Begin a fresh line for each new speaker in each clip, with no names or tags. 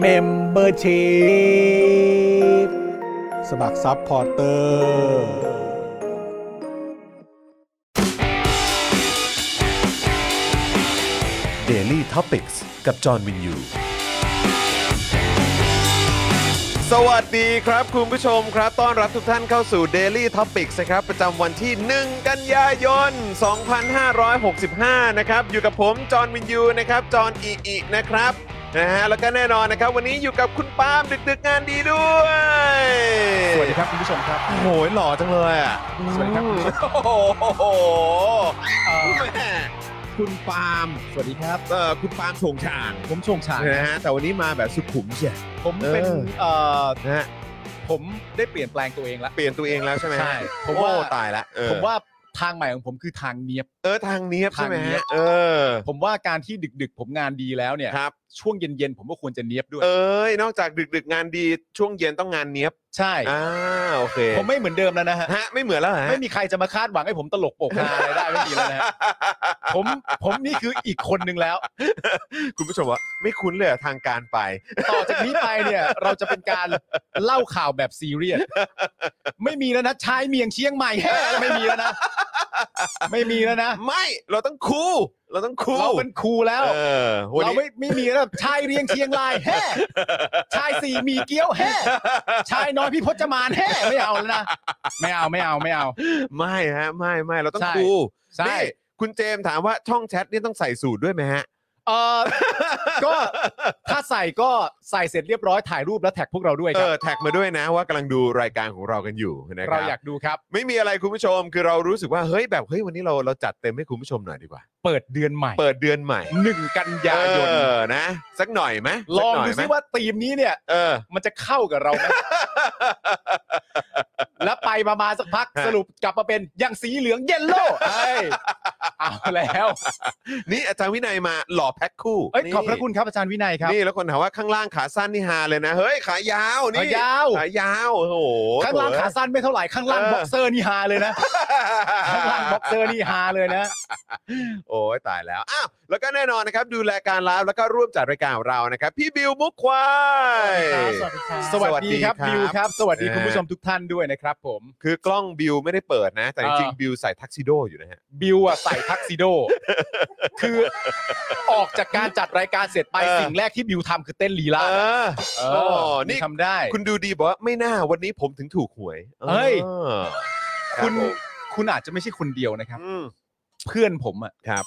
เมมเบอร์ชีพสมัครซัพพอร์เตอร์
Daily t o p i c กกับจอห์นวินยู
สวัสดีครับ คุณผู้ชมครับ ต้อนรับทุกท่านเข้าสู่ Daily Topics นะครับ ประจำวันที่ 1 กันยายน 2565 นะครับ อยู่กับผม จอห์นวินยูนะครับ จอห์นอีอีนะครับนะฮะแล้วก็แน่นอนนะครับ วันนี้อยู่กับคุณปาล์มดึกดึกๆงานดีด้วย
สวัสดีครับคุณผู้ชมครับ
โอ้โหหล่อจังเลยอ่ะ
สวัสดีครับคุณผู้ชม
โอ้โห
เอ่อ
แม่
คุณปาล์มสวัสดีครับ
เอ่อคุณปาล์มชงชาง
ผมชงชาง
นะฮะแต่วันนี้มาแบบสุขุมเชียว
ผมเป็นเอ่อ
นะฮะ
ผมได้เปลี่ยนแปลงตัวเองละ
เปลี่ยนตัวเองแล้วใช่ไหมฮะ
ใช่ผมว่า
โอ้ตายละเออ
ผมว่าทางใหม่ของผมคือทางเนียบ
เออทางเนี้ยบใช่ไหม
ทางเนี๊ย
ฮะ
บ
เออ
ผมว่าการที่ดึกๆ ผมงานดีแล้วเนี่ย
ครับ
ช่วงเย็นๆ ผมก็ควรจะเนียบด้วย
เอ้ยนอกจากดึกดึกๆงานดีช่วงเย็นต้องงานเนี้ยบ
ใช่
อ่าโอเค
ผมไม่เหมือนเดิมแล้วนะฮะ
ฮะไม่เหมือนแล้วเหรอฮะ
ไม่มีใครจะมาคาดหวังให้ผมตลกโปกฮาอะไรได้ไม่มีแล้วนะฮะผมผมนี่คืออีกคนนึงแล้ว
คุณผู้ชมว่าไม่คุ้นเลยอะทางการไป
ต่อจากนี้ไปเนี่ย เราจะเป็นการเล่าข่าวแบบซีเรียสไม่มีแล้วนะชายเมียงเชียงใหม่แฮ่ไม่มีแล้วนะ ไม่มีแล้วนะ
ไม่เราต้องคูลเราต้องคูล
เราเป็นครูแล้ว
เออวัน
เรา
นี้
ไม่ไม่มีแล้วชายเรียงเชียงรายแฮ่ชายสี่หมีเกี้ยวแฮ่ชายน้อยพี่พจมานแฮ่ไม่เอาแล้วนะไม่เอาไม่เอาไม่เอา
ไม่ฮะไม่ไม่เราต้อ
ใช่
งคูล
ใช่
นี่คุณเจมส์ถามว่าช่องแชทนี่ต้องใส่สูตรด้วยไหมฮะ
เออก็ถ้าใส่ก็ใส่เสร็จเรียบร้อยถ่ายรูปแล้วแท็กพวกเราด้วย
เอ
ครับ
อแท็กมาด้วยนะว่ากำลังดูรายการของเรากันอยู่นะค
เรา
รับ
อยากดูครับ
ไม่มีอะไรคุณผู้ชมคือเรารู้สึกว่าเฮ้ยแบบเฮ้ยวันนี้เราเราจัดเต็มให้คุณผู้ชมหน่อยดีกว่า
เปิดเดือนใหม่
เปิดเดือนใหม่
หนึ่งกันยายน
เออนะ สักหน่อยไหม
ลอง
กหน่ย
ดู
ไหม
ซิว่าทีมนี้เนี่ย
เออ
มันจะเข้ากับเราไหม แล้วไปมามาสักพัก
ฮะ
สรุปกลับมาเป็นอย่างสีเหลืองเยลโล่เอ้ยเอาแล้ว
นี่อาจารย์วินัยมาหล่อแพ็คคู่
เอ้ย
นี่
ขอบพระคุณครับอาจารย์วินัยครับ
นี่แล้วคนถามว่าข้างล่างขาสั้นนี่ฮาเลยนะ เฮ้ย ขายาวนี่
ขายาว
ขายาวโอ้โห
ข้างล่างขาสั้นไม่เท่าไหร่ข้างล่างบ็อกเซอร์นี่ฮา เลยนะข้างล่างบ็อกเซอร์นี่ฮาเลยนะ
โอ้ยตายแล้วอ้าวแล้วก็แน่นอนนะครับ ดูรายการไลฟ์แล้วก็ร่วมจัดรายการของเรานะครับ พี่บิวมุกควาย
สวัสดีค
สวัสดีครั
รับ
บ
สวัสดีครับ
บิวครับ สวัสดี
นะฮะ
คุณผู้ชมทุกท่านด้วยนะครับ ผม
คือกล้องบิวไม่ได้เปิดนะ แต่จริง
เออ
ๆบิวใส่ทักซิโดอยู่นะฮะ
บิวอะใส่ทักซิโด คือออกจากการจัดรายการเสร็จไป
เออ
สิ่งแรกที่บิวทำคือเต้นลีลา
เออ
เอ
โอ้
อ
นี่
นี่ทำได้
คุณดูดีบอกว่าไม่น่าวันนี้ผมถึงถูกหวย
เฮ้ย
ออ
คุณ
รับผม
คุณอาจจะไม่ใช่คนเดียวนะครับ
อืม
เพื่อนผมอ่ะ
ครับ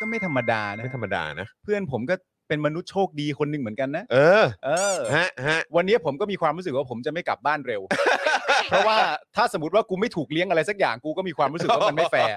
ก็ไม่ธรรมดานะ
ไม่ธรรมดานะ
เพื่อนผมก็เป็นมนุษย์โชคดีคนหนึ่งเหมือนกันนะ
เออ
เออ
ฮะฮะ
วันนี้ผมก็มีความรู้สึกว่าผมจะไม่กลับบ้านเร็ว เพราะว่าถ้าสมมติว่ากูไม่ถูกเลี้ยงอะไรสักอย่างกูก็มีความรู้สึกว่ามันไม่แฟ ร์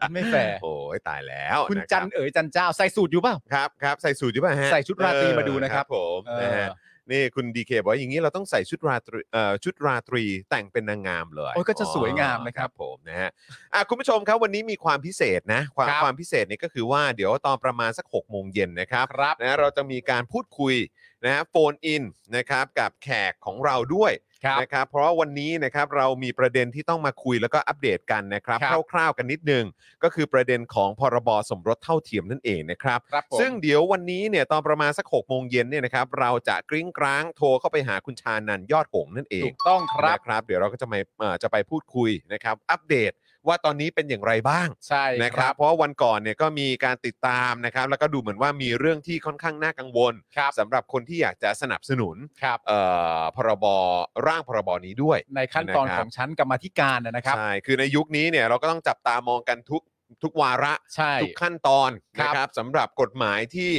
มันไม่แฟร์
โอ้ยตายแล้ว
คุณ
ะรับ
จันเอ๋ยจันเจ้าใส่สูตรอยู่เปล่า
ครับครับใส่สูทอยู่ป่ะฮะ
ใส่ชุดราตรีมาดูนะครับ
ผม
เอ
นะฮะ
อ
นี่คุณดีเคบอกว่าอย่างนี้เราต้องใส่ชุดราตรีเอ่อชุดราตรีแต่งเป็นนางงามเลย
โอ้ยก็จะสวยงามนะครับ
ผมนะฮะอ่ะคุณผู้ชมครับวันนี้มีความพิเศษนะ ความ
ครับ
ความพิเศษนี่ก็คือว่าเดี๋ยวตอนประมาณสัก6กโมงเย็นนะครับ
ครับ
นะเราจะมีการพูดคุยนะฮะโฟนอินนะครับกับแขกของเราด้วย
ครับ
นะครับเพราะว่าวันนี้นะครับเรามีประเด็นที่ต้องมาคุยแล้วก็อัปเดตกันนะครับ
ครับ
คร่าวๆกันนิดนึง ก็คือประเด็นของพรบสมรสเท่าเทียมนั่นเองนะครับ
ครับผม
ซึ่งเดี๋ยววันนี้เนี่ยตอนประมาณสัก6กโมงเย็นเนี่ยนะครับเราจะกริ้งกร้างโทรเข้าไปหาคุณชานันยอดหงส์นั่นเอ
ถู
ง
กต้องครับ
นะครับ เดี๋ยวเราก็จะไปเอ่อจะไปพูดคุยนะครับอัปเดต ว่าตอนนี้เป็นอย่างไรบ้าง
ใช่
นะครับ เพราะว่าวันก่อนเนี่ยก็มีการติดตามนะครับ แล้วก็ดูเหมือนว่ามีเรื่องที่ค่อนข้างน่ากังวล
ครับ
สำหรับคนที่อยากจะสนับสนุน
ครับ
เอ่อพรบร่างพรบนี้ด้วย
ในขั้นตอน
นะครับ
ของชั้นกรรมาธิการนะนะครับ
ใช่คือในยุคนี้เนี่ยเราก็ต้องจับตามองกันทุกทุกวาระ
ใช่
ทุกขั้นตอน
ครับ
นะครับสำหรับกฎหมายที่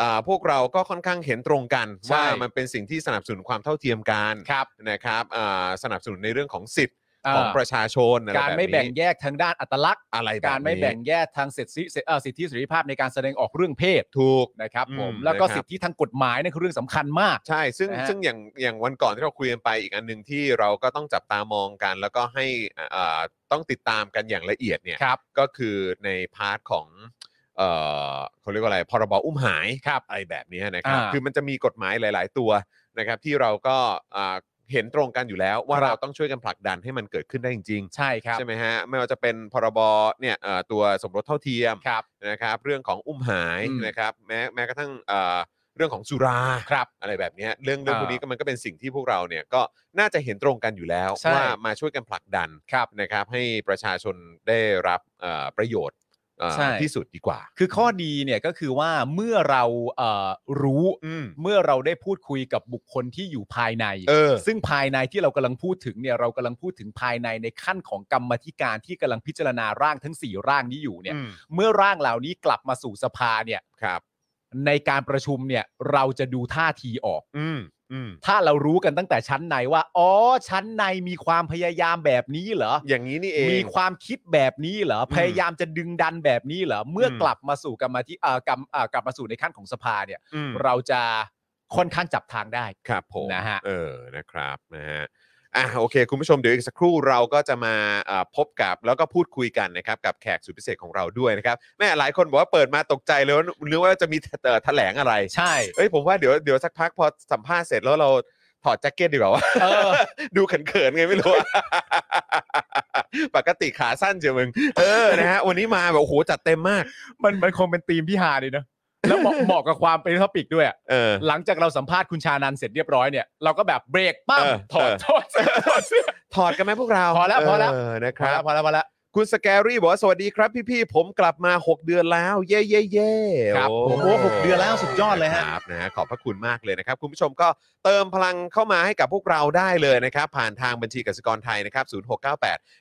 อ่าพวกเราก็ค่อนข้างเห็นตรงกัน
ใช่
ว่ามันเป็นสิ่งที่สนับสนุนความเท่าเทียมกัน
ครับ
นะครับอ่าสนับสนุนในเรื่องของสิทธิ์
า
ของประชาชนอะ
การ
บบ
ไม่
นี้
แบ่งแยกทางด้านอัตลักษณ์
อะไรแบบนี้
การไม่แบ่งแยกทางสิทธิเอ่อสิทธิเสรีภาพในการแสดงออกเรื่องเพศ
ถูก
นะครับผม
อืม
แล้วก็
นะครับ
สิทธิทางกฎหมายนี่คือเรื่องสำคัญมาก
ใช่ซึ่ง
นะฮะ
ซึ่งอย่างอย่างวันก่อนที่เราคุยกันไปอีกอันหนึ่งที่เราก็ต้องจับตามองกัน แล้วก็ให้อ่าต้องติดตามกันอย่างละเอียดเนี่ย
ครับ
ก็คือในพาร์ทของเอ่อเขาเรียกว่าอะไรพรบอุ้มหาย
ครับ
อะไรแบบนี้นะครับ
อ่า
คือมันจะมีกฎหมายหลาย ๆ ตัวนะครับ ที่เราก็อ่าเห็นตรงกันอยู่แล้ว ว่า
ครับ
เราต้องช่วยกันผลักดันให้มันเกิดขึ้นได้จริง
ใช่ครั
ๆ
บ
ใช่ไหมฮะ ไม่ว่าจะเป็นพรบเนี่ยเอ่อตัวสมรสเท่าเทียม
ครับ
นะครับ เรื่องของอุ้มหาย
อืม
นะครับ แม้แม้กระทั่งเอ่อเรื่องของสุรา
ครับ
อะไรแบบเนี้ยเรื่องเรื่อง
อ่า
พวกนี้ก็มันก็เป็นสิ่งที่พวกเราเนี่ยก็น่าจะเห็นตรงกันอยู่แล้ว
ใช่
ว่ามาช่วยกันผลักดัน
ครับ
นะครับ ให้ประชาชนได้รับเอ่อประโยชน์เอ่อ
ใช่
ที่สุดดีกว่า
คือข้อดีเนี่ยก็คือว่าเมื่อเราเอ่อรู้
อืม
เมื่อเราได้พูดคุยกับบุคคลที่อยู่ภายใน
เออ
ซึ่งภายในที่เรากำลังพูดถึงเนี่ยเรากำลังพูดถึงภายในในขั้นของกรรมธิการที่กำลังพิจารณาร่างทั้ง 4 ร่างนี้อยู่เนี่ย
อืม
เมื่อร่างเหล่านี้กลับมาสู่สภาเนี่ย
ครับ
ในการประชุมเนี่ยเราจะดูท่าทีออก
อืมอืม
ถ้าเรารู้กันตั้งแต่ชั้นในว่า อ๋อ ชั้นในมีความพยายามแบบนี้เหรอ
อย่างนี้นี่เอง
มีความคิดแบบนี้เหรอ
อืม
พยายามจะดึงดันแบบนี้เหรอ เมื่ออ
ม
กลับมาสู่กรรมาธิเอ่อกรรมเอ่อกลับมาสู่ในขั้นของสภาเนี่ย
อืม
เราจะค่อนข้างจับทางได้
ครับผม
นะฮะ
เออนะครับนะฮะอ่ะโอเค คุณผู้ชมเดี๋ยวอีกสักครู่เราก็จะมาเอ่อพบกับแล้วก็พูดคุยกันนะครับ กับแขกสุดพิเศษของเราด้วยนะครับแม่หลายคนบอกว่าเปิดมาตกใจเลยว่านึกว่าจะมีเอ่อแถลงอะไร
ใช่
เอ้ยผมว่าเดี๋ยวเดี๋ยวสักพักพอสัมภาษณ์เสร็จแล้วเราถอดแจ็คเก็ตดีกว่าวะ
เออ
ดูเขินๆไงไม่รู้ อะปกติขาสั้นเจียวมึงเออนะฮะวันนี้มาแบบโอ้โหจัดเต็มมาก
มันมันคงเป็นธีมที่ฮาดีเนอะแล้วเหมาะ เหมาะกับความเป็นท็อปิกด้วยอะ
เออ
หลังจากเราสัมภาษณ์คุณชานันเสร็จเรียบร้อยเนี่ยเราก็แบบเบรกปั้ม
เออ
ถอด
เออ
ถอดเสื้อถอดเสื้อ
ถอดกันไหมพวกเรา
พอแล้วพอแล้ว
เนะค
พอ
รับ
แล้วพอแล้วพอแล้ว
คุณสแกรี่บอกว่าสวัสดีครับพี่ๆผมกลับมา 6 เดือนแล้ว เย่เย่เย่
ครับผมโอ้หกเดือนแล้วสุดยอดเลยฮะ
ครับนะขอบพระคุณมากเลยนะครับ คุณผู้ชมก็เติมพลังเข้ามาให้กับพวกเราได้เลยนะครับ ผ่านทางบัญชีกสิกรไทยนะครับ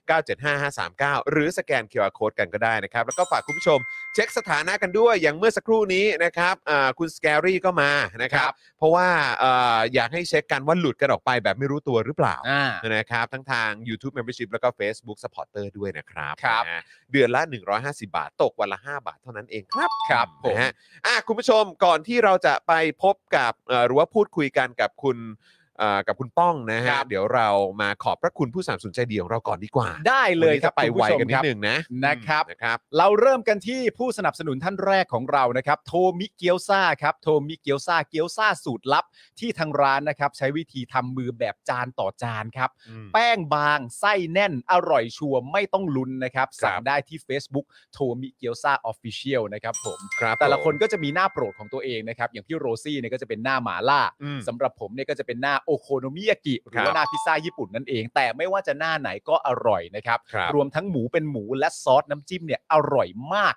0698 975539 หรือสแกน QR Code กันก็ได้นะครับ แล้วก็ฝากคุณผู้ชมเช็คสถานะกันด้วยอย่างเมื่อสักครู่นี้นะครับอ่าคุณสแกรี่ก็มานะครับ
ครับ
เพราะว่าเอ่ออยากให้เช็คกันว่าหลุดกันออกไปแบบไม่รู้ตัวหรือเปล่า
อ่า
นะครับทั้งทาง YouTube Membership แล้วก็ Facebook Supporter ด้วยนะครับ
ครับ
นะฮะเดือนละ 150 บาท ตกวันละ 5 บาทเท่านั้นเองครับ
ครับผม
นะฮะอ่ะคุณผู้ชมก่อนที่เราจะไปพบกับเอ่อหรือว่าพูดคุยกันกับคุณเอ่อกับคุณป้องนะฮะ
ครับ
เดี๋ยวเรามาขอบพระคุณผู้สามสนุนใจดีของเราก่อนดีกว่า
ได้เลย
วันนี้
ครั
ถ้า
บ
ไป
คุณ
ไว
ผู้ชม
กันนิ
ค
ด
รับ
นึงนะ
นะครับ
นะครับ
เราเริ่มกันที่ผู้สนับสนุนท่านแรกของเรานะครับ โทมิเกียวซาครับโทมิเกียวซาเกียวซาสูตรลับ ที่ทางร้านนะครับ ใช้วิธีทำมือแบบจานต่อจานครับ แป้งบาง ไส้แน่น อร่อยชัวร์ไม่ต้องลุ้นนะครับ สั่งได้ที่ Facebook โทมิเกียวซาออฟฟิเชียลนะครับผม
ครับ
แต่ละ
ผม
คนก็จะมีหน้าโปรดของตัวเองนะครับ อย่างพี่โรซี่เนี่ยก็จะเป็นหน้าหมาล่า
อืม
สำหรับผมเนี่ยก็จะเป็นหน้าโอโคโนมิยากิหรือ
ครั
ว่า
บ
หน้าพิซซ่าญี่ปุ่นนั่นเอง แต่ไม่ว่าจะหน้าไหนก็อร่อยนะครับ
ครับ
วมทั้งหมูเป็นหมูและซอสน้ำจิ้มเนี่ยอร่อยมาก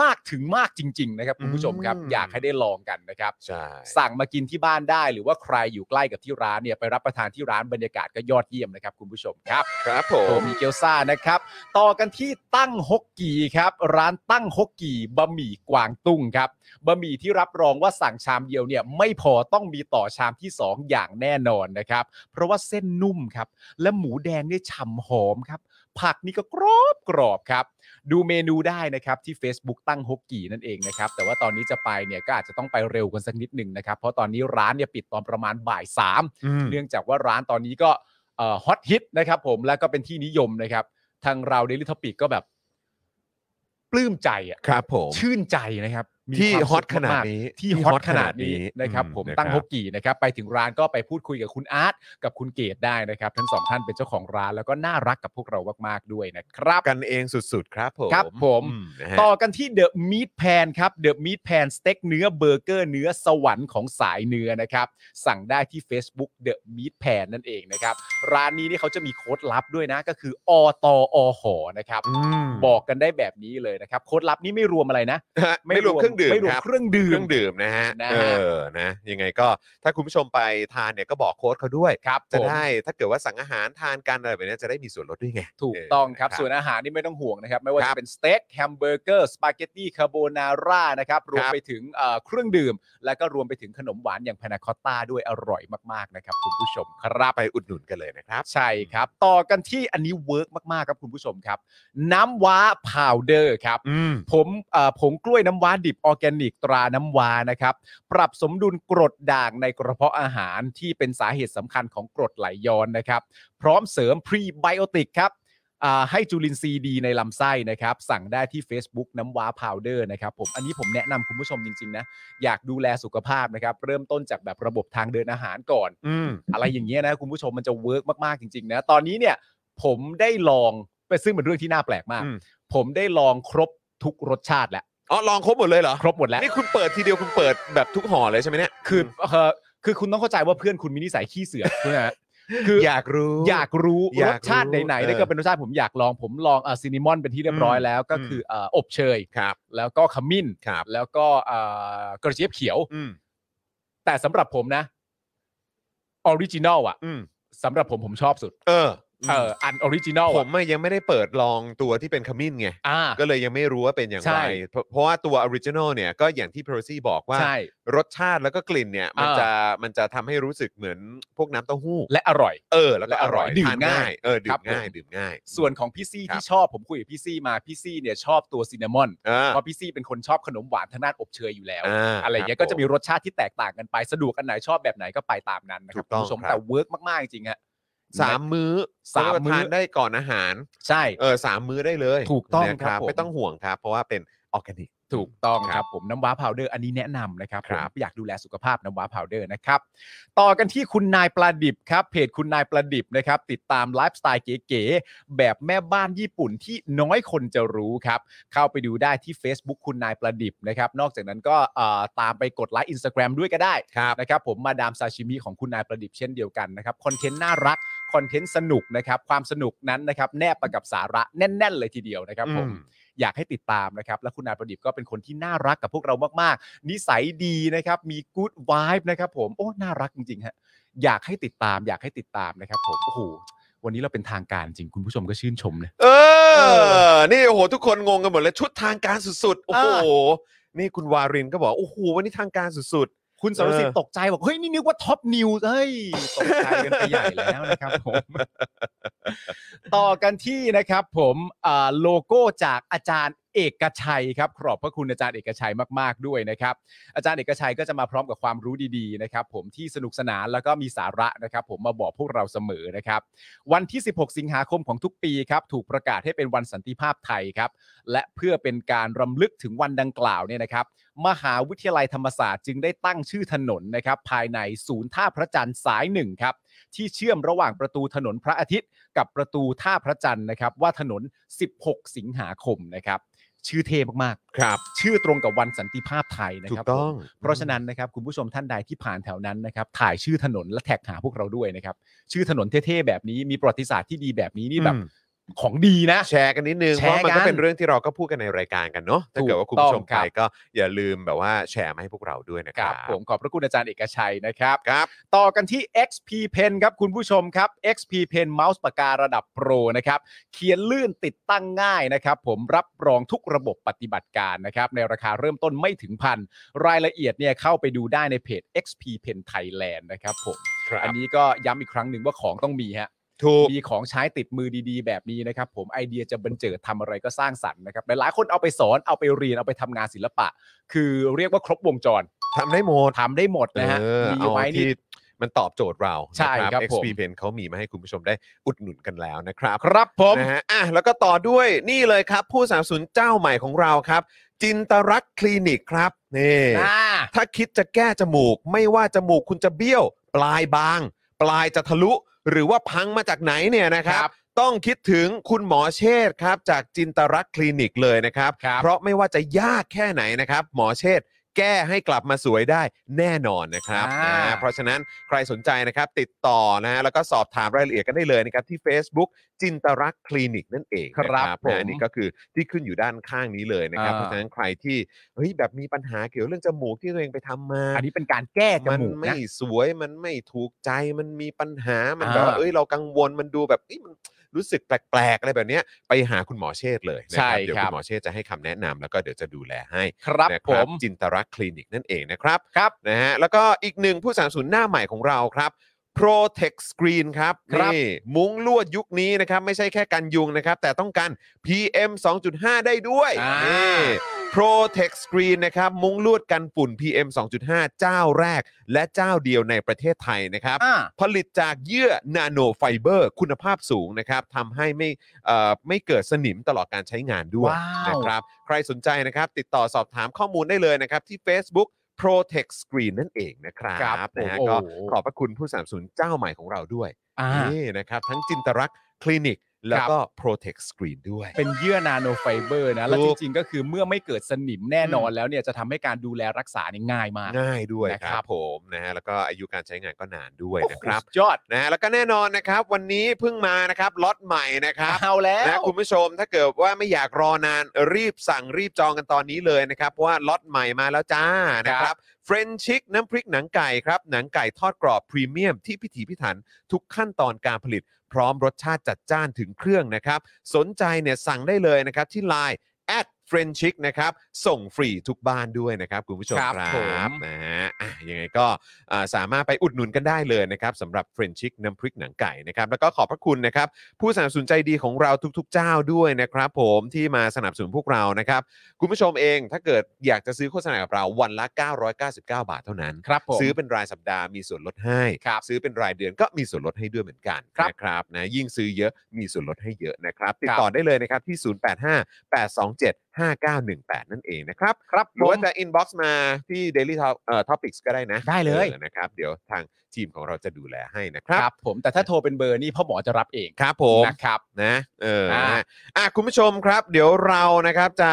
มากถึงมากจริง ๆ นะครับคุณผู้ชมครับ
อืม
อยากให้ได้ลองกันนะครับ
ใช่
สั่งมากินที่บ้านได้หรือว่าใครอยู่ใกล้กับที่ร้านเนี่ยไปรับประทานที่ร้านบรรยากาศก็ยอดเยี่ยมนะครับคุณผู้ชมครับ
ครับผ
โอ
ม
มีเกียวซ่านะครับ ต่อกันที่ตั้งฮกกีครับ ร้านตั้งฮกกีบะหมี่กวางตุ้งครับบะหมี่ที่รับรองว่าสั่งชามเดียวเนี่ย ไม่พอต้องมีต่อชามที่ 2 อย่างแน่นอนนะครับ เพราะว่าเส้นนุ่มครับ และหมูแดงเนี่ยฉ่ำหอมครับ ผักนี่ก็กรอบกรอบครับ ดูเมนูได้นะครับที่ Facebook ตั้งฮกกี่นั่นเองนะครับ แต่ว่าตอนนี้จะไปเนี่ยก็อาจจะต้องไปเร็วกันสักนิดหนึ่งนะครับ เพราะตอนนี้ร้านเนี่ยปิดตอนประมาณบ่ายสาม เนื่องจากว่าร้านตอนนี้ก็ฮอตฮิตนะครับผมแล้วก็เป็นที่นิยมนะครับ ทางเราเดลิทอปิกก็แบบ ปลื้มใจอะ
ครับผม
ชื่นใจนะครับ มี
ที่
ความ
ฮอต
สุข
ขนาด
มกๆ
นี้
ที่ฮอตขนาดนี้นะครับผมตั้งฮกกี่นะครับไปถึงร้านก็ไปพูดคุยกับคุณอาร์ตกับคุณเกดได้นะครับ ทั้งสองท่านเป็นเจ้าของร้านแล้วก็น่ารักกับพวกเรามากๆด้วยนะครับ
กันเองสุดๆครับผม
ครับผม
อืนะฮะ
ต่อกันที่เดอะมีทแพนครับเดอะมีทแพนสเต็กเนื้อเบอร์เกอร์เนื้อสวรรค์ของสายเนื้อนะครับ สั่งได้ที่ Facebook The Meat Pan นั่นเองนะครับ ร้านนี้นี่เขาจะมีโค้ดลับด้วยนะ ก็คืออตอหอนะครับ
ม
บอกกันได้แบบนี้เลยนะครับ โค้ดลับนี่ไม่รวมอะไรนะ
ฮะไม่รวมเครื่องดื่ม
ไม่รว
ค
ม
รับ
เครื่องดื่
เค
ม
รื่องดื่มนะฮะ
นะฮะ
เออนะยังไงก็ถ้าคุณผู้ชมไปทานเนี่ยก็บอกโค้ดเขาด้วย
ครับ
จะ
ผม
ได้ถ้าเกิดว่าสั่งอาหารทานกันอะไรแบบเนี้ยจะได้มีส่วนลดด้วยไง
ถูกต้องครับ
เนะ
ส่วนอาหารนี่ไม่ต้องห่วงนะครับ ไม่
ค
ว่า
รั
จะ
บ
เป็นสเต็กแฮมเบอร์เกอร์สปาเกตตี้คาโบนาร่านะครับ รวม
ครับ
ไปถึงเอ่อเครื่องดื่ม และก็รวมไปถึงขนมหวานอย่างพานาคอตต้าด้วยอร่อยมาก ๆ นะครับ คุณผู้ชมครับ
ไปอุดหนุนกันเลยนะครับ
ใช่ครับ ต่อกันที่อันนี้เวิร์กมาก ๆ ครับคุณผู้ชมครับ น้ำว้าพาวเดอร์ครับ
อืม
ผมเอ่อผงกล้วยน้ำว้าดิบออร์แกนิกตราน้ำว้านะครับ ปรับสมดุลกรดด่างในกระเพาะอาหารที่เป็นสาเหตุสำคัญของกรดไหลย้อนนะครับ พร้อมเสริมพรีไบโอติกครับอ่าให้จุลินทรีย์ดีในลำไส้นะครับ สั่งได้ที่ Facebook น้ำว้าพาวเดอร์นะครับผมอันนี้ผมแนะนำคุณผู้ชมจริง ๆ นะ อยากดูแลสุขภาพนะครับ เริ่มต้นจากแบบระบบทางเดินอาหารก่อน
อืม
อะไรอย่างเงี้ยนะคุณผู้ชมมันจะเวิร์กมากๆจริง ๆ นะ ตอนนี้เนี่ยผมได้ลองไปซึ่งเป็นเรื่องที่น่าแปลกมาก
อืม
ผมได้ลองครบทุกรสชาติแล้ว
อ๋อลองครบหมดเลยเหรอ
ครบหมดแล้ว
นี่คุณเปิดทีเดียวคุณเปิดแบบทุกห่อเลยใช่ไหมเนี่ย
คือเอ่อคือคุณต้องเข้าใจว่าเพื่อนคุณมีนิสัยขี้เสื อกนะฮะคืออย
อากรู้
อยากรู้
อยาร กรู้
สชาติไหน
เอ
ๆ
อ
ถ้าเกิดเป็นรสชาติผมอยากลองผมลองเอ่อซินนามอนเป็นที่เรียบร้อยแล้วก็
อืม
คือเอ่ออบเชย
ครับ
แล้วก็ขมิ้น
ครับ
แล้วก็เอ่อกระเจี๊ยบเขียว
อืม
แต่สำหรับผมนะออริจินอลอะ
อืม
สำหรับผมผมชอบสุด
เออ
เอออันออริจินอล
ผมอะยังไม่ได้เปิดลองตัวที่เป็นขมิ้นไง
อ่า
ก็เลยยังไม่รู้ว่าเป็นอย่าง
ใช่
ไร เพราะเพราะว่าตัวออริจินอลเนี่ยก็อย่างที่เพอร์ซี่บอกว่า
ใช่
รสชาติแล้วก็กลิ่นเนี่ย มัน
อ่า
จะมันจะทำให้รู้สึกเหมือนพวกน้ำเต้าหู้
และอร่อย
เออ แล้วก็
และ
อ
อร่
ร่อ
อย ยดื่ม
ทน
ง่าย
เออดื่
ครั
ม
บ
ง่าย
ผม
ดื่มง่าย
ส่วนของพี่ซี่
ครับ
ที่ชอบผมคุยกับพี่ซี่มาพี่ซี่เนี่ยชอบตัวซินนามอน
อ่า
เพราะพี่ซี่เป็นคนชอบขนมหวานทางด้านอบเชยอยู่แล้ว
อ่า
อะไรอย่างเงี้ย
ค
ก็
บ
จะมี
ผ
รสชาติที่แตกต่างกันไปสะดวกอันไหนชอบแบบไหนก็ไปตามนั้นนะครั
ถู
บ
กต้อง
คุณผู้ชม
ครับ
แต่เวิร์กมากๆจริงๆฮะ
สามมื้อ
สามมื้อ
เรียกว่ทานได้ก่อนอาหาร
ใช่
เออสามมื้อได้เลย
ถูกต้อง
นะครับ
ผม
ไม่ต้องห่วงครับ เพราะว่าเป็นออร์แกนิก
ถูกต้อง
ค
ค
รั
รั
บบ
ผมน้ำว้าพาวเดอร์อันนี้แนะนำนะครับ
ค
ผ
รั
ม
บ
อยากดูแลสุขภาพน้ำว้าพาวเดอร์นะครับ ต่อกันที่คุณนายปลาดิบครับ เพจคุณนายปลาดิบนะครับ ติดตามไลฟ์สไตล์เก๋ๆแบบแม่บ้านญี่ปุ่นที่น้อยคนจะรู้ครับ เข้าไปดูได้ที่ Facebook คุณนายปลาดิบนะครับ นอกจากนั้นก็เอ่อตามไปกดไลค์ Instagram ด้วยก็ได้
ครับ
นะครับผมมาดามซาชิมิของคุณนายประดิษฐ์เช่นเดียวกันนะครับคอนเทนต์น่ารักคอนเทนต์สนุกนะครับความสนุกนั้นนะครับแนบไปกับสาระแน่น ๆ เลยทีเดียวนะครับผม
อืม
อยากให้ติดตามนะครับและคุณนายประดิษฐ์ก็เป็นคนที่น่ารักกับพวกเรามากๆ นิสัยดีนะครับมีกู๊ดวายนะครับผมโอ้น่ารักจริงๆฮะอยากให้ติดตาม อยากให้ติดตามนะครับผมโอ้โหวันนี้เราเป็นทางการจริงคุณผู้ชมก็ชื่นชมเลย
เออ นี่โอ้โหทุกคนงงกันหมดเลยชุดทางการสุดๆ โอ้โห นี่คุณวารินก็บอกโอ้โหวันนี้ทางการสุด
คุณสรสิท
เอ
ธิ์
อ
ตกใจบอกเฮ้ยนี่นึกว่าท็อปนิวส์เฮ้ยตกใจกันไปใหญ่แล้วนะครับผม ต่อกันที่นะครับผมอ่าโลโก้จากอาจารย์เอกชัยครับขอบพระคุณอาจารย์เอกชัยมากๆด้วยนะครับ อาจารย์เอกชัยก็จะมาพร้อมกับความรู้ดีๆนะครับผมที่สนุกสนานแล้วก็มีสาระนะครับ ผมมาบอกพวกเราเสมอนะครับ วันที่ 16 สิงหาคมของทุกปีครับถูกประกาศให้เป็นวันสันติภาพไทยครับ และเพื่อเป็นการรำลึกถึงวันดังกล่าวเนี่ยนะครับ มหาวิทยาลัยธรรมศาสตร์จึงได้ตั้งชื่อถนนนะครับ ภายในศูนย์ท่าพระจันทร์สายหนึ่งครับ ที่เชื่อมระหว่างประตูถนนพระอาทิตย์ กับประตูท่าพระจันทร์นะครับ ว่าถนน 16 สิงหาคมนะครับ ชื่อเท่มาก
ๆ ครับ
ๆ ชื่อตรงกับวันสันติภาพไทยนะ
ถู
ครั
ก
บ
ต้อง
ผมเพราะฉะนั้นนะครับคุณผู้ชมท่านใดที่ผ่านแถวนั้นนะครับ ถ่ายชื่อถนนและแท็กหาพวกเราด้วยนะครับ ชื่อถนนเท่ๆแบบนี้มีประวัติศาสตร์ที่ดีแบบนี้นี่แบบ
อืม
ของดีนะ
แชร์กันนิดนึง
แช
เพ
ร์
ราะมันก็
กัน
เป็นเรื่องที่เราก็พูดกันในรายการกันเนาะถ้าเกิดว่าคุณผู้ชม
ถูก
ใคร
ต้องครับ
ก็อย่าลืมแบบว่าแชร์มาให้พวกเราด้วยนะค
ค
รั
รั
บบ
ผมขอบพระคุณอาจารย์เอกชัยนะครับ
ครับ
ต่อกันที่ XP Pen ครับ คุณผู้ชมครับ XP Pen เมาส์ปากการะดับโปรนะครับ เขียนลื่นติดตั้งง่ายนะครับ ผมรับรองทุกระบบปฏิบัติการนะครับ ในราคาเริ่มต้นไม่ถึงพัน รายละเอียดเนี่ยเข้าไปดูได้ในเพจ XP Pen Thailand นะครับผม อันนี้ก็ย้ำอีกครั้งหนึ่งว่าของต้องมีฮะ
ถูก
มีของใช้ติดมือดีๆ แบบนี้นะครับ ผมไอเดียจะบันเจิดทำอะไรก็สร้างสรรค์นะครับหลายๆคนเอาไปสอนเอาไปเรียนเอาไปทำงานศิลปะ คือเรียกว่าครบวงจร
ทำได้หมด
ทำได้หมดนะฮะ
เออ
มี
เอา
ไว้นี่
ที่มันตอบโจทย์เรา
ใช่
นะครับ
ผม
เอ็กซ์พีเพนเขามีมาให้คุณผู้ชมได้อุดหนุนกันแล้วนะครับ
ครับผม
นะฮะอ่ะแล้วก็ต่อด้วยนี่เลยครับ ผู้สนับสนุนเจ้าใหม่ของเราครับ จินตรักษณ์คลินิกครับนี่
อ่า
ถ้าคิดจะแก้จมูก ไม่ว่าจมูกคุณจะเบี้ยว ปลายบาง ปลายจะทะลุ หรือว่าพังมาจากไหนเนี่ยนะครับ ต้องคิดถึงคุณหมอเชษฐ์ครับจากจินตรักษณ์คลินิกเลยนะครับ
ครับ
เพราะไม่ว่าจะยากแค่ไหนนะครับ หมอเชษฐ์แก้ให้กลับมาสวยได้แน่นอนนะครับ
อ่า
อ่าเพราะฉะนั้นใครสนใจนะครับ ติดต่อนะฮะแล้วก็สอบถามรายละเอียดกันได้เลยนะครับ ที่ Facebook จินตรักษณ์คลินิกนั่นเองนะครับ
ผม
นะนี่ก็คือที่ขึ้นอยู่ด้านข้างนี้เลยนะครับ
อ่า
เพราะฉะนั้นใครที่เฮ้ยแบบมีปัญหาเกี่ยวเรื่องจมูกที่ตัวเองไปทำมา
อันนี้เป็นการแก้จ
มัน
มูก
ไม่
นะ
สวยมันไม่ถูกใจมันมีปัญหามันแบบ
อ่า
ว่าเอ้ยเรากังวลมันดูแบบเอ้ยมันรู้สึกแปลกๆอะไรแบบเนี้ยไปหาคุณหมอเชษฐ์เลยนะค
ใช่
รับเดี๋ยว
ครั
คุ
บ
ณหมอเชษฐ์จะให้คำแนะนำแล้วก็เดี๋ยวจะดูแลให้
ครับ
นะ
ผม
จินตรักษณ์คลินิกนั่นเองนะครับ
ครับ
นะฮะแล้วก็อีกหนึ่งผู้สนับสนุนหน้าใหม่ของเราครับ Protect Screen ครับ
ครับ
นี่มุ้งลวดยุคนี้นะครับ ไม่ใช่แค่กันยุงนะครับ แต่ต้องกัน PM 2.5 ได้ด้วย
อ่า
นี่ Protect Screen นะครับ มุ้งลวดกันฝุ่น PM 2.5 เจ้าแรก และเจ้าเดียวในประเทศไทยนะครับ
อ่า
ผลิตจากเยื่อนาโนไฟเบอร์ คุณภาพสูงนะครับทำให้ไม่เอ่อไม่เกิดสนิมตลอดการใช้งานด้วย
ว้าว
นะครับ ใครสนใจนะครับ ติดต่อสอบถามข้อมูลได้เลยนะครับ ที่ Facebook Protect Screen นั่นเองนะครับ
ครับ
นะฮะ
ผม
ก็
โอ้โห
ขอบพระคุณผู้สนับสนุนเจ้าใหม่ของเราด้วย
อ่า
นี่นะครับ ทั้งจินตรักษณ์คลินิก แล้วก็ Protect Screen ด้วย
เป็นเยื่อนาโนไฟเบอร์นะ แล้ว
ถู
จ
ก
ริงๆ ก็คือเมื่อไม่เกิดสนิมแน่นอนแล้วเนี่ยจะทำให้การดูแลรักษาเนี่ยง่ายมาก
ง่ายด้วย
นะ
ค
ครับ
รับผมนะฮะแล้วก็อายุการใช้งานก็นานด้วย
โอ้โห
นะครับ
สุดยอด
นะฮะแล้วก็แน่นอนนะครับ วันนี้เพิ่งมานะครับล็อตใหม่นะครับ
เอาแล้ว
นะคุณผู้ชมถ้าเกิดว่าไม่อยากรอนานรีบสั่งรีบจองกันตอนนี้เลยนะครับ เพราะว่าล็อตใหม่มาแล้วจ้านะครับเฟรนชิกน้ำพริกหนังไก่ครับ หนังไก่ทอดกรอบพรีเมียมที่พิถีพิถันทุกขั้นตอนการผลิต พร้อมรสชาติจัดจ้านถึงเครื่องนะครับ สนใจเนี่ยสั่งได้เลยนะครับที่ Line แอดเฟรนชิกนะครับ ส่งฟรีทุกบ้านด้วยนะครับ คุณผู้ชม
ครับ
ครับ
ผม
นะฮะอ่ะยังไงก็อ่าสามารถไปอุดหนุนกันได้เลยนะครับสำหรับเฟรนชิกน้ำพริกหนังไก่นะครับ แล้วก็ขอบพระคุณนะครับ ผู้สนับสนุนใจดีของเราทุกๆ เจ้าด้วยนะครับ ผมที่มาสนับสนุนพวกเรานะครับ คุณผู้ชมเองถ้าเกิดอยากจะซื้อโฆษณากับเราวันละ 999 บาทเท่านั้น
ครับผม
ซื้อเป็นรายสัปดาห์มีส่วนลดให้
ครับ
ซื้อเป็นรายเดือนก็มีส่วนลดให้ด้วยเหมือนกัน
ครับ
นะครับนะยิ่งซื้อเยอะมีส่วนลดให้เยอะนะครับ ติด
ครับ
ต่อได้เลยนะครับที่ 0858275918 นั่นเองนะครับ
ครับ
ห
ผ
รือ
ม
ว่าจะ inbox มาที่ daily Top- เอ่อ topics ก็ได้นะ
ได้เลย
ออนะครับ เดี๋ยวทางทีมของเราจะดูแลให้นะครับ
ครับผมแต่ถ้าโทรเป็นเบอร์นี่พ่อหมอจะรับเอง
ครับผม
นะครับ
นะเออ
อ่า
นะฮะอ่ะคุณผู้ชมครับ เดี๋ยวเรานะครับจะ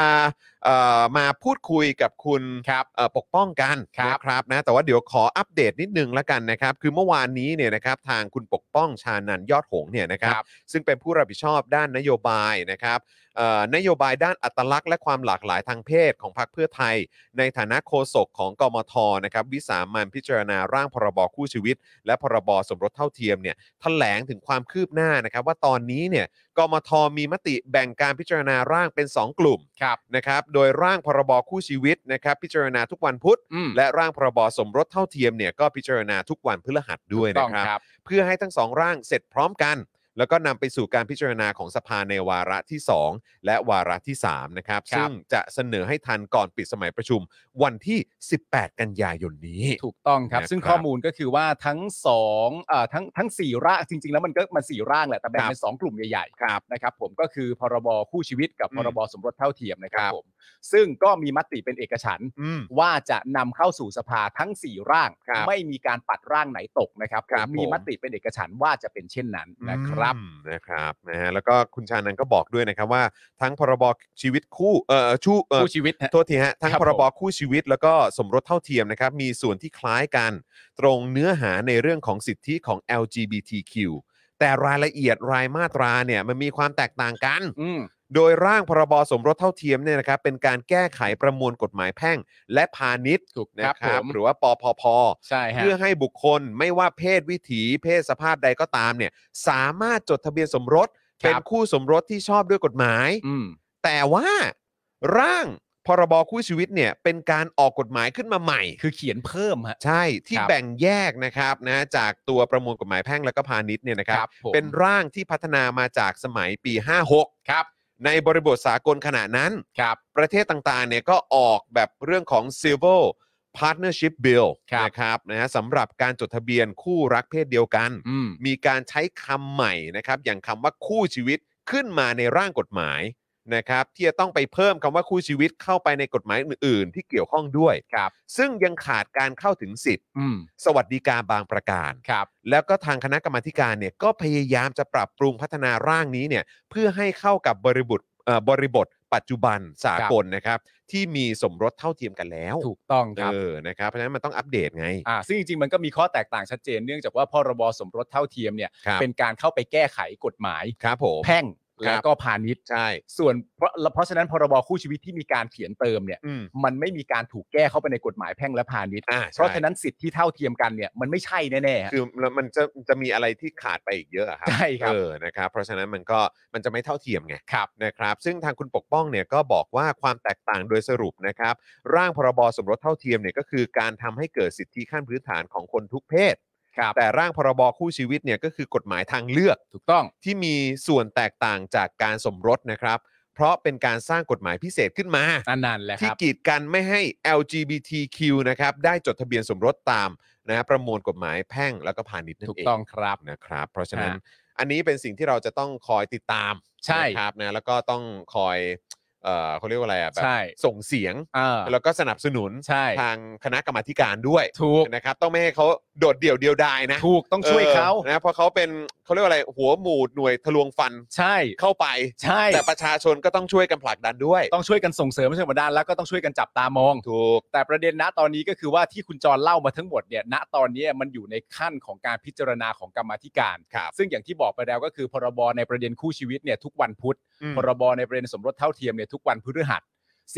เอ่อมาพูดคุยกับคุณครับปกป้องกัน
ครับ
นะครับนะแต่ว่าเดี๋ยวขออัปเดตนิดนึงละกันนะครับ คือเมื่อวานนี้เนี่ยนะครับทางคุณปกป้องชานันยอดหงส์เนี่ยนะครับ
ครับ
ซึ่งเป็นผู้รับผิดชอบด้านนโยบายนะครับเอ่อนโยบายด้านอัตลักษณ์และความหลากหลายทางเพศของพรรคเพื่อไทย ในฐานะโฆษกของกมทนะครับวิสามันพิจารณาร่างพรบคู่ชีวิต และพรบสมรสเท่าเทียมเนี่ยแถลงถึงความคืบหน้านะครับ ว่าตอนนี้เนี่ย กมทมีมติแบ่งการพิจารณาร่างเป็น 2 กลุ่ม
ครับ
นะครับ โดยร่างพรบคู่ชีวิตนะครับ พิจารณาทุกวันพุธ
อืม
และร่างพรบสมรสเท่าเทียมเนี่ยก็พิจารณาทุกวันพฤหัสด้วย
ต้อ
นะ
ง
ครับ
ครับ
เพื่อให้ทั้งสองร่างเสร็จพร้อมกัน แล้วก็นำไปสู่การพิจารณาของสภาในวาระที่ 2 และวาระที่ 3 นะครับ
ครับ
ซึ่งจะเสนอให้ทันก่อนปิดสมัยประชุมวันที่ 18 กันยายนนี้
ถูกต้องครับ
นะครับ
ซึ่งข้อมูลก็คือว่าทั้งสองเอ่อทั้งทั้งสี่ร่างจริง ๆ แล้วมันก็มันสี่ร่างแหละแต่แบ่ง
ครับ
เป็นสองกลุ่มใหญ่
ครับ
ๆนะครับผมก็คือพรบคู่ชีวิตกับ
อืม
พรบสมรสเท่าเทียมนะครับ
ครับ
ผมซึ่งก็มีมติเป็นเอกฉันท์
อืม
ว่าจะนำเข้าสู่สภาทั้ง 4 ร่าง
ครับ
ไม่มีการปัดร่างไหนตกนะครับ
ครับ
มี
ผม
มติเป็นเอกฉันท์ว่าจะเป็นเช่นนั้นนะครับ
อืมนะครับนะฮะแล้วก็คุณชานันก็บอกด้วยนะครับว่าทั้งพรบชีวิตคู่เอ่อชูเอ่อ
ผู้ชีวิตฮะ
โทษทีฮะทั้ง
ครับ
พรบ
ผม
คู่ชีวิต แล้วก็สมรสเท่าเทียมนะครับ มีส่วนที่คล้ายกัน ตรงเนื้อหาในเรื่องของสิทธิของ LGBTQ แต่รายละเอียดรายมาตราเนี่ยมันมีความแตกต่างกัน
อืม
โดยร่างพรบสมรสเท่าเทียมเนี่ยนะครับเป็นการแก้ไขประมวลกฎหมายแพ่ง และพาณิชย์
ถูก
นะครับ ครับ
ผม
หรือว่าปพพ
ใช่ฮะ
เพื่อให้บุคคลไม่ว่าเพศวิถี เพศสภาพใดก็ตามเนี่ยสามารถจดทะเบียนสมรส
ครับ
เป็นคู่สมรสที่ชอบด้วยกฎหมาย
อืม
แต่ว่าร่างพรบคู่ชีวิตเนี่ยเป็นการออกกฎหมายขึ้นมาใหม่
คือเขียนเพิ่มฮะ
ใช่ที่
ครับ
แบ่งแยกนะครับนะจากตัวประมวลกฎหมายแพ่งและก็พาณิชย์เนี่ยนะครับ
ผม
เป็นร่างที่พัฒนามาจากสมัยปี 56
ครับ
ในบริบทสากลขณะนั้น
ครับ
ประเทศต่างๆ เนี่ยก็ออกแบบเรื่องของ Civil Partnership Bill
ครับ
นะครับนะฮะสำหรับการจดทะเบียนคู่รักเพศเดียวกัน
อืม
มีการใช้คำใหม่นะครับ อย่างคำว่าคู่ชีวิตขึ้นมาในร่างกฎหมาย นะครับที่จะต้องไปเพิ่มคำว่าคู่ชีวิตเข้าไปในกฎหมายอื่นๆ ที่เกี่ยวข้องด้วย
ครับ
ซึ่งยังขาดการเข้าถึงสิทธิ์
อืม
สวัสดิการบางประการ
ครับ
แล้วก็ทางคณะกรรมาธิการเนี่ยก็พยายามจะปรับปรุงพัฒนาร่างนี้เนี่ยเพื่อให้เข้ากับบริบทเอ่อบริบท ปัจจุบันสากลนะครับ ที่มีสมรสเท่าเทียมกันแล้ว
ถูกต้องครับ
เออนะครับเพราะฉะนั้นมันต้องอัปเดตไง
อ่าซึ่งจริงๆ มันก็มีข้อแตกต่างชัดเจนเนื่องจากว่าพรบสมรสเท่าเทียมเนี่ย
ครับ
เป็นการเข้าไปแก้ไขกฎหมาย
ครับผม
แพ่ง
ครับ
และก็พาณิชย์
ใช่
ส่วนเพราะเพราะฉะนั้นพรบคู่ชีวิตที่มีการเขียนเติมเนี่ย
อืม
มันไม่มีการถูกแก้เข้าไปในกฎหมายแพ่งและพาณิชย์
อ่า
เพราะ
ใช่
ฉะนั้นสิทธิ์ที่เท่าเทียมกันเนี่ยมันไม่ใช่แน่ๆฮะ
คือแล้วมันจะจะมีอะไรที่ขาดไปอีกเยอะอะครับ
ใช่ครับ
เออนะครับ เพราะฉะนั้นมันก็มันจะไม่เท่าเทียมไง
ครับ
นะครับซึ่งทางคุณปกป้องเนี่ยก็บอกว่าความแตกต่างโดยสรุปนะครับ ร่างพรบสมรสเท่าเทียมเนี่ยก็คือการทำให้เกิดสิทธิขั้นพื้นฐานของคนทุกเพศ
ครับ
แต่ร่างพรบคู่ชีวิตเนี่ยก็คือกฎหมายทางเลือก
ถูกต้อง
ที่มีส่วนแตกต่างจากการสมรสนะครับ เพราะเป็นการสร้างกฎหมายพิเศษขึ้นมา
อันนั้นแหละค
ที่
รับ
กีดกันไม่ให้ LGBTQ นะครับได้จดทะเบียนสมรสตามนะฮะประมวลกฎหมายแพ่งแล้วก็พาณิชย์นั่น
ถูก
เอง
ต้องครับ
นะครับเพราะฉะนั้น
ฮะ
อันนี้เป็นสิ่งที่เราจะต้องคอยติดตาม
ใช่
นะครับนะแล้วก็ต้องคอยเอ่อเขาเรียกว่าอะไรอ่ะแบบ
ใช่
ส่งเสียง
เออ
แล้วก็สนับสนุน
ใช่
ทางคณะกรรมาธิการด้วย
ถูก
นะครับต้องไม่ให้เขาโดดเดี่ยวเดียวดายนะ
ถูกต้องช่วยเขา
ออนะเพราะเขาเป็นเขาเรียกว่าอะไรหัวหมู่หน่วยทะลวงฟัน
ใช่
เข้าไป
ใช่
แต่ประชาชนก็ต้องช่วยกันผลักดันด้วย
ต้องช่วยกันส่งเสริมไม่ใช่ประดานแล้วก็ต้องช่วยกันจับตามอง
ถูก
แต่ประเด็นณตอนนี้ก็คือว่าที่คุณจรเล่ามาทั้งหมดเนี่ยณตอนนี้มันอยู่ในขั้นของการพิจารณาของกรรมาธิการ
ครับ
ซึ่งอย่างที่บอกไปแล้วก็คือพรบในประเด็นคู่ชีวิตเนี่ยทุกวันพุธ
อืม
พรบในประเด็นสมรสเท่าเทียมเนี่ยทุกวันพฤหัส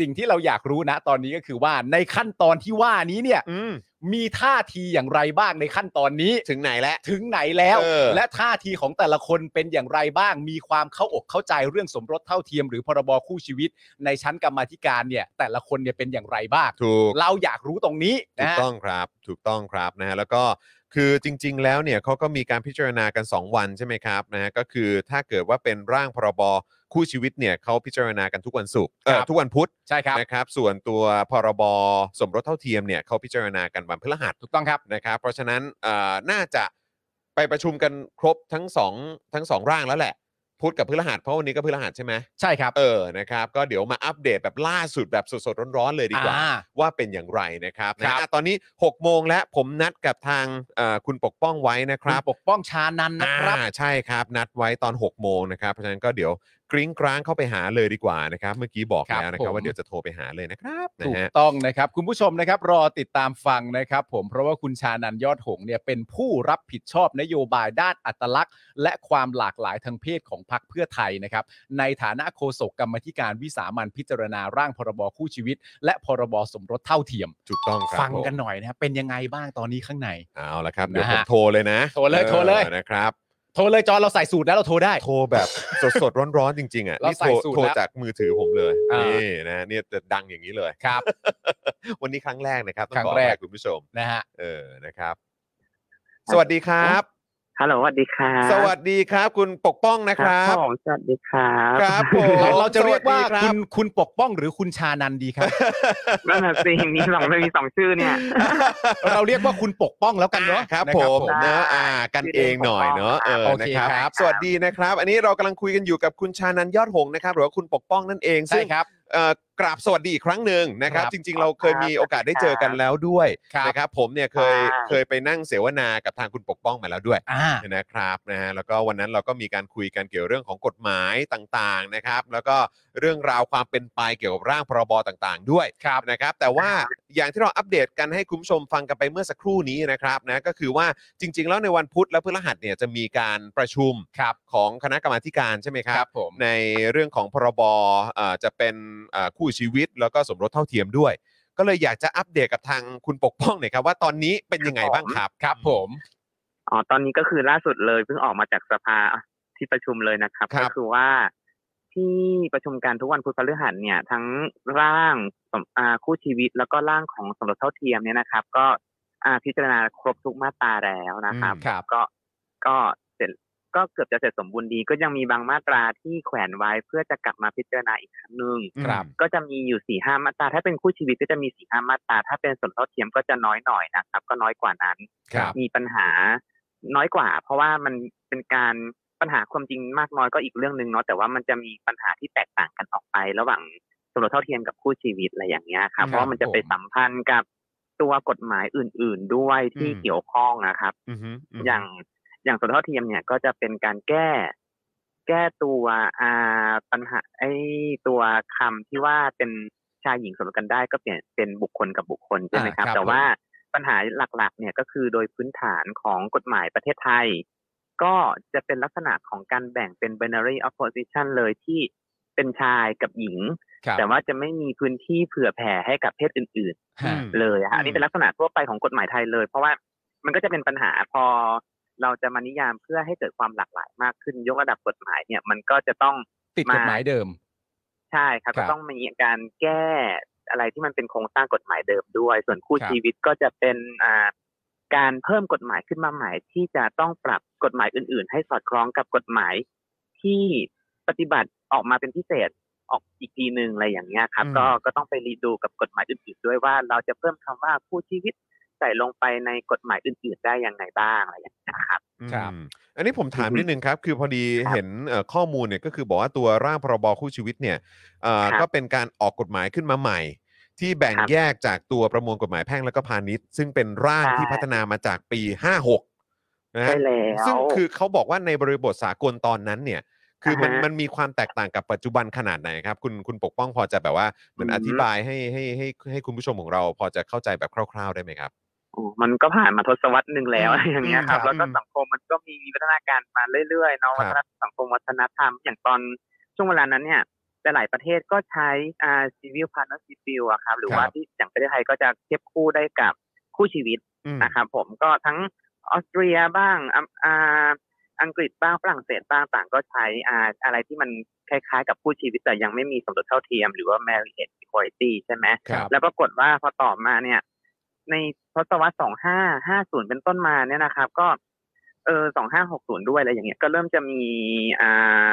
สิ่งที่เราอยากรู้นะตอนนี้ก็คือว่าในขั้นตอนที่ว่านี้เนี่ย
อืม
มีท่าทีอย่างไรบ้างในขั้นตอนนี้
ถึงไหนแล้ว
ถึงไหนแล้ว
เออ
และท่าทีของแต่ละคนเป็นอย่างไรบ้าง มีความเข้าอกเข้าใจเรื่องสมรสเท่าเทียม หรือพรบคู่ชีวิต ในชั้นกรรมาธิการเนี่ย แต่ละคนเนี่ยเป็นอย่างไรบ้าง
ถูก
เราอยากรู้ตรงนี้
ถู
นะ
ก
ฮะ
ต้องครับถูกต้องครับนะฮะแล้วก็คือจริง ๆ แล้วเนี่ยเขาก็มีการพิจารณากัน 2 วันใช่ไหมครับนะฮะก็คือถ้าเกิดว่าเป็นร่างพรบคู่ชีวิตเนี่ยเขาพิจารณากันทุกวันศุกร์เอ่อ
ครับ
ทุกวันพุธ
ใช่ครับ
นะครับส่วนตัวพรบสมรสเท่าเทียมเนี่ยเขาพิจารณากันวันพฤหัส
ถูกต้องครับ
นะครับเพราะฉะนั้นเอ่อน่าจะไปประชุมกันครบทั้งสองทั้งสองร่างแล้วแหละพุธกับพฤหัสเพราะวันนี้ก็พฤหัสใช่ไหม
ใช่ครับ
เออนะครับก็เดี๋ยวมาอัปเดตแบบล่าสุดแบบสดๆร้อนๆเลยดีกว่า
อ่
ว่าเป็นอย่างไรนะครับ
ครั
นะ
บ
อ่ะตอนนี้ 6 โมงแล้วผมนัดกับทางเอ่อคุณปกป้องไว้นะค
คุณ
รับ
ปกป้องชานันท์นะครับ
อ่าใช่ครับ นัดไว้ตอน 6 โมงนะครับ เพราะฉะนั้นก็เดี๋ยวกริ้งกร้างเข้าไปหาเลยดีกว่านะครับ เมื่อกี้บอก
ครับ
แล้วนะครับ
ผม
ว่าเดี๋ยวจะโทรไปหาเลยนะครับนะ
ถูก
ฮะ
ต้องนะครับ คุณผู้ชมนะครับ รอติดตามฟังนะครับ ผมเพราะว่าคุณชานันท์ยอดหงส์เนี่ยเป็นผู้รับผิดชอบนโยบายด้านอัตลักษณ์ และความหลากหลายทางเพศของพรรคเพื่อไทยนะครับ ในฐานะโฆษกกรรมธิการวิสามันพิจารณาร่างพรบคู่ชีวิต และพรบสมรสเท่าเทียม
ถูกต้องครับ
ฟังกัน
ผม
หน่อยนะครับเป็นยังไงบ้างตอนนี้ข้างใน
เอาละครับ เดี๋ยว
นะ
ผม
ฮะ
โทรเลยนะ
โทรเลยโทรเลย
ออนะครับ
โทรเลยจอเราใส่สูตรแล้วเราโทรได้
โทรแบบ สดๆ ร้อนๆจริง ๆ อ่ะ
เรา
นี่
ใส่
โทร
สูตร
โทร
แล้ว
จากมือถือผมเลย
อ่านี่
นี่นะเนี่ยจะดังอย่างนี้เลย
ครับ
วันนี้ครั้งแรกนะครับต้อง
ครั้ง
ขออ
แร
ภัย
ก
คุณผู้ชม
นะฮะ
เออนะครับ สวัสดีครับ
ฮัลโหลสวัสดีครับ
สวัสดีครับ คุณปกป้องนะครั
ครับ บผมสวัสดีครับ
ครับผม
เราเราจะเรียกว่า
สสดีรั
คุ
บ
ณคุณปกป้องหรือคุณชานันท์ดีครับ
นั่นน่ะสิมีสองมีสองชื่อเนี่ย
เราเรียกว่าคุณปกป้องแล้วกันเนาะ
อ่ครับ
นะ
ผม
ได้
นะอ่า กันเองหน่อยเนาะเออ
โอเค
นะครับ
ครับ
สวัสดีนะครับ อันนี้เรากำลังคุยกันอยู่กับคุณชานันยอดหงส์นะครับ หรือว่าคุณปกป้องนั่นเอง
ใช่
ซึ่ง
ครับ
เอ่อกราบสวัสดีอีกครั้งหนึ่งนะครับ
ครับ
จริง ๆ เราเคยมีโอกาสได้เจอกันแล้วด้วย
ครับ
นะครับ ผมเนี่ยเคย
ครับ
เคยไปนั่งเสวนากับทางคุณปกป้องมาแล้วด้วย
อ่า
นะครับนะฮะแล้วก็วันนั้นเราก็มีการคุยกันเกี่ยวเรื่องของกฎหมายต่างๆนะครับ แล้วก็เรื่องราวความเป็นไปเกี่ยวกับร่างพรบต่างๆ ด้วย
ครับ
นะครับ แต่ว่าอย่างที่เราอัปเดตกันให้คุณผู้ชมฟังกันไปเมื่อสักครู่นี้นะครับนะก็คือว่าจริง ๆ แล้วในวันพุธและพฤหัสเนี่ยจะมีการประชุม
ครับ
ของคณะกรรมาธิการใช่ไหมครับ
ผม
ในเรื่องของพรบเอ่อจะเป็นเอ่อคู่ชีวิตแล้วก็สมรสเท่าเทียมด้วย ก็เลยอยากจะอัปเดตกับทางคุณปกป้องหน่อยครับว่าตอนนี้เป็นยังไงบ้างครับ
ครับผม
อ๋อตอนนี้ก็คือล่าสุดเลยเพิ่งออกมาจากสภาที่ประชุมเลยนะครับ
ครับ
ก็คือว่าที่ประชุมการทุกวันพุธพฤหัสเนี่ย ทั้งร่างสมอ่าคู่ชีวิตแล้วก็ร่างของสมรสเท่าเทียมเนี่ยนะครับ ก็อ่าพิจารณาครบทุกมาตราแล้วนะครับ
อืมครับ
ก็ก็เสร็จก็เกือบจะเสร็จสมบูรณ์ดี ก็ยังมีบางมาตราที่แขวนไว้เพื่อจะกลับมาพิจารณาอีกครั้งหนึ่ง
ครับ
ก็จะมีอยู่สี่ห้ามาตราถ้าเป็นคู่ชีวิตก็จะมีสี่ห้ามาตราถ้าเป็นสมรสเท่าเทียมก็จะน้อยหน่อยนะครับ ก็น้อยกว่านั้น
ครับ
มีปัญหาน้อยกว่า เพราะว่ามันเป็นการป ปัญหาความจริงมากน้อยก็อีกเรื่องหนึ่งเนาะแต่ว่ามันจะมีปัญหาที่แตกต่างกันออกไประหว่างสมรสเท่าเทียมกับคู่ชีวิตอะไรอย่างเงี้ยครับ
ครับ
เพราะว่ามันจะไปสัมพันธ์กับตัวกฎหมายอื่น ๆ ด้วยที่
อืม
เกี่ยวข้องนะครับ
อือฮึอือฮึ
อย่างอย่างสมรสเท่าเทียมเนี่ยก็จะเป็นการแก้ แก้ตัวอ่าปัญหาไอ้ตัวคำที่ว่าเป็นชายหญิงสมรสกันได้ก็เปลี่ยนเป็นบุคคลกับบุคคลใช่ไหมครับ
อ่าครับ
แต่ว่าปัญหาหลักๆ เนี่ยก็คือโดยพื้นฐานของกฎหมายประเทศไทย ก็จะเป็นลักษณะของการแบ่งเป็น binary opposition เลยที่เป็นชายกับหญิง
ครับ
แต่ว่าจะไม่มีพื้นที่เผื่อแผ่ให้กับเพศอื่น ๆ
ฮะ
อืม
เลยอะ
อื
ฮะ
ม
อันนี้เป็นลักษณะทั่วไปของกฎหมายไทยเลย เพราะว่ามันก็จะเป็นปัญหาพอเราจะมานิยามเพื่อให้เกิดความหลากหลายมากขึ้น ยกระดับกฎหมายเนี่ย มันก็จะต้อง
ติดกฎหมายเดิม
ใช่ครับ
ครั
ก็
บ
ต้องมีการแก้อะไรที่มันเป็นโครงสร้างกฎหมายเดิมด้วย ส่วนคู่
ครับ
ชีวิตก็จะเป็นอ่าการเพิ่มกฎหมายขึ้นมาใหม่ ที่จะต้องปรับกฎหมายอื่น ๆ ให้สอดคล้องกับกฎหมายที่ปฏิบัติออกมาเป็นพิเศษออกอีกทีหนึ่งอะไรอย่างเงี้ยครับ
อืม
ก็ก็ต้องไปรีดูกับกฎหมายอื่นๆด้วยว่าเราจะเพิ่มคำว่าผู้ชีวิตใส่ลงไปในกฎหมายอื่น ๆ ได้ยังไงบ้างอะไรอย่างเงี้ยครับ
ครับ
อืมอันนี้ผมถาม
อือฮึ
นิดนึงครับ คือพอดี
ครับ
เห็นเอ่อข้อมูลเนี่ยก็คือบอกว่าตัวร่างพรบคู่ชีวิตเนี่ยเอ่อ
ครับ
ก็เป็นการออกกฎหมายขึ้นมาใหม่ ที่แบ่ง
ครับ
แยกจากตัวประมวลกฎหมายแพ่งและก็พาณิชย์ ซึ่งเป็นร่าง
ใช่
ที่พัฒนามาจากปี 56นะฮะ
ใช่แล้ว
ซึ่งคือเขาบอกว่าในบริบทสากลตอนนั้นเนี่ย คือมัน
อ่าฮะ
มันมีความแตกต่างกับปัจจุบันขนาดไหนครับ คุณคุณปกป้องพอจะแบบว่าเหมือน
อืม
อธิบายให้ให้ให้ให้คุณผู้ชมของเรา พอจะเข้าใจแบบคร่าว ๆ ได้ไหมครับ
โอ้มันก็ผ่านมาทศวรรษหนึ่งแล้ว
อืม
อะไรอย่างเงี้ยค
ค
รับ
รับ
แล้วก็
อืม
สังคมมันก็มีวิวัฒนาการมาเรื่อยๆเนาะ
ครับ
วัฒนธรรมสังคมวัฒนธรรม อย่างตอนช่วงเวลานั้นเนี่ยแต่หลายประเทศก็ใช้อ่า civil partnership bill อะครับ หรือว่าที่อย่างประเทศไทยก็จะเทียบคู่ได้กับคู่ชีวิต
อืม
นะครับผมก็ทั้งออสเตรียบ้างอ่ะอ่าอังกฤษบ้างฝรั่งเศสบ้างต่างก็ใช้อ่าอะไรที่มันคล้ายๆ กับผู้ชีวิตแต่ยังไม่มีสมรสเท่าเทียมหรือว่า marriage equality ใช่ไหม
ครับ
แล้วปรากฏว่าพอต่อมาเนี่ย ในทศวรรษ 2550 เป็นต้นมาเนี่ยนะครับ ก็เออ2560 ด้วยอะไรอย่างเงี้ยก็เริ่มจะมีอ่า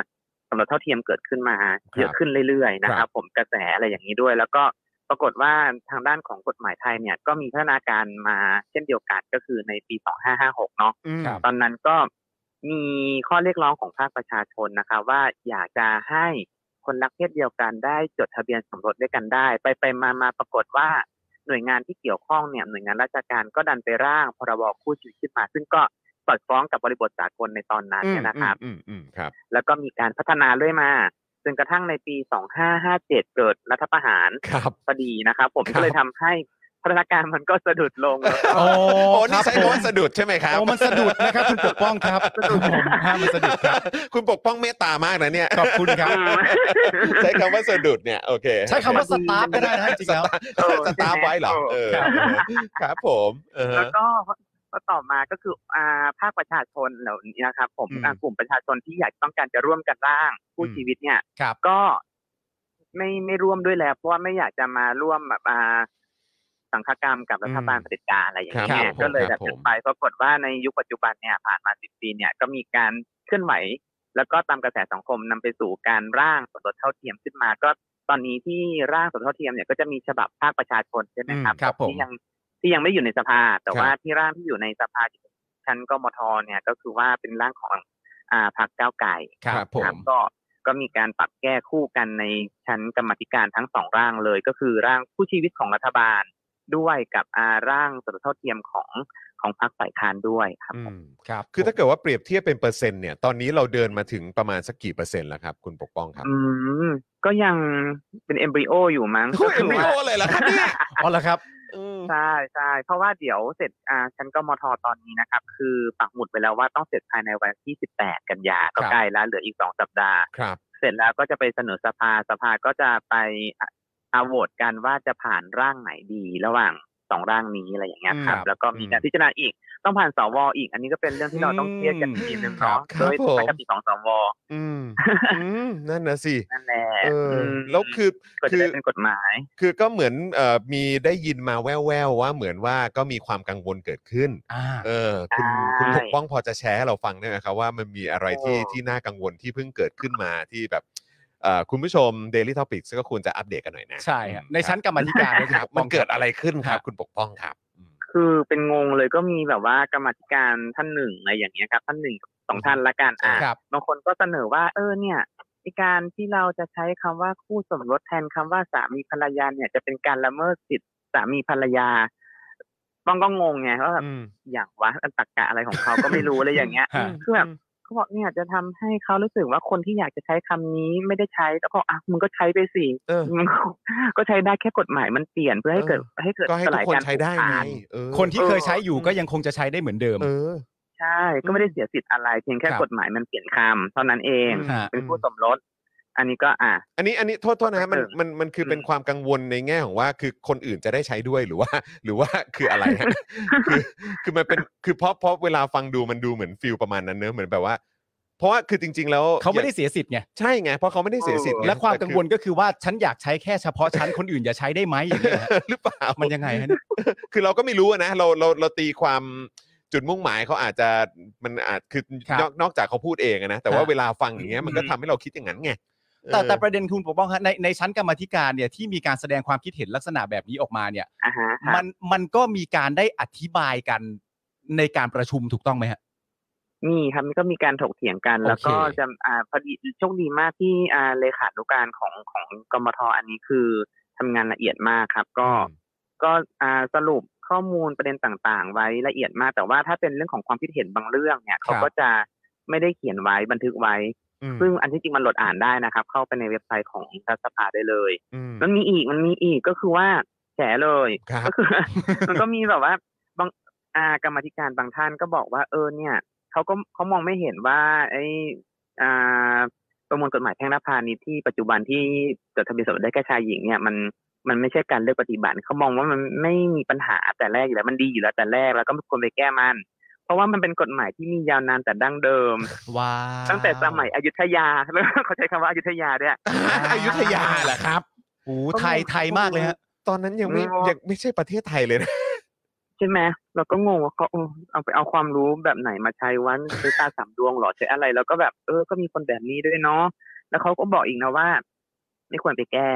สมรสเท่าเทียมเกิดขึ้นมาเยอะขึ้นเรื่อยๆ นะครับ ผมกระแสอะไรอย่างนี้ด้วย แล้วก็ปรากฏว่าทางด้านของกฎหมายไทยเนี่ย ก็มีพัฒนาการมาเช่นเดียวกันก็คือในปี 2556 เนาะ
อืม
ครับ
ตอนนั้นก็มีข้อเรียกร้องของภาคประชาชนนะคะ ว่าอยากจะให้คนรักเพศเดียวกันได้จดทะเบียนสมรสด้วยกันได้ ไปไปมามาปรากฏว่าหน่วยงานที่เกี่ยวข้องเนี่ยหน่วยงานราชการก็ดันไปร่างพรบคู่ชีวิตขึ้นมา ซึ่งก็สอดคล้องกับบริบทสากลในตอนนั้นเนี่ยนะครับ
อืมอืมอืมครับ
แล้วก็มีการพัฒนาเรื่อยมาจนกระทั่งในปี 2557 เกิดรัฐประหาร
ครับ
พอดีนะครับ ผม
ครับ
ก็เลยทำให้พัฒนาการมันก็สะดุดลง
โอ้
โอ้นี่
รับ
ใช้
ผม
คำว่าสะดุดใช่ไหมครับ
โอ้มันสะดุดนะครับคุณปกป้องครับผมฮะมันสะดุดครับ
คุณปกป้องเมตตามากนะเนี่ย
ขอบคุณครับ
ใช้คำว่าสะดุดเนี่ย โอเค
ใช้คำว่าสตาร์ทก็ได้นะจริงๆแล้ว
เออ
สตาร์ฟไว้เหรอ
เอ
เอ
อ
อ ครับผมเออ
แล้วก็ก็ต่อมาก็คืออ่าภาคประชาชนเหล่านี้นะครับ ผม
อืม
อ่ากลุ่มประชาชนที่อยากต้องการจะร่วมกันร่างผู้
อืม
ชีวิตเนี่ย
ครับ
ก็ไม่ไม่ร่วมด้วยแล้ว เพราะว่าไม่อยากจะมาร่วมแบบอ่าสังฆกรรมกับรัฐบาลเผด็จการอะไรอย่าง
ครั
เงี้
บ
ย
ผม
ก็เลย
ค
แบบ
รับผม
จุดไปปรากฏว่าในยุคปัจจุบันเนี่ยผ่านมาสิบปีเนี่ยก็มีการเคลื่อนไหว แล้วก็ตามกระแสสังคมนำไปสู่การร่างสมรสเท่าเทียมขึ้นมา ก็ตอนนี้ที่ร่างสมรสเท่าเทียมเนี่ยก็จะมีฉบับภาคประชาชนใช่ไหมครับ
อืมครับผม
ที่ยังที่ยังไม่อยู่ในสภา
ครั
แต่
บ
ว่าที่ร่างที่อยู่ในสภาชั้นกมทเนี่ยก็คือว่าเป็นร่างของอ่าพรรคก้าวไก่
ครับผม
ก็ก็มีการปรับแก้คู่กันในชั้นกรรมาธิการทั้งสองร่างเลย ก็คือร่างผู้ชีวิตของรัฐบาลด้วยกับอ่าร่างสมรสเท่าเทียมของของพรรคฝ่ายค้านด้วยครับ
อืม
ครับ
คือถ้าเกิดว่าเปรียบเทียบเป็นเปอร์เซ็นต์เนี่ย ตอนนี้เราเดินมาถึงประมาณสักกี่เปอร์เซ็นต์แล้วครับ คุณปกป้องครับ
อืมก็ยังเป็นเอมบริโออยู่มั้ง
โอ้ย
ก็คื
ไม่
ว่า
โอเลยเหรอครับเนี่ย
เอาละครับ
อืม
ใช่ใช่เพราะว่าเดี๋ยวเสร็จอ่าชั้นกมทตอนนี้นะครับ คือปักหมุดไปแล้วว่าต้องเสร็จภายในวันที่ 18 กันยาก็
ครับ
ใกล้แล้วเหลืออีก 2 สัปดาห์
ครับ
เสร็จแล้วก็จะไปเสนอสภาสภาก็จะไปอ่ะอาโหวตกันว่าจะผ่านร่างไหนดีระหว่างสองร่างนี้อะไรอย่างเงี้ยครับ
ครับ
แล้วก็มีการพิจารณาอีกต้องผ่านสวอีก อันนี้ก็เป็นเรื่องที่เราต้องเครียดกันอีกทีนึงเนาะ
ครับ
โดย
ผม
ปกติของสว
อืมอืมนั่นนะสิ
นั่นแหละ
เออ
ม
แล้วคือ
ก็จะได้เป็นกฎหมาย
คือก็เหมือนเอ่อมีได้ยินมาแว่วๆว่าเหมือนว่าก็มีความกังวลเกิดขึ้น
อ่า
เออคุณ
ใช่
คุณปกป้องพอจะแชร์ให้เราฟังได้ไหมครับว่ามันมีอะไรที่
โอ้
ที่น่ากังวลที่เพิ่งเกิดขึ้นมาที่แบบเอ่อคุณผู้ชม Daily Topics ก็ควรจะอัปเดตกันหน่อยนะ
ใช่ฮะ
อืม
ในชั้นกรรมาธิการนะ
ค
ค
รั
รั
บบ มันเกิดอะไรขึ้นครับ คุณปกป้องครับอืม
คือเป็นงงเลยก็มีแบบว่ากรรมาธิการท่านหนึ่งอะไรอย่างเงี้ยครับ ท่านหนึ่งกับ องท่านละกันอ่า
ครับ
บางคนก็เสนอว่าเออเนี่ยในการที่เราจะใช้คำว่าคู่สมรสแทนคำว่าสามีภรรยาเนี่ยจะเป็นการละเมิดสิทธิสามีภรรยาบ้องก็งงไงว่าแบบ
อืม
อย่างวะอันตักกะอะไรของเขาก็ไม่รู้เลยอย่างเงี้ย
ฮะ
คือแบบเขาบอกเนี่ยจะทำให้เขารู้สึกว่าคนที่อยากจะใช้คำนี้ไม่ได้ใช้แล้วก็อ่ะมึงก็ใช้ไปสิ
เออ
มึงก็ก็ใช้ได้แค่กฎหมายมันเปลี่ยนเพื่อให้เกิด
เออ
ให้เกิด
ก็ให้
ส
ทุก
ลาย
คน
การ
ใช้ได้
ผูก
ไง
ขาด
เออ
คนที่
เออ
เคยใช้อยู่ก็ยังคงจะใช้ได้เหมือนเดิม
เออ
ใช่ ก็ไม่ได้เสียสิทธิ์อะไร เพียงแค่
ครับ
กฎหมายมันเปลี่ยนคำเท่านั้นเอง
ม
ฮะ
เป็นคู่สมรส อันนี้ก็อ่ะ
อันนี้อันนี้โทษโทษนะฮะมัน
เออ
มันมันคืออ
ม
เป็นความกังวลในแง่ของว่าคือคนอื่นจะได้ใช้ด้วยหรือว่า หรือว่า คืออะไรฮะคือคือมันเป็นคือเพราะเพราะเวลาฟังดูมันดูเหมือนฟิลประมาณนั้นเนอะเหมือนแบบว่า เพราะว่าคือจริง ๆ แล้ว
เขาไม่ได้เสียสิทธิ์ไง
ใช่ไงเพราะเขาไม่ได้เสียสิทธิ์ไ
และความ
ต่
กังวลก็คือว่าฉันอยากใช้แค่เฉพาะฉัน คนอื่นอย่าใช้ได้ไหมอย่างเงี้ยฮะ
หรือเปล่า
มันยังไงฮะเนี่ย
คือเราก็ไม่รู้อะนะเราเราเราตีความจุดมุ่งหมายเขาอาจจะมันอาจคือ
ครับ
นอกนอกจากเขาพูดเองอะนะแต่ว่า
ฮะ
เวลาฟังอย่างเงี้ยมันก็
อืม
ทำให้เราคิดอย่างนั้นไง
แต่แต่
เออ
ประเด็นคุณปกป้องฮะในในชั้นกรรมาธิการเนี่ยที่มีการแสดงความคิดเห็นลักษณะแบบนี้ออกมาเนี่ย
อ่ะฮะครับ
มันมันก็มีการได้อธิบายกันในการประชุมถูกต้องไหมฮะ
มีครับมันก็มีการถกเถียงกัน
โอเค
แล้วก็จะอ่าพอดีโชคดีมากที่อ่าเลขานุการของของกมทอันนี้คือทำงานละเอียดมากครับ ก็ ก็อ่าสรุปข้อมูลประเด็นต่างๆ ไว้ละเอียดมาก แต่ว่าถ้าเป็นเรื่องของความคิดเห็นบางเรื่องเนี่ยเขาก็จะไม่ได้เขียนไว้บันทึกไว้
อืม
ซึ่งอันที่จริงมันโหลดอ่านได้นะครับ เข้าไปในเว็บไซต์ของรัฐสภาได้เลย
อืม
มันมีอีกมันมีอีกก็คือว่าแฉเลย
ครับ
ก็คือ มันก็มีแบบว่าบางอากรรมาธิการบางท่านก็บอกว่าเออเนี่ยเขาก็เขามองไม่เห็นว่าไออ่าประมวลกฎหมายแพ่งและพาณิชย์ที่ปัจจุบันที่จดทะเบียนสมรสได้แก่ชายหญิงเนี่ยมันมันไม่ใช่การเลือกปฏิบัติเขามองว่ามันไม่มีปัญหาแต่แรกอยู่แล้วมันดีอยู่แล้วแต่แรกแล้วก็ไม่ควรไปแก้มัน เพราะว่ามันเป็นกฎหมายที่มียาวนานแต่ดั้งเดิม
ว้า
ตั้งแต่สมัยอยุธยา แล้วเขาใช้คำว่าอยุธยาด้วย
อยุธยาเหรอครับ
โอ้ไทยไทยมากเลยฮะ
ตอนนั้นยังไม่
อ๋อ
ยังไม่ใช่ประเทศไทยเลยนะ
ใช่ไหมเราก็งงว่าเขาเออเอาไปเอาความรู้แบบไหนมาใช้วันใช้ตาสามดวงเหรอใช้อะไร แล้วก็แบบเออก็มีคนแบบนี้ด้วยเนาะแล้วเขาก็บอกอีกนะว่า ไม่ควรไปแก้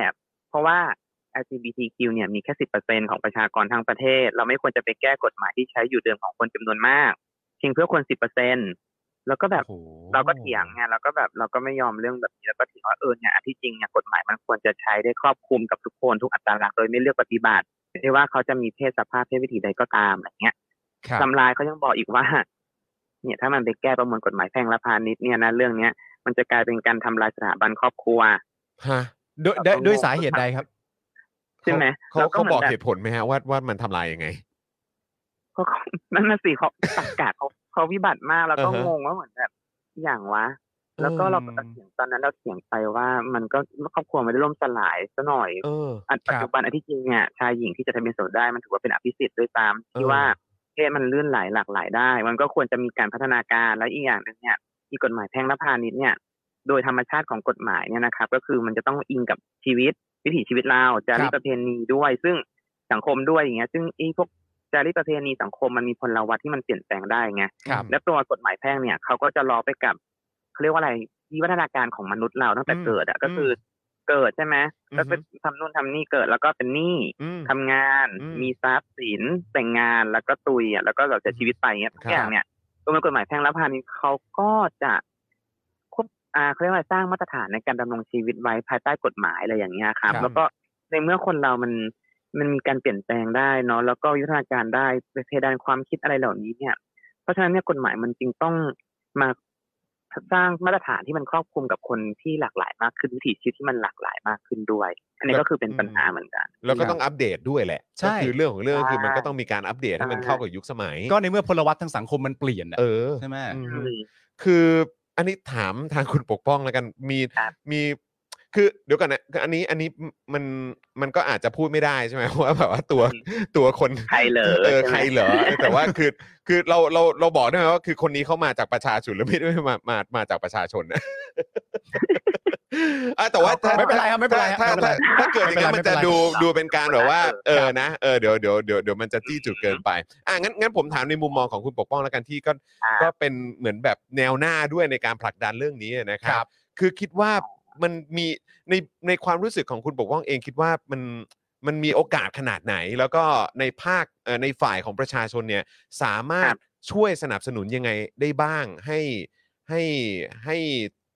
เพราะว่า LGBTQ เนี่ยมีแค่สิบเปอร์เซ็นของประชากรทั้งประเทศ เราไม่ควรจะไปแก้กฎหมายที่ใช้อยู่เดิมของคนจำนวนมากเพียงเพื่อคนสิบเปอร์เซ็นแล้วก็แบบ เราก็เถียงไงเราก็แบบเราก็ไม่ยอมเรื่องแบบนี้แล้วก็เถียงว่าเออเนี่ยอันที่จริงเนี่ยกฎหมายมันควรจะใช้ได้ครอบคลุมกับทุกคนทุกอัตลักษณ์โดยไม่เลือกปฏิบัติไม่ว่าเขาจะมีเพศสภาพเพศวิถีใดก็ตามอะไรเงี้ย
ครับ
ตำรายเขายังบอกอีกว่า เนี่ยถ้ามันไปแก้ประมวลกฎหมายแพ่งและพาณิชย์เนี่ยนะเรื่องเนี้ยมันจะกลายเป็นการทำลายสถาบันครอบครัว
ฮะ
ด้วยด้วยด้วยสาเหตุใดครับ
ใช่ไหม
เขา
แล้วก็
เขา
เหมือน
บอก
แบบ
เหตุผลไหมฮะว่าว่ามันทำลายยังไง
เพราะเขานั่นน่ะสิเขาตักกะเขาเขาวิบัติ มากแล้วก็
อ่าฮะ
งงว่าเหมือนแบบอย่างวะ แล้วก็เรา
อืม
ก็เถียงตอนนั้นเราเถียงไปว่ามันก็ครอบครัวไม่ได้ล่มสลายซะหน่อย
เออ
อันปัจจุบันอันที่จริงเนี่ยชายหญิงที่จะทะเบียนสมรสได้มันถือว่าเป็นอภิสิทธิ์ด้วยตาม
เอ
ที่
อ
ว่าเพศมันลื่นไหลหลากหลายได้ มันก็ควรจะมีการพัฒนาการและอีกอย่างหนึ่งเนี่ยมีกฎหมายแพ่งและพาณิชย์เนี่ย โดยธรรมชาติของกฎหมายเนี่ยนะครับ ก็คือมันจะต้องอิงกับชีวิต วิถีชีวิตเราจารี
ครั
ต
บ
ประเพณีด้วย ซึ่งสังคมด้วยอย่างเงี้ย ซึ่งไอีพวกจารีตประเพณีสังคมมันมีพลวัตที่มันเปลี่ยนแปลงได้ไง
ครับ
และตัวกฎหมายแพ่งเนี่ยเขาก็จะรอไปกับเขาเรียกว่าอะไรวิวัฒนาการของมนุษย์เราตั้งแต่
อืม
เกิดอ่ะก็
อืม
คือเกิดใช่ไหมก็เป็น
อือฮึ
ทำนู่นทำนี่เกิดแล้วก็เป็นหนี้
อืม
ทำงาน
อืม
มีทรัพย์สินแต่งงานแล้วก็ตุยอ่ะแล้วก็แบบเสียชีวิตไปเงี้ยทุก
ครับ
อย่างเนี่ยตัวมันกฎหมายแพ่งและพาณิชย์เขาก็จะควบอ่าเขาเรียกว่าอะไรสร้างมาตรฐานในการดำรงชีวิตไว้ภายใต้กฎหมายอะไรอย่างเงี้ยครับ
ครับ
แล้วก็ในเมื่อคนเรามัน มันมีการเปลี่ยนแปลงได้เนาะแล้วก็วิวัฒนาการได้เพดานความคิดอะไรเหล่านี้เนี่ย เพราะฉะนั้นเนี่ยกฎหมายมันจึงต้องมาสร้างมาตรฐานที่มันครอบคลุมกับคนที่หลากหลายมากขึ้นวิถีชีวิตที่มันหลากหลายมากขึ้นด้วย อันนี้ก็คือเป็นปัญหาเหมือนกัน
แล้วก็ต้องอัปเดตด้วยแหละ
ใช่
ก็คือเรื่องของเรื่องคือ
ใช่
มันก็ต้องมีการอัปเดตให้มัน
ใช่
เข้ากับยุคสมัย
ก็ในเมื่อพลวัตทางสังคมมันเปลี่ยนน่ะ
เออ
ใช่ไหม
อืม
อืม
คืออันนี้ถามทางคุณปกป้องแล้วกันมี
ครับ
มีคือเดี๋ยวก่อนนะคืออันนี้อันนี้มันมันก็อาจจะพูดไม่ได้ใช่ไหม ว่าแบบว่าตัวตัวคน
ใครเหรอ
เออ
ใช่ไหม
ใครเหรอเออแต่ว่าคือคือเราเราเราบอกได้ไหมว่าคือคนนี้เขามาจากประชาชนหรือไม่ได้มามามาจากประชาชนนะ อ่ะแต่ว่าถ้า
ไม่เป็นไรครับไม่เป็นไร
ถ้า
ครับ
ถ้าถ้าเกิดอย่างนั้นมั
ไม่เป็
น
นไร
จะ
ไม่เป็นไร
ดูดูเป็นการแบบว่า เออนะเออเดี๋ยวเดี๋ยวเดี๋ยวเดี๋ยวมันจะจี้จุดเกินไปอ่ะงั้นงั้นผมถามในมุมมองของคุณปกป้องแล้วกันที่ก็
อ่า
ก็เป็นเหมือนแบบแนวหน้าด้วยในการผลักดันเรื่องนี้นะค
ค
รั
รับ บ
คือคิดว่ามันมีในในความรู้สึกของคุณปกป้องเองคิดว่ามันมันมีโอกาสขนาดไหน แล้วก็ในภาคเอ่อในฝ่ายของประชาชนเนี่ยสามารถ
ครับ
ช่วยสนับสนุนยังไงได้บ้างให้ ให้ให้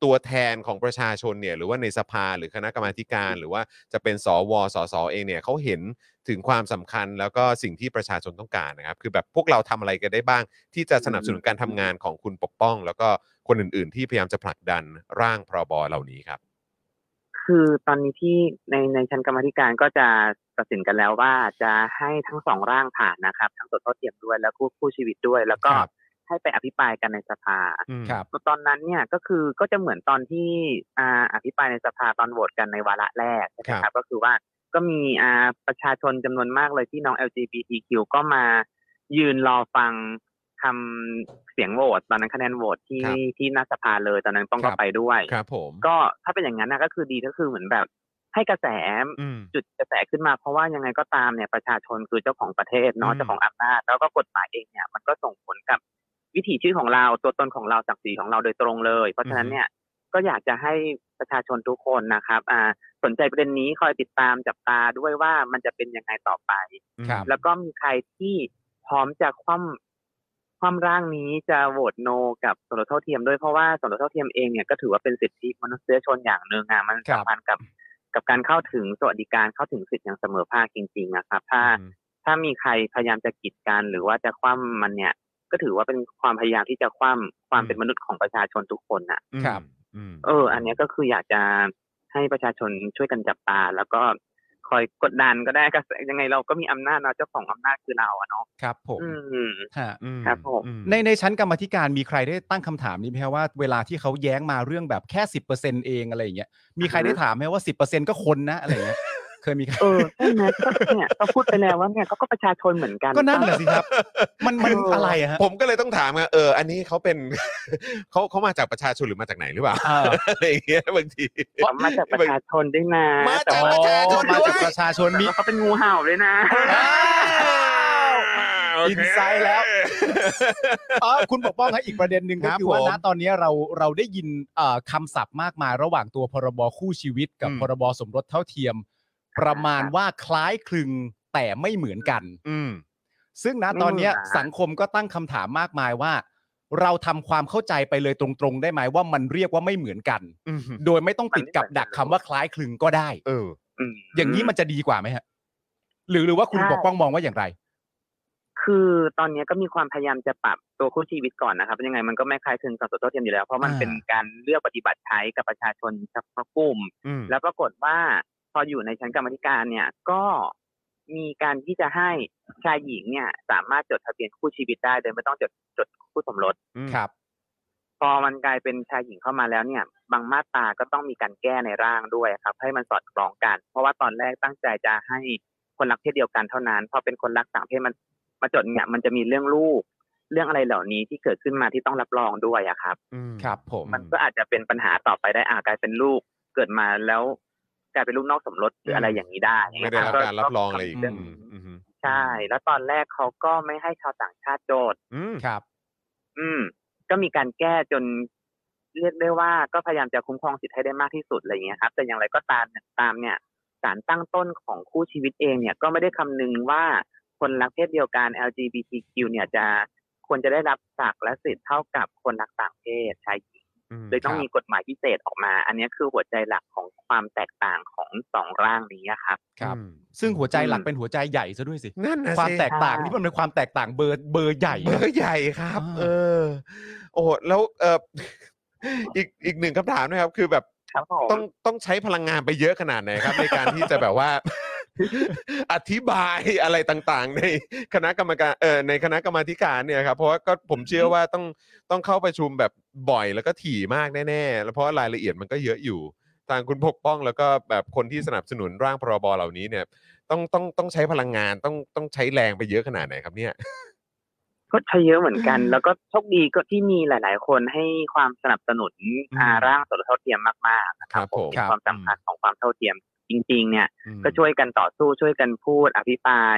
ตัวแทนของประชาชนเนี่ยหรือว่าในสภาหรือคณะกรรมาธิการ หรือว่าจะเป็นสวสสเองเนี่ยเขาเห็นถึงความสำคัญแล้วก็สิ่งที่ประชาชนต้องการนะครับ คือแบบพวกเราทำอะไรกันได้บ้าง ที่จะสนับสนุนการทำงานของคุณปกป้อง แล้วก็คนอื่น ๆ ที่พยายามจะผลักดันร่างพรบเหล่านี้ครับ
คือตอนนี้ที่ในในชั้นกรรมาธิการก็จะตัดสินกันแล้วว่าจะให้ทั้งสองร่างผ่านนะครับ ทั้งสดเท่าเทียมด้วยแล้วคู่คู่ชีวิตด้วย แล้วก็
ครับ
ให้ไปอภิปรายกันในสภา
ครับ
ตอนนั้นเนี่ยก็คือก็จะเหมือนตอนที่อ่าอภิปรายในสภาตอนโหวตกันในวาระแรกนะค
ครั
รับ บ ก็คือว่าก็มีอ่าประชาชนจำนวนมากเลยที่น้อง LGBTQ ก็มายืนรอฟังคำเสียงโหวตตอนนั้นคะแนนโหวตที่
ครับ
ที่หน้าสภาเลยตอนนั้นป้อง
ครั
ก็
บ
ไปด้วย
ครับผม
ก็ถ้าเป็นอย่างนั้นนะก็คือดีก็คือเหมือนแบบให้กระแส
อืม
จุดกระแสขึ้นมาเพราะว่ายังไงก็ตามเนี่ยประชาชนคือเจ้าของประเทศ
อื
เนาะ
ม
เจ้าของอำนาจแล้วก็กฎหมายเองเนี่ยมันก็ส่งผลกับวิถีชีวิตของเราตัวตนของเราศักดิ์ศรีของเราโดยตรงเลย เพราะฉะนั้นเนี่ยก็อยากจะให้ประชาชนทุกคนนะครับอ่าสนใจประเด็นนี้คอยติดตามจับตาด้วยว่ามันจะเป็นยังไงต่อไป
ครับ
แล้วก็มีใครที่พร้อมจะคว่ำคว่ำร่างนี้จะโหวตโนกับสมรสเท่าเทียมด้วยเพราะว่าสมรสเท่าเทียมเองเนี่ยก็ถือว่าเป็นสิทธิมนุษยชนอย่างหนึ่งอ่ะมัน
ครับ
สำคัญกับกับการเข้าถึงสวัสดิการเข้าถึงสิทธิอย่างเสมอภาคจริงๆนะครับ ถ้า
อืม
ถ้ามีใครพยายามจะกีดกันหรือว่าจะคว่ำมันเนี่ย ก็ถือว่าเป็นความพยายามที่จะคว่ำความเป็นมนุษย์ของประชาชนทุกคนน่ะ
อืม
ครับ
อืม
เออ อันเนี้ยก็คืออยากจะให้ประชาชนช่วยกันจับตา แล้วก็คอยกดดันก็ได้ ก็ยังไงเราก็มีอำนาจเราเจ้าของอำนาจคือเราอะเนาะ
ครับผม
อืม
ฮะ
อืม
ครับผม
อื
ในในชั้นกรรมาธิการมีใครได้ตั้งคำถามนี้ไหมฮะว่าเวลาที่เขาแย้งมาเรื่องแบบแค่สิบเปอร์เซ็นเองอะไรอย่างเงี้ยมีใครได้ถามไหมว่าสิบเปอร์เซ็นก็คนนะอะไรอย่างเงี้ยเคยมีใคร
เออใช่ไหมก็เนี่ย ก็พูดไปแล้วว่าเนี่ยก็ก็ประชาชนเหมือนกัน
ก็นั่นแหละสิครับ มันมัน
เอออ
อะไรอะฮะ
ผมก็เลยต้องถามไงเออ อันนี้เขาเป็น เขาเขามาจากประชาชนหรือมาจากไหนหรือเปล่า
เออ
อะไรอย่างเงี้ยบางที
ผมมาจากประชาชนด้วยนะ
มาจาก
แต่ว่
ประชาชน
มาจากประชาชนมี
แต่ว่าเขาเป็นงูเห่าด้วยนะ
โเค
Inside แล้ว อ๋อคุณปกป้องครับอีกประเด็นหนึ่งก็
ครับ
คือว่า
ผม
ณตอนนี้เราเราได้ยินเอ่อคำศัพท์มากมายระหว่างตัวพรบคู่ชีวิตกับ
อืม
พรบสมรสเท่าเทียม ประมาณว่าคล้ายคลึงแต่ไม่เหมือนกัน
อืม
ซึ่งณตอนเนี้ยสังคมก็ตั้งคำถามมากมายว่า เราทำความเข้าใจไปเลยตรงๆ ได้ไหมว่ามันเรียกว่าไม่เหมือนกัน
อืม
โดยไม่ต้องติดกับดักคำว่าคล้ายคลึงก็ได้
เออ
ม
อย่างนี้มันจะดีกว่าไหมฮะ หรือหรือว่าคุณ
ใช่
ปกป้องมองว่าอย่างไร
คือตอนเนี้ยก็มีความพยายามจะปรับตัวคู่ชีวิตก่อนนะครับยังไงมันก็ไม่คล้ายคลึงกับสมรสเท่าเทียมอยู่แล้ว เพราะมัน
อ่า
เป็นการเลือกปฏิบัติใช้กับประชาชนเฉพาะกลุ่ม
อืม
แล้วปรากฏว่าพออยู่ในชั้นกรรมาธิการเนี่ยก็มีการที่จะให้ชายหญิงเนี่ย สามารถจดทะเบียนคู่ชีวิตได้โดยไม่ต้องจดจดคู่สมรส
ครับ
พอมันกลายเป็นชายหญิงเข้ามาแล้วเนี่ย บางมาตราก็ต้องมีการแก้ในร่างด้วยครับ ให้มันสอดคล้องกัน เพราะว่าตอนแรกตั้งใจจะให้คนรักเพศเดียวกันเท่านั้นพอเป็นคนรักต่างเพศมันมาจดเนี่ย มันจะมีเรื่องลูกเรื่องอะไรเหล่านี้ที่เกิดขึ้นมาที่ต้องรับรองด้วยอะครับ
ครับ ผม
มันก็อาจจะเป็นปัญหาต่อไปได้อากลายเป็นลูกเกิดมาแล้วกลายเป็นลูกนอกสมรสหรืออะไรอย่างนี้ได้
ไม่ได้รับการรับรองอะไรอีก
เง
อื
นี้
มอืม
ใช่ แล้วตอนแรกเขาก็ไม่ให้ชาวต่างชาติโจทย์
อืม
ครับ
อืม ก็มีการแก้จนเรียกได้ว่าก็พยายามจะคุ้มครองสิทธิ์ให้ได้มากที่สุดอะไรอย่างเงี้ยครับ แต่อย่างไรก็ตามตามเนี่ยสารตั้งต้นของคู่ชีวิตเองเนี่ยก็ไม่ได้คำนึงว่าคนรักเพศเดียวกัน LGBTQ เนี่ยจะควรจะได้รับสักดิ์และสิทธิ์เท่ากับคนรักต่างเพศชายหญิง
ม
เลยต้อ
ค
ง
รับ
มีกฎหมายพิเศษออกมา อันนี้คือหัวใจหลักของความแตกต่างของสองร่างนี้อะครับ
ครับ
อืม
ซึ่งหัวใจหลักเป็นหัวใจใหญ่ซะด้วยสิ
นั่นนะ
ความ
สิ
แตกต่าง
ใช่
นี่มันเป็นความแตกต่างเบอร์เบอร์ใหญ่
เบอร์ใหญ่ครับ
อ่า
เออ โอ้โหแล้วเอ ออีกอีกหนึ่งคำถามนะครับ คือแบบ
ครับผม
ต้องต้องใช้พลังงานไปเยอะขนาดไหนครับ ในการที่จะแบบว่า อธิบายอะไรต่างๆ ในคณะกรรมการเอ่อในคณะกรรมาธิการเนี่ยครับเพราะว่าก็ผมเชื่อว่าต้องต้องเข้าประชุมแบบบ่อยแล้วก็ถี่มากแน่ๆแล้วเพราะว่ารายละเอียดมันก็เยอะอยู่ทางคุณปกป้องแล้วก็แบบคนที่สนับสนุนร่างพรบเหล่านี้เนี่ย ต้องต้องต้องใช้พลังงานต้องต้องใช้แรงไปเยอะขนาดไหนครับเนี่ย
ก็ใช้เยอะเหมือนกัน แล้วก็โชคดีก็ที่มีหลาย ๆ คนให้ความสนับสนุน
อืม
อ่าร่างสมรสเท่าเทียมมากๆนะค
ค
รั
รับ บผม
เห็
ครั
น
บ
ความสำคัญของความเท่าเทียม จริง ๆ เนี่ย
อืม
ก็ช่วยกันต่อสู้ช่วยกันพูดอภิปราย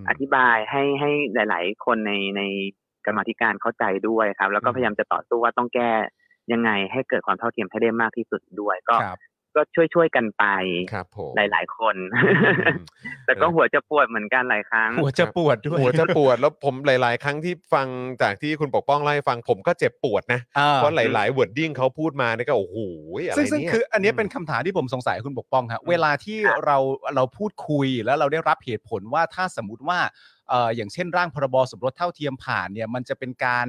ม
อธิบายให้ให้หลาย ๆ คนในในกรรมาธิการเข้าใจด้วยครับ แล้วก็
อืม
พยายามจะต่อสู้ว่าต้องแก้ยังไงให้เกิดความเท่าเทียมให้ได้มากที่สุดด้วยก็
ครับ
ก็ช่วยช่วยๆกันไป
ครับผม
หลาย ๆ คน
อืม
แต่ก็
เออ
หัวจะปวดเหมือนกันหลายครั้ง
หัวจะปวดด้วย
หัวจะปวดแล้วผมหลาย ๆ ครั้งที่ฟังจากที่คุณปกป้องเล่าให้ฟังผมก็เจ็บปวดนะ
อ่
เพราะหลาย ๆ วอร์ดดิ้งเขาพูดมาเนี่ยก็โอ้โหอะไร
ซึ่ง
เนี่ย
ซึ่งคืออันเนี้ยเป็นคำถามที่ผมสงสัยคุณปกป้องฮะเวลาที่
ครับ
เราเราพูดคุยแล้วเราได้รับเหตุผลว่าถ้าสมมติว่าเอ่ออย่างเช่นร่างพรบสมรสเท่าเทียมผ่านเนี่ยมันจะเป็นการ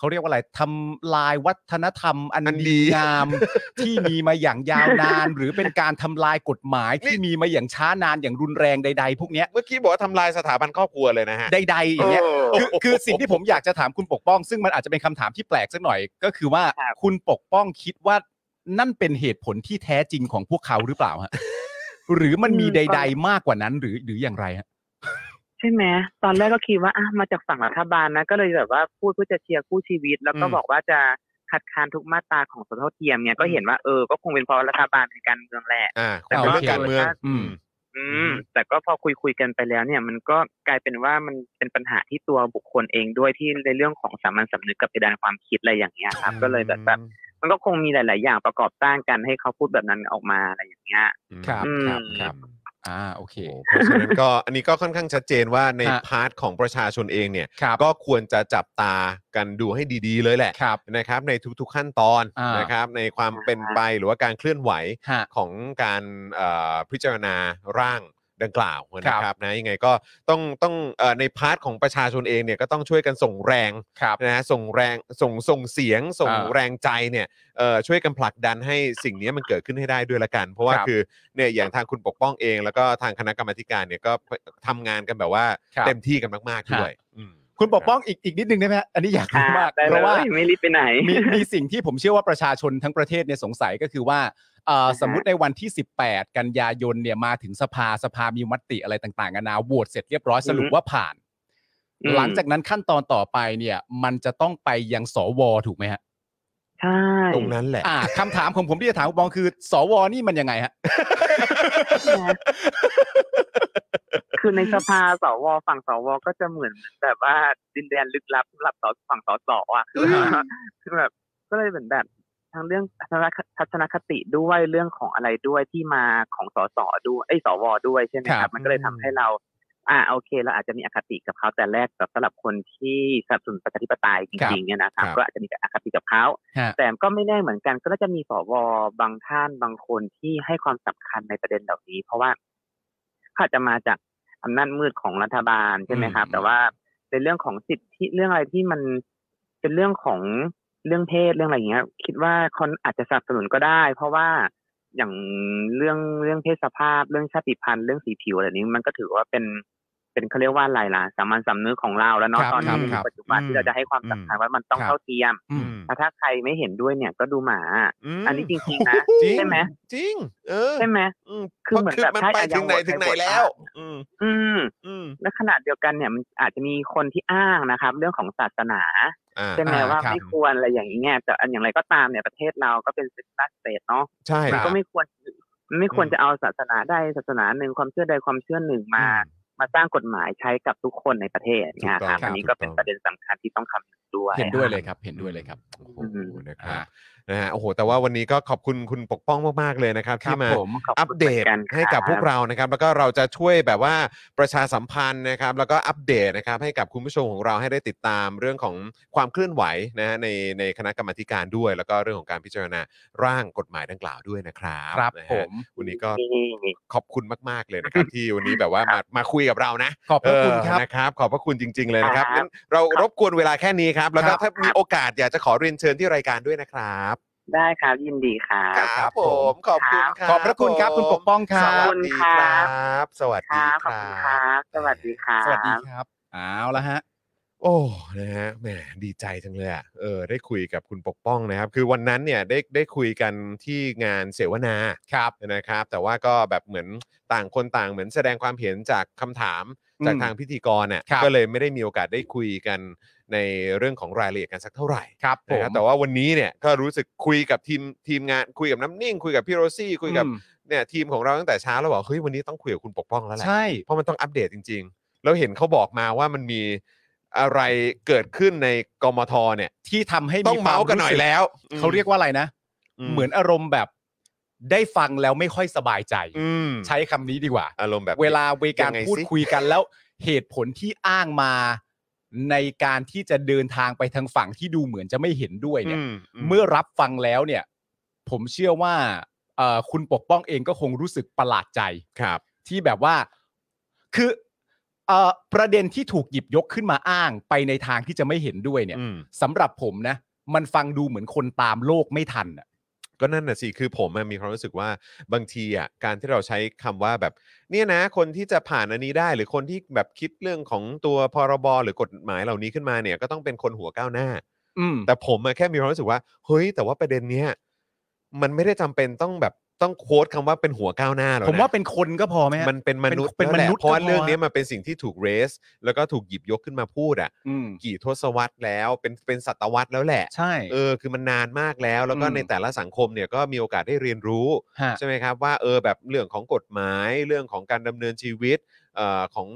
เขาเรียกว่าอะไรทำลายวัฒนธรรมอัน
อันดี
ดีงาม ที่มีมาอย่างยาวนาน หรือเป็นการทำลายกฎหมายที่มีมาอย่างช้านานอย่างรุนแรงใด ๆ พวกเนี้ย
เมื่อกี้บอกว่าทำลายสถาบันครอบครัวเลยนะฮะ
ใดๆอย่างเงี้ยคือ
โโห
คือสิ่งที่ผมอยากจะถามคุณปกป้อง ซึ่งมันอาจจะเป็นคำถามที่แปลกสักหน่อย ก็คือว่า
ครับ
คุณปกป้องคิดว่านั่นเป็นเหตุผลที่แท้จริงของพวกเขาหรือเปล่าฮะ หรือมันมีใด ๆ มากกว่านั้นหรือหรืออย่างไรฮะ
ใช่ไหมตอนแรกก็คิดว่าอ่ะมาจากฝั่งรัฐบาลนะ ก็เลยแบบว่าพูดเพื่อจะเชียร์คู่ชีวิต แล้วก็
อืม
บอกว่าจะคัดค้านทุกมาตราของสมรสเท่าเทียมเนี่ยก็เห็นว่าเออก็คงเป็นเพราะรัฐบาลในการเมืองแหละ
อ่า
แต่
คุย
ว่า
เรื่องการเมือง
อืม
อืม แต่ก็พอคุยคุยๆกันไปแล้วเนี่ย มันก็กลายเป็นว่ามันเป็นปัญหาที่ตัวบุคคลเองด้วยที่ในเรื่องของสามัญสำนึกกับเพดานความคิดอะไรอย่างเงี้ยครับ ก็เลยแบบแบบมันก็คงมีหลาย ๆ อย่างประกอบสร้างกันให้เขาพูดแบบนั้นออกมาอะไรอย่างเงี้ย
อืม
ครับ
อืม
ครับครับอ่าโอเค
โอ้โหเพราะฉะนั้นก็อันนี้ก็ค่อนข้างชัดเจนว่าใน
ฮะ
พาร์ทของประชาชนเองเนี่ย
ครับ
ก็ควรจะจับตากันดูให้ดีๆเลยแหละ
ครับ
นะครับในทุกๆขั้นตอน
อ่าน
นะครับในความเป็นไปหรือว่าการเคลื่อนไหว
ฮะ
ของการเอ่อพิจารณาร่างดังกล่าวนะค
ครั
รับบ นะยังไงก็ต้องต้องเอ่อในพาร์ทของประชาชนเองเนี่ยก็ต้องช่วยกันส่งแรง
ครับ
นะฮะส่งแรงส่งส่งเสียงส่ง
อ่า
แรงใจเนี่ยเอ่อช่วยกันผลักดันให้สิ่งนี้มันเกิดขึ้นให้ได้ด้วยละกัน เพราะว่า
ครับ
คือเนี่ยอย่างทางคุณปกป้องเอง แล้วก็ทางคณะกรรมาธิการเนี่ยก็ทำงานกันแบบว่า
ครับ
เต็มที่กันมาก ๆ ด้วยอืม
คุณปกป้องอีกอีกนิดนึงได้ไหมฮะอันนี้อยากรู้มาก
ได้
เพ
เล
ราะว่า
ยไม่รีบไปไหน
มีมีสิ่งที่ผมเชื่อว่าประชาชนทั้งประเทศเนี่ยสงสัยก็คือว่าเอ่อ
อ่าฮะ
สมมุติในวันที่ 18 กันยายนเนี่ยมาถึงสภาสภามีมติอะไรต่างๆกันานาโหวตเสร็จเรียบร้อยสรุปว่าผ่าน หลังจากนั้นขั้นตอนต่อไปเนี่ยมันจะต้องไปยังสวถูกไหมฮะ
ใช่
ตรงนั้นแหละ
อ่าคำถามของผมที่จะถามคุณบองคือ สวนี่มันยังไงฮะ
คือในสภาสวฝั่งสวก็จะเหมือนแบบว่าดินแดนลึกลับสำหรับสฝั่งสสอ่ะคือแบบว่าคือแบบก็เลยเหมือนแบบทั้งเรื่องทัศนคทัศนคติด้วยเรื่องของอะไรด้วยที่มาของสสด้วยไอ้ยสวด้วยใช่ไหม
ค
ค
รั
รับ บ มันก็เลยทำให้เรา อ่าโอเคเราอาจจะมีอคติกับเขาแต่แรกแบบสำหรับคนที่สนับสนุนประชาธิปไตยจริงๆเนี่ยนะครับ
ครับ
ก็อาจจะมีอคติกับเขา
ฮะ
แต่ก็ไม่แน่เหมือนกันก็น่าจะมีสวบางท่านบางคนที่ให้ความสำคัญในประเด็นเหล่านี้ เพราะว่าเขาอาจจะมาจากอำนาจมืดของรัฐบาลใช่ไหมครับ
อืม
แต่ว่าในเรื่องของสิทธิเรื่องอะไรที่มันเป็นเรื่องของเรื่องเพศเรื่องอะไรอย่างเงี้ย คิดว่าคนอาจจะสนับสนุนก็ได้ เพราะว่าอย่างเรื่องเรื่องเพศสภาพ เรื่องชาติพันธุ์เรื่องสีผิวอะไรนี้ มันก็ถือว่าเป็นเป็นเขาเรียกว่าอะไรล่ะสามัญสำนึกของเราแล้ว
ค
เนาะ
รับ
ตอนนี้
ครับ
ปัจจุบัน
อืม
ที่เราจะให้ความสำคัญว่ามันต้อง
ครับ
เท่าเทียม
อืม
อ่ะถ้าใครไม่เห็นด้วยเนี่ยก็ดูหมา
ม
อันนี้จริงๆนะ
จริง
ใช่ไหม
จริง เออ
ใช่ไหม
อืม
คือเหมือนแบบ
พราะคืมัน
ถ้า
ไป
อายั
ถึ
ง
งไหน
โหวต
ถึงไหน
ใครโหวต
แล้ว
ได้
อืม
อืม
อืม
และขณะเดียวกันเนี่ยมันอาจจะมีคนที่อ้างนะครับ เรื่องของศาสนา
อ่า
ใช่ไหม
อ่า
ว่า
ครับ
ไม่ควรอะไรอย่างนี้ยแต่อันอย่างไรก็ตามเนี่ยประเทศเราก็เป็นสิทธิราชสเตทเนาะ
ใช่
ค
มัน
รับ
ก็ไม่ควรมันไม่ควรจะเอาศาสนาใดศาสนาหนึ่งความเชื่อใดความเชื่อหนึ่งมา มาสร้างกฎหมายใช้กับทุกคนในประเทศเนยค
ถูกต้องครั
รับ
บ
อันนี้ก็เป็นประเด็นสำคัญที่ต้องคำนึงด้วย
เห็นด้วยเลยครับ เห็นด้วยเลยครับ
โอ้โห
อืม
นะครับ
อ่า
นะฮะโอ้โหแต่ว่าวันนี้ก็ขอบคุณคุณปกป้องมากๆเลยนะครับ
ครั
ที่
บ
มา
ผม
ขบ
อัป
คุณ
เด
มื
ต
นน
ให้กับพวก
ครับ
เรานะครับ แล้วก็เราจะช่วยแบบว่าประชาสัมพันธ์นะครับ แล้วก็อัปเดตนะครับให้กับคุณผู้ชมของเราให้ได้ติดตามเรื่องของความเคลื่อนไหวนะฮะในในคณะกรรมาธิการด้วย แล้วก็เรื่องของการพิจารณาร่างกฎหมายดังกล่าวด้วยนะครับ
ครับ
นะ
ผ
ฮะ
ม
วันนี้ก็ขอบคุณมากๆเลยนะครับ ที่วันนี้แบบว่า
ค
มา
รับ
มาคุยกับเรานะ
ขอบพระคุณครับ
เออนะครับ ขอบพระคุณจริง ๆ เลยนะครับ
ครับ
งั้นเรารบกวนเวลาแค่นี้ครับ แล้วก็
ครับ
ถ้ามีโอกาสอยากจะขอเรียนเชิญที่รายการด้วยนะครับ
ได้ครับยินดีครับ
ครับผมขอบคุณครับ
ขอบพระคุณครับคุณปกป้องครั
ส
บ
วัสดีครับ สวัส
ค
ดี
รับ
ค
ขอบ
รั
คุณครับ บ สวัสดีครับ
สวัสดีครับเอาละฮะ
โอ้นะฮะแหมดีใจจังเลยอะเออได้คุยกับคุณปกป้องนะครับ คือวันนั้นเนี่ยได้ได้คุยกันที่งานเสวนาครับนะครับ แต่ว่าก็แบบเหมือนต่างคนต่างเหมือนแสดงความเห็นจากคำถาม
อืม
จากทางพิธีกรเนี่ย
ครับ
ก็เลยไม่ได้มีโอกาสได้คุยกันในเรื่องของรายละเอียดกันสักเท่าไหร่
ครับผ
นะค
ม
รับแต่ว่าวันนี้เนี่ยก็รู้สึกคุยกับทีมทีมงานคุยกับน้ำนิ่ง คุยกับพี่โรซี่คุยกับ
อืม
เนี่ยทีมของเราตั้งแต่เช้าแล้วบอกเฮ้ยวันนี้ต้องคุยกับคุณปกป้องแล้วแหละ
ใช่
เพราะมันต้องอัปเดตจริง ๆ แล้วเห็นเขาบอกมาว่ามันมีอะไรเกิดขึ้นในกมทเนี่ย
ที่ทำให้
ต้อง
คว
เมาส์กันหน่อย
รู้สึ
แล้ว
เขาเรียกว่าอะไรนะ
อื
เหมือนอารมณ์แบบ ได้ฟังแล้วไม่ค่อยสบายใจ
อืม
ใช้คำนี้ดีกว่า
อารมณ์แบบ
เวลาเวการ
ยังไงสิ
พูดคุยกันแล้วเหตุผลที่อ้างมาในการที่จะเดินทางไปทางฝั่งที่ดูเหมือนจะไม่เห็นด้วยเนี่ย
อืม
เมื่อรับฟังแล้วเนี่ย ผมเชื่อว่าเอ่อคุณปกป้องเองก็คงรู้สึกประหลาดใจ
ครับ
ที่แบบว่าคือเอ่อประเด็นที่ถูกหยิบยกขึ้นมาอ้างไปในทางที่จะไม่เห็นด้วยเนี่ย
อืม
สำหรับผมนะ มันฟังดูเหมือนคนตามโลกไม่ทันอะ
ก็นั่นน่ะสิ คือผมอะมีความรู้สึกว่าบางทีอ่ะการที่เราใช้คำว่าแบบ เนี่ยนะ คนที่จะผ่านอันนี้ได้หรือคนที่แบบคิดเรื่องของตัวพรบหรือกฎหมายเหล่านี้ขึ้นมาเนี่ยก็ต้องเป็นคนหัวก้าวหน้า แต่ผมอะแค่มีความรู้สึกว่าเฮ้ยแต่ว่าประเด็นเนี้ยมันไม่ได้จำเป็นต้องแบบต้องโค้ดคำว่าเป็นหัวก้าวหน้าหรอก
ผม
นะ
ว่าเป็นคนก็พอไหมฮะ
มันเป็นมนุษย์
เป็น
แล้วแหละ
มนุษย์
เพราะว่า
ก็พอ
เรื่องเนี้ยมันเป็นสิ่งที่ถูกเรส แล้วก็ถูกหยิบยกขึ้นมาพูดอ่ะ
อืม
กี่ทศวรรษแล้วเป็นเป็นศตวรรษแล้วแหละ
ใช่
เออคือมันนานมากแล้ว แล้วก็ในแต่ละสังคมเนี่ยก็มีโอกาสได้เรียนรู้
ฮะ
ใช่ไหมครับว่าเออแบบเรื่องของกฎหมายเรื่องของการดำเนินชีวิตเออของ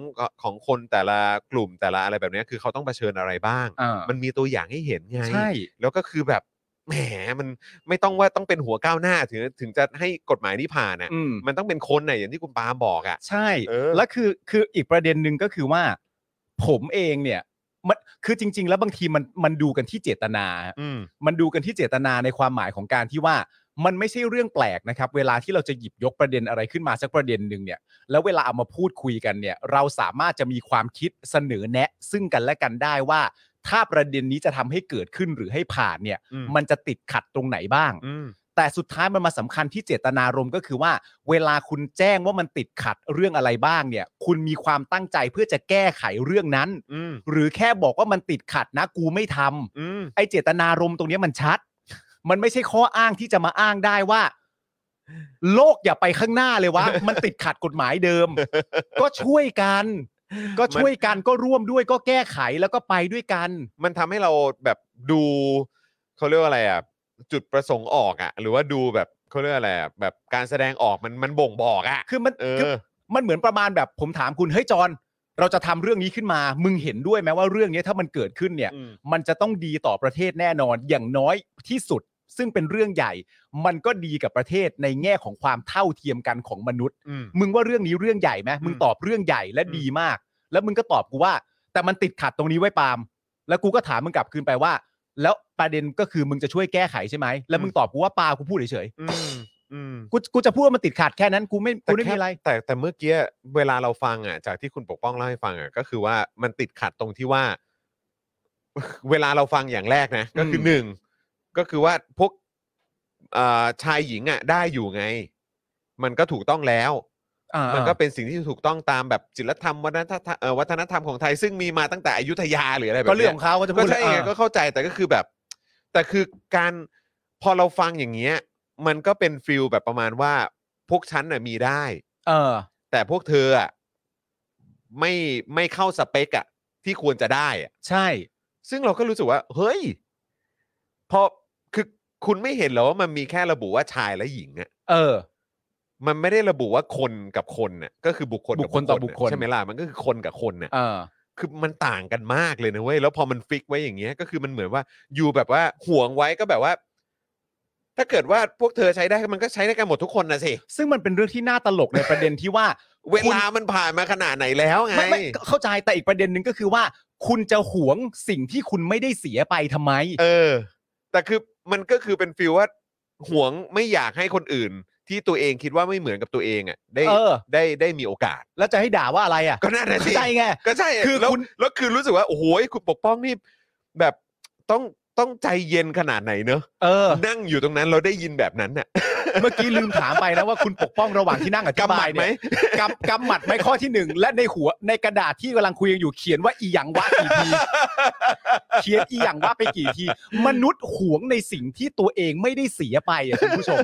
ของคนแต่ละกลุ่มแต่ละอะไรแบบเนี้ยคือเขาต้องเผชิญอะไรบ้าง
อ่า
มันมีตัวอย่างให้เห็นไง
ใช่
แล้วก็คือแบบแหมมันไม่ต้องว่าต้องเป็นหัวก้าวหน้าถึงถึงจะให้กฎหมายนี้ผ่านอ่ะ
อืม
มันต้องเป็นคนน่ะอย่างที่คุณปาล์มบอกอ่ะ
ใช่
เออ
แล้วคือคืออีกประเด็นหนึ่งก็คือว่า ผมเองเนี่ยมันคือจริง ๆ แล้วบางทีมันมันดูกันที่เจตนาฮะ
อืม
มันดูกันที่เจตนาในความหมายของการที่ว่ามันไม่ใช่เรื่องแปลกนะครับ เวลาที่เราจะหยิบยกประเด็นอะไรขึ้นมาสักประเด็นหนึ่งเนี่ย แล้วเวลาเอามาพูดคุยกันเนี่ย เราสามารถจะมีความคิดเสนอแนะ ซึ่งกันและกันได้ว่า ถ้าประเด็นนี้จะทำให้เกิดขึ้นหรือให้ผ่านเนี่ย
อืม
มันจะติดขัดตรงไหนบ้าง
อืม
แต่สุดท้ายมันมาสำคัญที่เจตนารมณ์ก็คือว่า เวลาคุณแจ้งว่ามันติดขัดเรื่องอะไรบ้างเนี่ย คุณมีความตั้งใจเพื่อจะแก้ไขเรื่องนั้น
อืม
หรือแค่บอกว่ามันติดขัดนะกูไม่ทำ
อืม
ไอเจตนารมณ์ตรงเนี้ยมันชัด มันไม่ใช่ข้ออ้างที่จะมาอ้างได้ว่า โลกอย่าไปข้างหน้าเลยวะ มันติดขัดกฎหมายเดิม ก็ช่วยกัน ก็ช่วยกันก็ร่วมด้วยก็แก้ไขแล้วก็ไปด้วยกัน
มันทำให้เราแบบดูเขาเรียกว่าอะไรอ่ะจุดประสงค์ออกอ่ะ หรือว่าดูแบบเขาเรียกว่าอะไรอ่ะแบบการแสดงออกมันมันบ่งบอกอ่ะ
คือมัน
เอ
คือ
อ
มันเหมือนประมาณแบบผมถามคุณเฮ้ยจอนเราจะทำเรื่องนี้ขึ้นมา มึงเห็นด้วยไหมว่าเรื่องเนี้ยถ้ามันเกิดขึ้นเนี่ย
อืม
มันจะต้องดีต่อประเทศแน่นอนอย่างน้อยที่สุด ซึ่งเป็นเรื่องใหญ่ มันก็ดีกับประเทศในแง่ของความเท่าเทียมกันของมนุษย์
อืม
มึงว่าเรื่องนี้เรื่องใหญ่ไหมมึงตอบเรื่องใหญ่และ
อืม
ดีมาก แล้วมึงก็ตอบกูว่า แต่มันติดขัดตรงนี้ไว้ปาล์มแล้วกูก็ถามมึงกลับคืนไปว่า แล้วประเด็นก็คือมึงจะช่วยแก้ไขใช่ไหมแล้วมึงตอบกูว่าเปล่ากูพูดเฉย
อืมอืม
ๆกูกูจะพูดว่ามันติดขัดแค่นั้นกูไม่กูไม่
แค่
มีอะไร
แต่แต่เมื่อกี้เวลาเราฟังอ่ะ จากที่คุณปกป้องเล่าให้ฟังอ่ะก็คือว่ามันติดขัดตรงที่ว่า เวลาเราฟังอย่างแรกนะ ก็คืออ
ม
หนึ่งก็คือว่าพวกเอ่อชายหญิงอ่ะ ได้อยู่ไง มันก็ถูกต้องแล้ว
อ่า
มันก็เป็นสิ่งที่ถูกต้องตามแบบศิลธรรมวัฒนธรรมเอ่อวัฒนธรรมของไทยซึ่งมีมาตั้งแต่อยุธยาหรืออะไรแบบ
ก็
นี้ย
เรื่องของเขาก็จะพู
ก็
ด
ใช่ไง
อ่า
ก็เข้าใจแต่ก็คือแบบ แต่คือการพอเราฟังอย่างเงี้ย มันก็เป็นฟิลแบบประมาณว่า พวกฉันน่ะมีได้
เออ
แต่พวกเธออ่ะไม่ไม่เข้าสเปคอ่ะ ที่ควรจะได้อ่ะ
ใช่
ซึ่งเราก็รู้สึกว่า เฮ้ยพอคือคุณไม่เห็นเหรอว่ามันมีแค่ระบุว่าชายและหญิงอ่ะ
เออ
มันไม่ได้ระบุว่าคนกับคนน่ะก็คือบุคคลกั
บุคคลต่อบุคคล
ะใช่ไหมล่ะมันก็คือคนกับคนน่ะ
เออ
คือมันต่างกันมากเลยนะเว้ยแล้วพอมันฟิกไว้อย่างเงี้ยก็คือมันเหมือนว่าอยู่แบบว่าห่วงไว้ก็แบบว่า ถ้าเกิดว่าพวกเธอใช้ได้มันก็ใช้ได้กันหมดทุกคนนะสิ
ซึ่งมันเป็นเรื่องที่น่าตลกในประเด็นที่ว่า
เวลามันผ่านมาขนาดไหนแล้วไง
ไม่ไม่เข้าใจแต่อีกประเด็นหนึ่งก็คือว่า คุณจะหวงสิ่งที่คุณไม่ได้เสียไปทำไม
เออ แต่คือมันก็คือเป็นฟีลว่าห่วงไม่อยากให้คนอื่น ที่ตัวเองคิดว่าไม่เหมือนกับตัวเองอ่ะได้
เออ
ได้ได้มีโอกาส
แล้วจะให้ด่าว่าอะไรอ่ะ
ก็น่าจะ
เข้า
สิ
ใจไง
ก็ใช่
คือ
แล้ว
คุณ
แล้วคือรู้สึกว่าโอ้โหคุณปกป้องนี่แบบต้องต้องใจเย็นขนาดไหนเนอะ
เออ
นั่งอยู่ตรงนั้นเราได้ยินแบบนั้นน่ะ
เมื่อกี้ลืมถามไปนะว่าคุณปกป้องระหว่างที่นั่งอธิ
กำห
บา
มั
ย
ดไหม
เนี่ยกำกำหมัดไหมข้อที่หนึ่งและในหัวในกระดาษที่กำลังคุยกันอยู่เขียนว่าอีหยังวะกี่ทีเขียนอีหยังวะไปกี่ที มนุษย์หวงในสิ่งที่ตัวเองไม่ได้เสียไปอ่ะคุณผู้ชม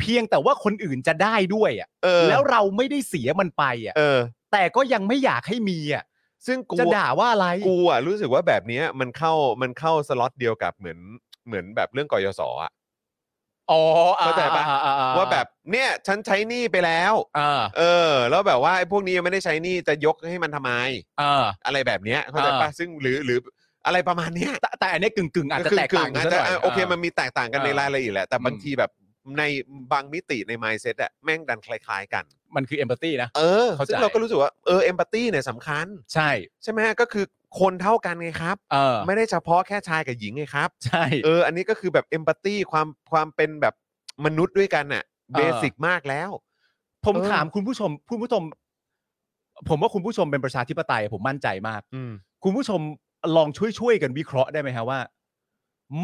เพียงแต่ว่าคนอื่นจะได้ด้วยอ่ะ
เออ
แล้วเราไม่ได้เสียมันไปอ่ะ
เออ
แต่ก็ยังไม่อยากให้มีอ่ะ
ซึ่งกู
จะด่าว่าอะไร
กูอ่ะรู้สึกว่าแบบเนี้ยมันเข้ามันเข้าสล็อตเดียวกับเหมือนเหมือนแบบเรื่องกยศอ่ะ
อ๋อ
เข้าใจปะ
อ่อ่อ่
ว่าแบบเนี่ยฉันใช้หนี้ไปแล้ว
เออ
เออ แล้วแบบว่าไอ้พวกนี้ยังไม่ได้ใช้หนี้จะยกให้มันทำไม
เออ
อะไรแบบเนี้ยเข้าใจปะซึ่งหรือหรืออะไรประมาณเนี้ย
แต่แต่อันเนี้ยกึ่งกึ่งๆอาจจะ
คื
แตกต่างกัน
อาจ
สัก
จะ
หน่อย
โอเคมันมีแตกต่างกันใน
เออ
รายละเอียดแหละแต่
อืม
บางทีแบบ ในบางมิติใน mindset อะแม่งดันคล้ายๆกัน
มันคือเอมพัตตีนะ
เออ
เข้าใจ
ซึ่งเราก็รู้สึกว่าเออเอมพัตตีเนี่ยสำคัญ
ใช่
ใช่ไหมฮะก็คือคนเท่ากันไงครับ
เออ
ไม่ได้เฉพาะแค่ชายกับหญิงไงครับ
ใช่
เออ อันนี้ก็คือแบบเอมพัตตีความความเป็นแบบมนุษย์ด้วยกันน่ะ
เออ
เบสิกมากแล้ว
ผม
เออ
ถามคุณผู้ชมคุณผู้ชม ผมว่าคุณผู้ชมเป็นประชาธิปไตยผมมั่นใจมาก
อืม
คุณผู้ชมลองช่วยช่วยๆกันวิเคราะห์ได้ไหมฮะว่า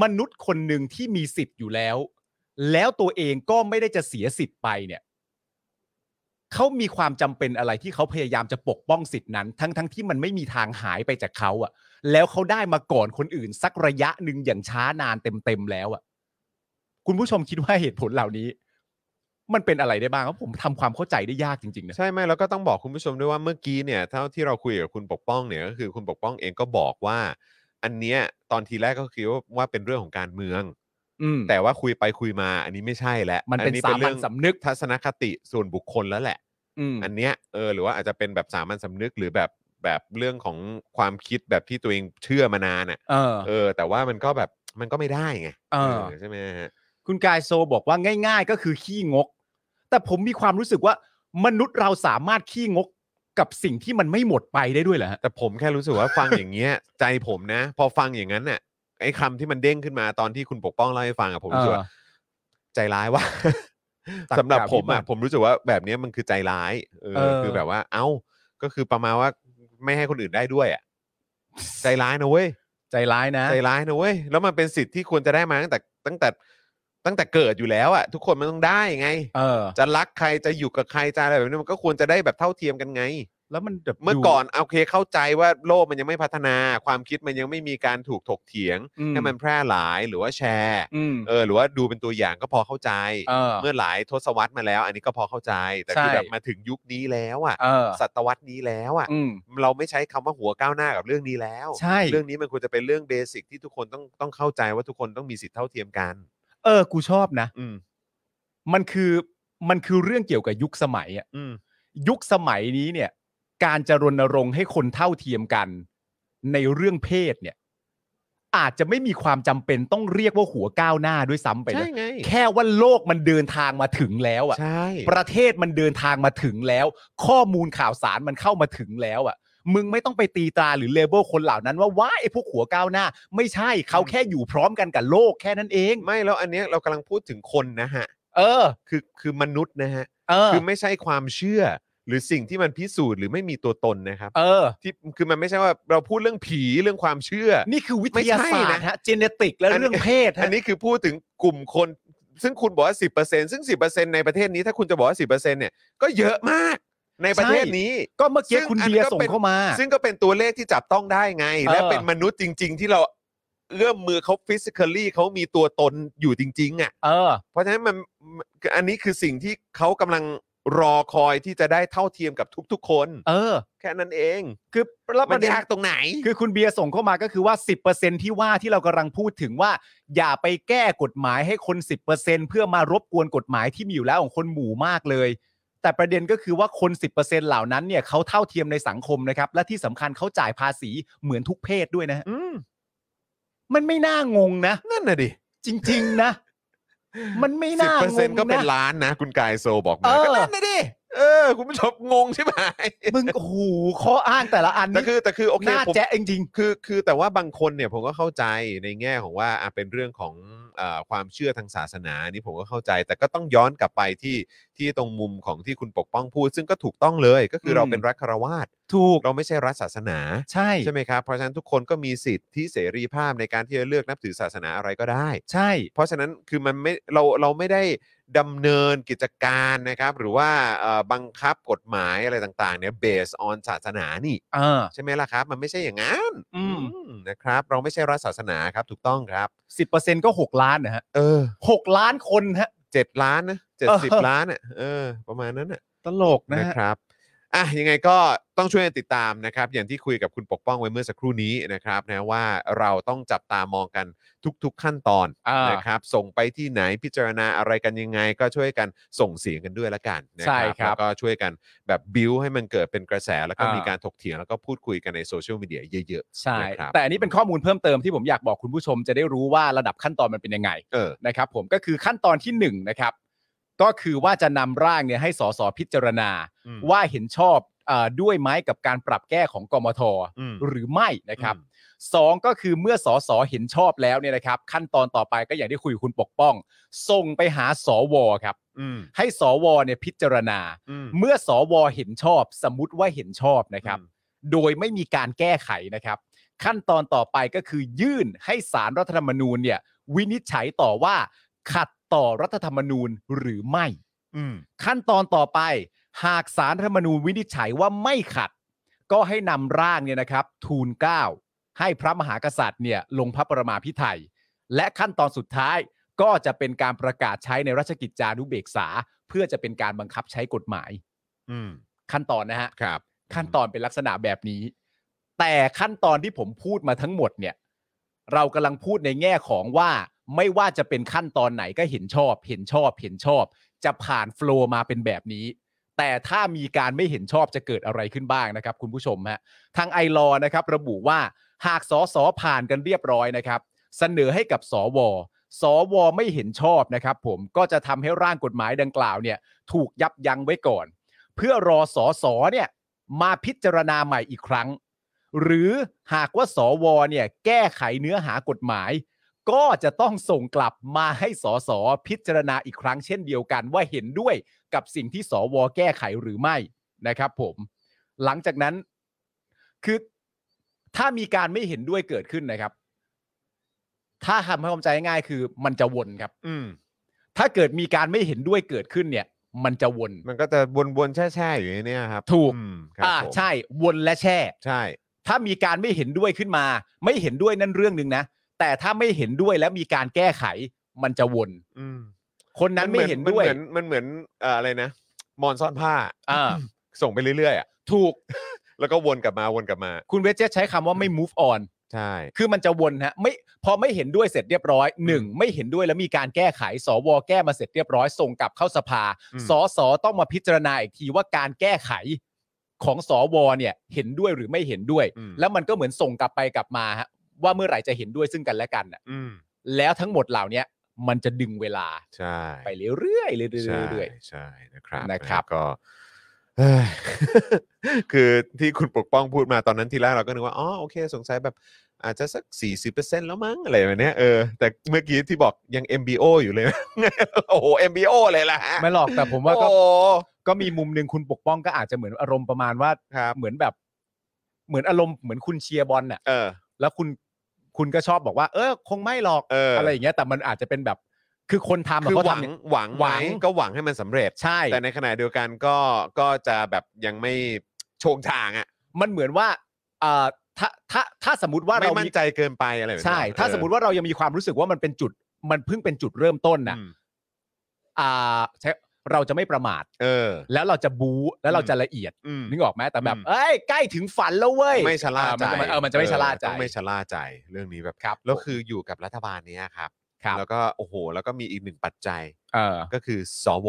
มนุษย์คนหนึ่งที่มีสิทธิ์อยู่แล้ว แล้วตัวเองก็ไม่ได้จะเสียสิทธิ์ไปเนี่ยเขามีความจำเป็นอะไรที่เขาพยายามจะปกป้องสิทธินั้น ทั้งทั้งที่มันไม่มีทางหายไปจากเขาอะแล้วเขาได้มาก่อนคนอื่น สักระยะหนึ่งอย่างช้านานเต็มๆแล้วอะคุณผู้ชมคิดว่าเหตุผลเหล่านี้ มันเป็นอะไรได้บ้างครับผมทำความเข้าใจได้ยากจริงๆนะ
ใช่ไหมแล้วก็ต้องบอกคุณผู้ชมด้วยว่าเมื่อกี้เนี่ยเท่าที่เราคุยกับคุณปกป้องเนี่ยก็คือคุณปกป้องเองก็บอกว่า อันเนี้ยตอนทีแรกก็คิดว่าว่าเป็นเรื่องของการเมือง
อืม
แต่ว่าคุยไปคุยมา อันนี้ไม่ใช่แล้ว
มันเป็น
อั
สามั
เรื่
ญ
อง
สำนึก
ทัศนคติส่วนบุคคลแล้วแหละ
อืม
อันเนี้ยเออหรือว่าอาจจะเป็นแบบสามัญสำนึกหรือแบบแบบเรื่องของความคิดแบบที่ตัวเองเชื่อมานานอ่ะ
เออ
เออ แต่ว่ามันก็แบบมันก็ไม่ได้ไง
เออ
เใช่ไหมฮะ
คุณกายโซบอกว่าง่าย ๆ ก็คือขี้งก แต่ผมมีความรู้สึกว่า มนุษย์เราสามารถขี้งกกับสิ่งที่มันไม่หมดไปได้ด้วยเหรอฮะ
แต่ผมแค่รู้สึกว่าฟังอย่างเงี้ย ใจผมนะ พอฟังอย่างนั้นน่ะไอ้คำที่มันเด้งขึ้นมาตอนที่คุณปกป้องเล่าให้ฟังอะผมรู้สึกว่า
เออ
ใจร้ายว่ะ
ตรรกะ
สำหรับผม
วิบั
อะ
ติ
ผมรู้สึกว่าแบบเนี้ยมันคือใจร้ายเออ
เออ
คือแบบว่า เอ้าก็คือประมาณว่าไม่ให้คนอื่นได้ด้วยอะใจร้ายนะเว้ย
ใจร้ายนะ
ใจร้ายนะเว้ยแล้วมันเป็นสิทธิ์ที่ควรจะได้มาตั้งแต่ตั้งแต่ตั้งแต่เกิดอยู่แล้วอะทุกคนมันต้องได้ไง
เออ
จะรักใครจะอยู่กับใครจะอะไรแบบนี้มันก็ควรจะได้แบบเท่าเทียมกันไง
แล้วมันแบบ
เมื่อก่อนโอเคเข้าใจว่าโลกมันยังไม่พัฒนา ความคิดมันยังไม่มีการถูกถกเถียง
อื
ให้มันแพร่หลายหรือว่าแชร์
อืม
เออหรือว่าดูเป็นตัวอย่างก็พอเข้าใจ
เออ
เมื่อหลายทศวรรษมาแล้ว อันนี้ก็พอเข้าใจ แต่คือ
ใช่
แบบมาถึงยุคนี้แล้วอ่ะ
เออ
ศตวรรษนี้แล้วอ่ะ
อืม
เราไม่ใช้คำว่าหัวก้าวหน้ากับเรื่องนี้แล้ว
ใช่
เรื่องนี้มันควรจะเป็นเรื่องเบสิกที่ทุกคนต้องต้องเข้าใจว่าทุกคนต้องมีสิทธิ์เท่าเทียมกัน
เออ กูชอบนะ
อืม
มันคือมันคือเรื่องเกี่ยวกับยุคสมัยอะ
อืม
ยุคสมัยนี้เนี่ย การจะรณรงค์ให้คนเท่าเทียมกัน ในเรื่องเพศเนี่ย อาจจะไม่มีความจำเป็นต้องเรียกว่าหัวก้าวหน้าด้วยซ้ำไปนะ
ใช่ไง
แค่ว่าโลกมันเดินทางมาถึงแล้วอะ
ใช่
ประเทศมันเดินทางมาถึงแล้ว ข้อมูลข่าวสารมันเข้ามาถึงแล้วอะมึงไม่ต้องไปตีตราหรือเลเบลคนเหล่านั้นว่าว้าไอ้พวกหัวก้าวหน้า ไม่ใช่เขาแค่อยู่พร้อมกันกับโลกแค่นั้นเอง
ไม่แล้วอันเนี้ยเรากำลังพูดถึงคนนะฮะ
เออ
คือคือมนุษย์นะฮะ
เออ
คือไม่ใช่ความเชื่อหรือสิ่งที่มันพิสูจน์หรือไม่มีตัวตนนะครับ
เออ
ที่คือมันไม่ใช่ว่าเราพูดเรื่องผีเรื่องความเชื่อ
นี่คือวิทยาศาสต
ไม่ใช่
ร์
นะ
ฮะเจเนติกและ
อันนี้
เรื่องเพศ
อั
ฮะ
นนี้คือพูดถึงกลุ่มคน ซึ่งคุณบอกว่า 10%ซึ่ง 10%ในประเทศนี้ถ้าคุณจะบอกว่า 10%เนี่ยก็เยอะมากในประเทศนี้
ก็เมื่อกี้
ซึ่ง
คุณ
อัน
เบียร์
ก็
ส่ง
เป็น
เข้ามา
ซึ่งก็เป็นตัวเลขที่จับต้องได้ไง และ
เออ
เป็นมนุษย์จริง ๆ ที่เราเอื้อมมือเขาฟิสิกอลี่เขามีตัวตนอยู่จริงๆอ่ะ
เออ
เพราะฉะนั้นมันมันอันนี้คือสิ่งที่เขากำลังรอคอยที่จะได้เท่าเทียมกับทุกๆ คน
เออ
แค่นั้นเอง
คือแล้วป
มัน
ระเด็น
ยากตรงไหน
คือคุณเบียร์ส่งเข้ามาก็คือว่า 10%ที่ว่าที่เรากำลังพูดถึงว่า อย่าไปแก้กฎหมายให้คน 10%เพื่อมารบกวนกฎหมายที่มีอยู่แล้วของคนหมู่มากเลย แต่ประเด็นก็คือว่าคน 10%เหล่านั้นเนี่ยเขาเท่าเทียมในสังคมนะครับ และที่สำคัญเขาจ่ายภาษีเหมือนทุกเพศด้วยนะฮะ
อืม
มันไม่น่างงนะ
นั่นน่ะดิ
จริง ๆ นะ มันไม่
สิบ
น่าง
เปอร์เซ็น
ง
ต์ก็เป็น
นะ
ล้านนะ คุณกายโซบอกมา
เออ
ก็นั่นน่ะดิเออ คุณผู้ชมงงใช่ไหม
มึงโอ้โหข้ออ้างแต่ละอัน
แต่
นี่
คือแต่คือโอเค
น่า
ผม
แจ๊ะจริง
คือคือแต่ว่าบางคนเนี่ยผมก็เข้าใจในแง่ของว่าอ่ะเป็นเรื่องของเออความเชื่อทางศาสนานี่ผมก็เข้าใจ แต่ก็ต้องย้อนกลับไปที่ที่ตรงมุมของที่คุณปกป้องพูด ซึ่งก็ถูกต้องเลยก็คืออ
ม
เราเป็นรัฐคารวาส
ๆ ถูก
เราไม่ใช่รัฐศาสนา
ใช่
ใช่ไหมครับเพราะฉะนั้นทุกคนก็มีสิทธิเสรีภาพในการที่จะเลือกนับถือศาสนาอะไรก็ได้
ใช่
เพราะฉะนั้นคือมันไม่เราเราไม่ได้ดำเนินกิจการนะครับ หรือว่าเอ่อบังคับกฎหมายอะไรต่างๆเนี่ย based on ศาสนานี่
เออ
ใช่ไหมล่ะครับ มันไม่ใช่อย่างนั้น
อืม
อืมนะครับ เราไม่ใช่รัฐศาสนาครับ ถูกต้องครับ
สิบเปอร์เซ็นต์ก็หกล้านนะฮะ
เออ
หกล้านคนฮะ
เจ็ดล้านนะเจ็ดสิบ
เออ
ล้านอ่ะเออ ประมาณนั้นอ่ะ
ตลกนะ
นะ
ฮะ
ครับ อ่ะยังไงก็ต้องช่วยกันติดตามนะครับ อย่างที่คุยกับคุณปกป้องไว้เมื่อสักครู่นี้นะครับนะว่าเราต้องจับตามองกันทุก ๆขั้นตอน
อ่าน
นะครับ ส่งไปที่ไหนพิจารณาอะไรกันยังไง ก็ช่วยกันส่งเสียงกันด้วยละกันนะ
ใช่
ค
ครั
รับบ แล้วก็ช่วยกันแบบบิวให้มันเกิดเป็นกระแส แล้วก็
อ่ามี
มีการถกเถียงแล้วก็พูดคุยกันในโซเชียลมีเดียเยอะ
ใช่
นะครับ
แต่อันนี้เป็นข้อมูลเพิ่มเติมที่ผมอยากบอกคุณผู้ชมจะได้รู้ว่าระดับขั้นตอนมันเป็นยังไง
ๆเออ
นะครับผมก็คือขั้นตอนที่หนึ่งนะครับ ก็คือว่าจะนำร่างเนี่ยให้สสพิจารณา
อืม
ว่าเห็นชอบเออด้วยไหมกับการปรับแก้ของกมท
อืม
หรือไม่นะครับ
อืม
สองก็คือเมื่อสสเห็นชอบแล้วเนี่ยนะครับ ขั้นตอนต่อไปก็อย่างที่คุยกับคุณปกป้อง ส่งไปหาสวครับ
อืม
ให้สวเนี่ยพิจารณา
อืม
เมื่อสวเห็นชอบ สมมติว่าเห็นชอบนะครับ
อืม
โดยไม่มีการแก้ไขนะครับ ขั้นตอนต่อไปก็คือยื่นให้สารรัฐธรรมนูญเนี่ยวินิจฉัยต่อว่า ขัดต่อรัฐธรรมนูญหรือไม่
อืม
ขั้นตอนต่อไป หากสารรัฐธรรมนูญวินิจฉัยว่าไม่ขัด ก็ให้นำร่างเนี่ยนะครับ ทูลเกล้าให้พระมหากษัตริย์เนี่ยลงพระประมาพิไทยและขั้นตอนสุดท้ายก็จะเป็นการประกาศใช้ในราชกิจจานุเบกษา เพื่อจะเป็นการบังคับใช้กฎหมาย
อืม
ขั้นตอนนะฮะ
ครับ
ขั้นตอนเป็นลักษณะแบบนี้ แต่ขั้นตอนที่ผมพูดมาทั้งหมดเนี่ย เรากำลังพูดในแง่ของว่าไม่ว่าจะเป็นขั้นตอนไหนก็เห็นชอบ เห็นชอบ เห็นชอบ จะผ่านโฟลว์มาเป็นแบบนี้ แต่ถ้ามีการไม่เห็นชอบจะเกิดอะไรขึ้นบ้างนะครับ คุณผู้ชมฮะทางไอรอนะครับ ระบุว่าหากสสผ่านกันเรียบร้อยนะครับ เสนอให้กับสว สวไม่เห็นชอบนะครับผมก็จะทำให้ร่างกฎหมายดังกล่าวเนี่ย ถูกยับยั้งไว้ก่อน เพื่อรอสอสอเนี่ยมาพิจารณาใหม่อีกครั้ง หรือหากว่าสอวอเนี่ยแก้ไขเนื้อหากฎหมาย ก็จะต้องส่งกลับมาให้สอสอพิจารณาอีกครั้งเช่นเดียวกัน ว่าเห็นด้วยกับสิ่งที่สอวอแก้ไขหรือไม่นะครับผม หลังจากนั้นคือถ้ามีการไม่เห็นด้วยเกิดขึ้นนะครับ ถ้าทำให้ความใจง่ายๆคือมันจะวนครับ
อืม
ถ้าเกิดมีการไม่เห็นด้วยเกิดขึ้นเนี่ย มันจะวน
มันก็จะวนๆแช่ๆอยู่ในเนี้ยครับ
ถูก
อืมครับ
อ่า
ผม
ใช่วนและแช่
ใช่
ถ้ามีการไม่เห็นด้วยขึ้นมา ไม่เห็นด้วยนั่นเรื่องหนึ่งนะ แต่ถ้าไม่เห็นด้วยและมีการแก้ไข มันจะวน
อืม
คนนั้นไม่เห็นด้วย
มัเหมือนมันเหมือนเอ่ออะไรนะหมอนซ่อนผ้า
อ่า
ส่งไปเรื่อยๆอ่ะ
ถูก
แล้วก็วนกลับมาวนกลับมา
คุณเวจเจใช้คำว่าไม่ move on
ใช่
คือมันจะวนฮะไม่พอไม่เห็นด้วยเสร็จเรียบร้อยหนึ่งไม่เห็นด้วยแล้วมีการแก้ไข สวแก้มาเสร็จเรียบร้อยส่งกลับเข้าสภา
อืม
สสต้องมาพิจารณาอีกทีว่าการแก้ไขของสวเนี่ยเห็นด้วยหรือไม่เห็นด้วย
อืม
แล้วมันก็เหมือนส่งกลับไปกลับมาฮะว่าเมื่อไหร่จะเห็นด้วยซึ่งกันและกันน่ะ
อืม
แล้วทั้งหมดเหล่านี้มันจะดึงเวลา
ใช่
ไปเรื่อยๆเรื่อยๆ
ใช่
เรื่อย
ใช่นะครับ
นะครับ
ก็ เอ้ย คือที่คุณปกป้องพูดมาตอนนั้นทีแรกเราก็นึกว่าอ๋อโอเคสงสัยแบบอาจจะสัก 40%แล้วมั้งอะไรแบบเนี้ยเออแต่เมื่อกี้ที่บอกยัง MBO อยู่ เลย โอ้โห MBO เลยล่ะ
ๆไม่หรอกแต่ผมว่าก็
โอ้โห
ก็มีมุมหนึ่งคุณปกป้องก็อาจจะเหมือนอารมณ์ประมาณว่า
ครับ
เหมือนแบบ เหมือนอารมณ์เหมือนคุณเชียร์บอลน่ะ
เออ
แล้วคุณคุณก็ชอบบอกว่า เออ คงไม่หรอก
เอออ
อะไรอย่างเงี้ยแต่มันอาจจะเป็นแบบ คือคนทำอะ
คือ
เขา
หวัง
ทำเนี่ย
หวัง
ห
ห
วั
วั
ง
งก็หวังให้มันสำเร็จ
ใช่
แต่ในขณะเดียวกันก็ก็จะแบบยังไม่โชงทางอ่ะ
มันเหมือนว่าเอ่อถ้าถ้าถ้าสมมติว่า
ไม่
เรา
มั่น
มี
ใจเกินไปอะไรแบบนั้น
ใช่ ถ้า
เออ
สมมติว่าเรายังมีความรู้สึกว่ามันเป็นจุด มันเพิ่งเป็นจุดเริ่มต้นน่ะ
อืม
อ่าใช่เราจะไม่ประมาท
เออ
แล้วเราจะบู๊แล้วเราจะละเอียด
อืม
นึกออกไหมแต่แบบ
อืม
เอ้ย ใกล้ถึงฝันแล้วเว้ย
ไม่ชะล่าใจ
อ่มันจะไม่เออมันจะไม่ชะล่าใจ
ต้องไม่ชะล่าใจเรื่องนี้แบบ
ครับ
แล้วคืออยู่กับรัฐบาลเนี้ยครับ
ครับ
แล้วก็โอ้โห แล้วก็มีอีกหนึ่งปัจจัย
เออ
ก็คือสว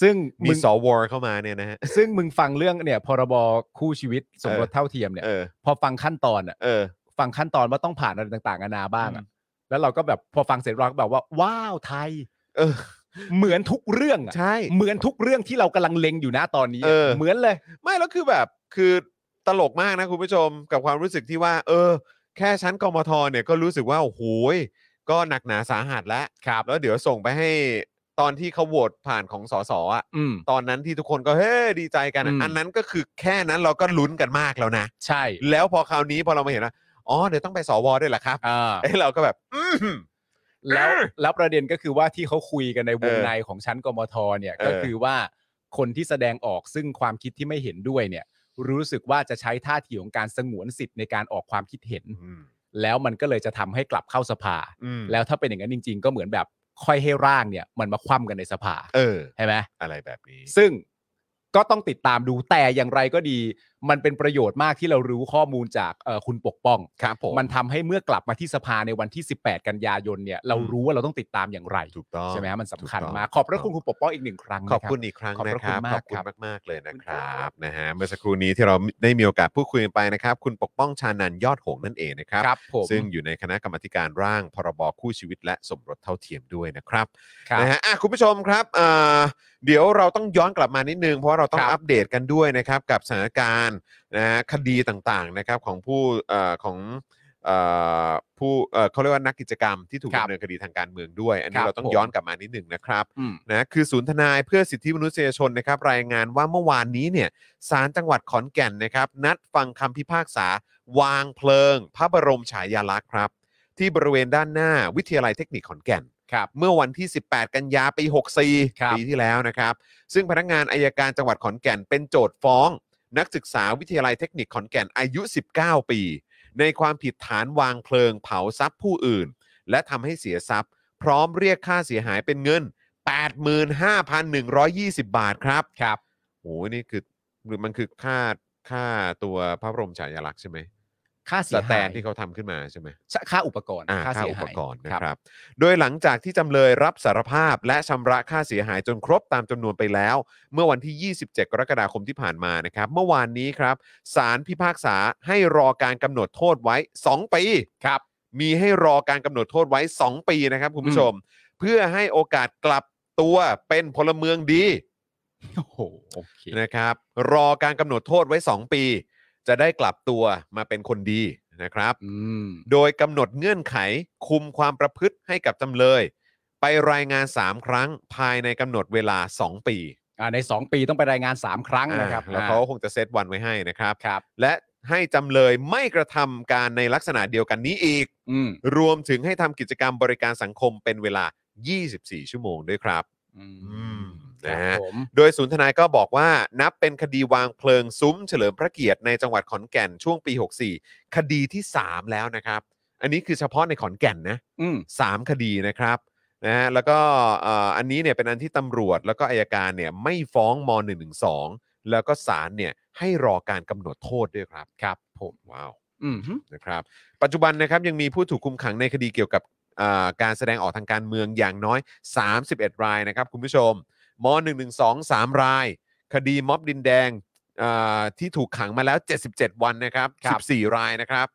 ซึ่ง
มี
มึง
สวเข้ามาเนี่ยนะฮะ
ซึ่งมึงฟังเรื่องเนี่ยพรบคู่ชีวิตสมรสเท่าเทียมเนี่ย
เออ
พอฟังขั้นตอนอ่ะ
เออ
ฟังขั้นตอนว่าต้องผ่านอะไรต่างๆนานาบ้างอ่ะแล้วเราก็แบบพอฟังเสร็จเราก็แบบว่า ว้าวไทย
เออ
เหมือนทุกเรื่องอ่ะ
ใช่
เหมือนทุกเรื่องที่เรากำลังเล็งอยู่นะตอนนี้
เออ
เหมือนเลย
ไม่แล้วคือแบบคือตลกมากนะคุณผู้ชมกับความรู้สึกที่ว่า เออ แค่ชั้นกมทเนี่ยก็รู้สึกว่าโอ้โหยก็หนักหนาสาหัสแล้วครับแล้วเดี๋ยวส่งไปให้ตอนที่เขาโหวตผ่านของสสอ่ะ
อืม
ตอนนั้นที่ทุกคนก็เฮ้ดีใจกันอะ
อืม
อันนั้นก็คือแค่นั้นเราก็ลุ้นกันมากแล้วนะ
ใช่
แล้วพอคราวนี้พอเรามาเห็นว่าอ๋อเดี๋ยวต้องไปสวด้วยเหรอครับ
อ่า
เอ้ยเราก็แบบ อืม
แล้วแล้วประเด็นก็คือว่าที่เขาคุยกันในวง
เออ
ในของชั้นกมทเนี่ย
เออ
ก็คือว่าคนที่แสดงออกซึ่งความคิดที่ไม่เห็นด้วยเนี่ย รู้สึกว่าจะใช้ท่าทีของการสงวนสิทธิ์ในการออกความคิดเห็น
อืม
แล้วมันก็เลยจะทำให้กลับเข้าสภา
อืม
แล้วถ้าเป็นอย่างนั้นจริง ๆ ก็เหมือนแบบค่อยให้ร่างเนี่ย มันมาคว่ำกันในสภา
เออ
ใช่ไหม
อะไรแบบนี้
ซึ่ง ก็ต้องติดตามดูแต่อย่างไรก็ดี มันเป็นประโยชน์มากที่เรารู้ข้อมูลจากเอ่อคุณปกป้อง
ครับผม
มันทำให้เมื่อกลับมาที่สภาในวันที่ 18 กันยายนเนี่ยเรารู้ว่าเราต้องติดตามอย่างไร
ถูกต้อง
ใช่ไหมฮะมันสำคัญ
ถูกต้อง
มากขอบพระคุณคุณปกป้องอีกหนึ่งครั้งนะ
ข
รั
อบคุณอีกครั้ง
ขอบพ
นะ
ระ
ค
คุณ
รับ
มา
ข
ก
อบคุณ
ครับ
มากมากๆเลยนะครับนะฮะเมื่อสักครู่นี้ที่เราได้มีโอกาสพูดคุยกันไปนะครับ คุณปกป้องชานันยอดหงส์นั่นเองนะครับ
ครับผม
ซึ่งอยู่ในคณะกรรมาธิการร่างพรบคู่ชีวิตและสมรสเท่าเทียมด้วยนะครับ
ครับ
นะฮะอ่ะคุณผู้ชมครับเอ่อเดี๋ยวเราต้องย้อนกลับมานิดนึง เพราะเราต้อง
ครับ
อัปเดตกันด้วยนะครับกับสถานการณ์นะฮะคดีต่างๆนะครับของผู้เอ่อของเอ่อผู้เอ่อเขาเรียกว่านักกิจกรรมที่ถูก
ครับ
ดำเนินคดีทางการเมืองด้วย อันนี้
ครับ
เราต้อง
ผม
ย้อนกลับมานิดนึงนะครับ
อืม
นะคือศูนย์ทนายเพื่อสิทธิมนุษยชนนะครับรายงานว่าเมื่อวานนี้เนี่ยศาลจังหวัดขอนแก่นนะครับ นัดฟังคำพิพากษา วางเพลิง พระบรมฉายาลักษณ์ครับ ที่บริเวณด้านหน้าวิทยาลัยเทคนิคขอนแก่น
ครับ
เมื่อวันที่ 18 กันยาปี
ครับ
64 ปีที่แล้วนะครับ ซึ่งพนักงานอายการจังหวัดขอนแก่นเป็นโจทย์ฟ้อง นักศึกษาวิทยาลัยเทคนิคขอนแก่นอายุ 19 ปี ในความผิดฐานวางเพลิงเผาทรัพย์ผู้อื่น และทำให้เสียทรัพย์ พร้อมเรียกค่าเสียหายเป็นเงิน 85,120 บาทครับ
ครับ
โอ้โหนี่คือหรือมันคือค่าค่าตัวพระบรมฉายาลักษณ์ใช่ไหม
ค่า
ส
เสีย
แต
หาย
นที่เขาทำขึ้นมาใช่ไหม
ค่าอุปกรณ์
อ่าค่า
เสีย
อุ
หย
ปกรณ์นะครับ โดยหลังจากที่จำเลยรับสารภาพและชำระค่าเสียหายจนครบตามจำนวนไปแล้ว เมื่อวันที่ 27 กรกฎาคมที่ผ่านมานะครับ เมื่อวานนี้ครับศาลพิพากษาให้รอการกำหนดโทษไว้ 2 ปี
ครับ
มีให้รอการกำหนดโทษไว้ 2 ปีนะครับคุณผู้ชม เพื่อให้โอกาสกลับตัวเป็นพลเมืองดี
โอ้โหโอเค
นะครับรอการกำหนดโทษไว้ 2 ปี จะได้กลับตัวมาเป็นคนดีนะครับ
อืม
โดยกำหนดเงื่อนไขคุมความประพฤติให้กับจำเลย ไปรายงาน 3 ครั้งภายในกำหนดเวลา 2 ปี
อ่าใน 2 ปีต้องไปรายงาน 3 ครั้ง
อ่า
นะครับ
แล้วเขาคงจะเซตวันไว้ให้นะครับ
ครับ
และให้จำเลยไม่กระทำการในลักษณะเดียวกันนี้อีก
อืม
รวมถึงให้ทำกิจกรรมบริการสังคมเป็นเวลา 24 ชั่วโมงด้วยครับ
อื
ม
ม
นะ
ค
ฮะ
รับผม
โดยศูนย์ทนายก็บอกว่า นับเป็นคดีวางเพลิงซุ้มเฉลิมพระเกียรติในจังหวัดขอนแก่นช่วงปี 64 คดีที่ 3 แล้วนะครับ อันนี้คือเฉพาะในขอนแก่นนะ
อืม
3 คดีนะครับนะฮะแล้วก็เอ่ออันนี้เนี่ยเป็นอันที่ตำรวจแล้วก็อายการเนี่ยไม่ฟ้องม .112 แล้วก็ศาลเนี่ยให้รอการกำหนดโทษด้วยครับครับผมว้าว
อืมฮึ
นะครับปัจจุบันนะครับยังมีผู้ถูกคุมขังในคดีเกี่ยวกับเอ่อการแสดงออกทางการเมืองอย่างน้อย 31 รายนะครับคุณผู้ชมม .112 3 ราย คดีม็อบดินแดงเอ่อที่ถูกขังมาแล้ว 77 วันนะครับ14 รายนะครับ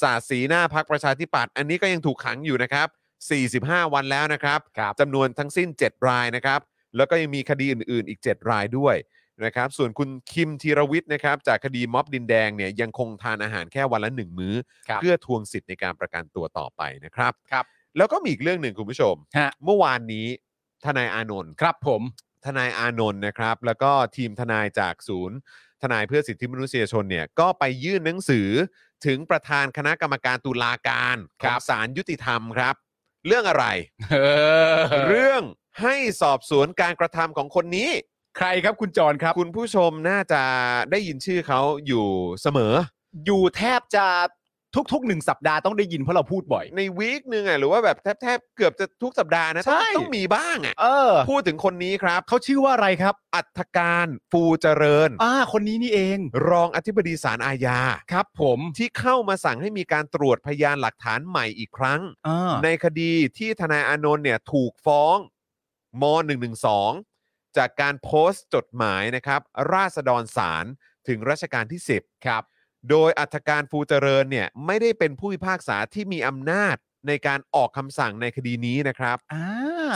ศาสตร์สีหน้าพักประชาธิปัตย์อันนี้ก็ยังถูกขังอยู่นะครับ 45 วันแล้วนะครับ
ครับ
จำนวนทั้งสิ้น 7 รายนะครับ แล้วก็ยังมีคดีอื่นๆ อีก 7 รายด้วยนะครับ ส่วนคุณคิมธีรวิทย์นะครับ จากคดีม็อบดินแดงเนี่ยยังคงทานอาหารแค่วันละ 1 มื้อ
ครับ
เพื่อทวงสิทธิ์ในการประกันตัวต่อไปนะครับ
ครับ
แล้วก็มีอีกเรื่องหนึ่งคุณผู้ชม
ฮะ
เมื่อวานนี้ทนายอานนท์
ครับผม
ทนายอานนท์นะครับ แล้วก็ทีมทนายจากศูนย์ ทนายเพื่อสิทธิมนุษยชนเนี่ยก็ไปยื่นหนังสือถึงประธานคณะกรรมการตุลาการข
ครั
อง
บ
ศาลยุติธรรมครับ เรื่องอะไร
เออ
เรื่องให้สอบสวนการกระทำของคนนี้
ใครครับคุณจรครับ
คุณผู้ชมน่าจะได้ยินชื่อเขาอยู่เสมอ
อยู่แทบจะทุกๆหนึ่งสัปดาห์ต้องได้ยินเพราะเราพูดบ่อย
ในวีคหนึ่งอ่ะหรือว่าแบบแทบๆเกือบจะทุกสัปดาห์นะต้อง
ใช่
ต้องมีบ้างอ่ะ
เออ
พูดถึงคนนี้ครับ
เขาชื่อว่าอะไรครับ
อัฐการฟูเจริญ
อ่า คนนี้นี่เอง
รองอธิบดีศาลอาญา
ครับผม
ที่เข้ามาสั่งให้มีการตรวจพยานหลักฐานใหม่อีกครั้ง
อ่า
ในคดีที่ทนายอานนท์เนี่ยถูกฟ้องม .112 จากการโพสต์จดหมายนะครับ ราษฎรศาลถึงรัชกาลที่ 10
ครับ
โดยอัธการฟูเจริญเนี่ยไม่ได้เป็นผู้พิพากษาที่มีอำนาจในการออกคำสั่งในคดีนี้นะครับ
อ่า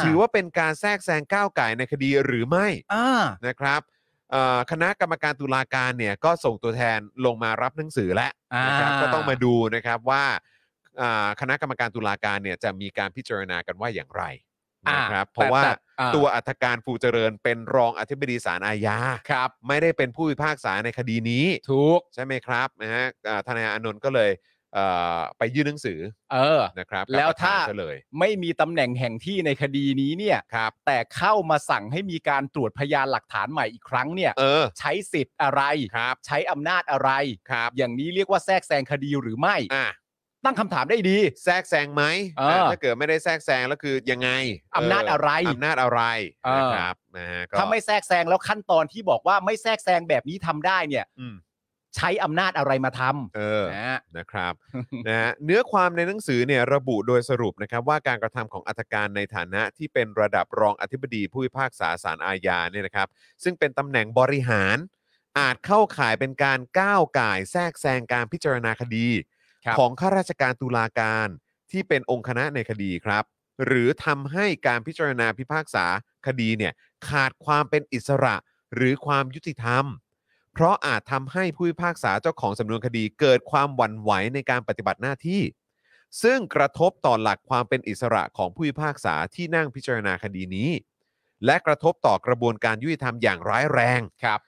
ถือว่าเป็นการแทรกแซงก้าวไก่ในคดีหรือไม่
อ่า
นะครับเอ่อคณะกรรมการตุลาการเนี่ยก็ส่งตัวแทนลงมารับหนังสือแล้วนะครับ
อ่า
ก็ต้องมาดูนะครับว่าอ่าคณะกรรมการตุลาการเนี่ยจะมีการพิจารณากันว่าอย่างไร
อ่
นะครับเพ
แต่
ราะว่า
แต่อ่า
ตัวอัธการฟูเจริญเป็นรองอธิบดีศาลอาญา
ครับ
ไม่ได้เป็นผู้พิพากษาในคดีนี้
ถูก
ใช่ไหมครับนะฮะอ่าทนายอานนท์ก็เลยเอ่อไปยื่นหนังสือ
เออ
นะครับ
แล้ว
กับประธน
ถ้า
เฉลย
ไม่มีตำแหน่งแห่งที่ในคดีนี้เนี่ย
ครับ
แต่เข้ามาสั่งให้มีการตรวจพยานหลักฐานใหม่อีกครั้งเนี่ย
เออ
ใช้สิทธิ์อะไร
ครับ
ใช้อำนาจอะไร
ครับ
อย่างนี้เรียกว่าแทรกแซงคดีหรือไม่
อ่ะ
ตั้งคำถามได้ดี
แทรกแซงไหม
เอออ่
ะถ้าเกิดไม่ได้แทรกแซงแล้วคือยังไง
อำนาจอะไร
อำนาจอะไร
เออ
นะครับนะฮะก็
ถ้าไม่แทรกแซงแล้วขั้นตอนที่บอกว่าไม่แทรกแซงแบบนี้ทำได้เนี่ย
อืม
ใช้อำนาจอะไรมาท
เออ
ำนะ
นะครับ นะฮะเนื้อความในหนังสือเนี่ยระบุโดยสรุปนะครับว่าการกระทำของอัตการในฐานะที่เป็นระดับรองอธิบดีผู้พิพากษาศาลอาญาเนี่ยนะครับ ซึ่งเป็นตำแหน่งบริหาร อาจเข้าข่ายเป็นการก้าวก่ายแทรกแซงการพิจารณาคดี
ครับ
ของข้าราชการตุลาการที่เป็นองค์คณะในคดีครับ หรือทำให้การพิจารณาพิพากษาคดีเนี่ยขาดความเป็นอิสระหรือความยุติธรรม เพราะอาจทำให้ผู้พิพากษาเจ้าของสำนวนคดีเกิดความหวั่นไหวในการปฏิบัติหน้าที่ ซึ่งกระทบต่อหลักความเป็นอิสระของผู้พิพากษาที่นั่งพิจารณาคดีนี้ และกระทบต่อกระบวนการยุติธรรมอย่างร้ายแรงครับ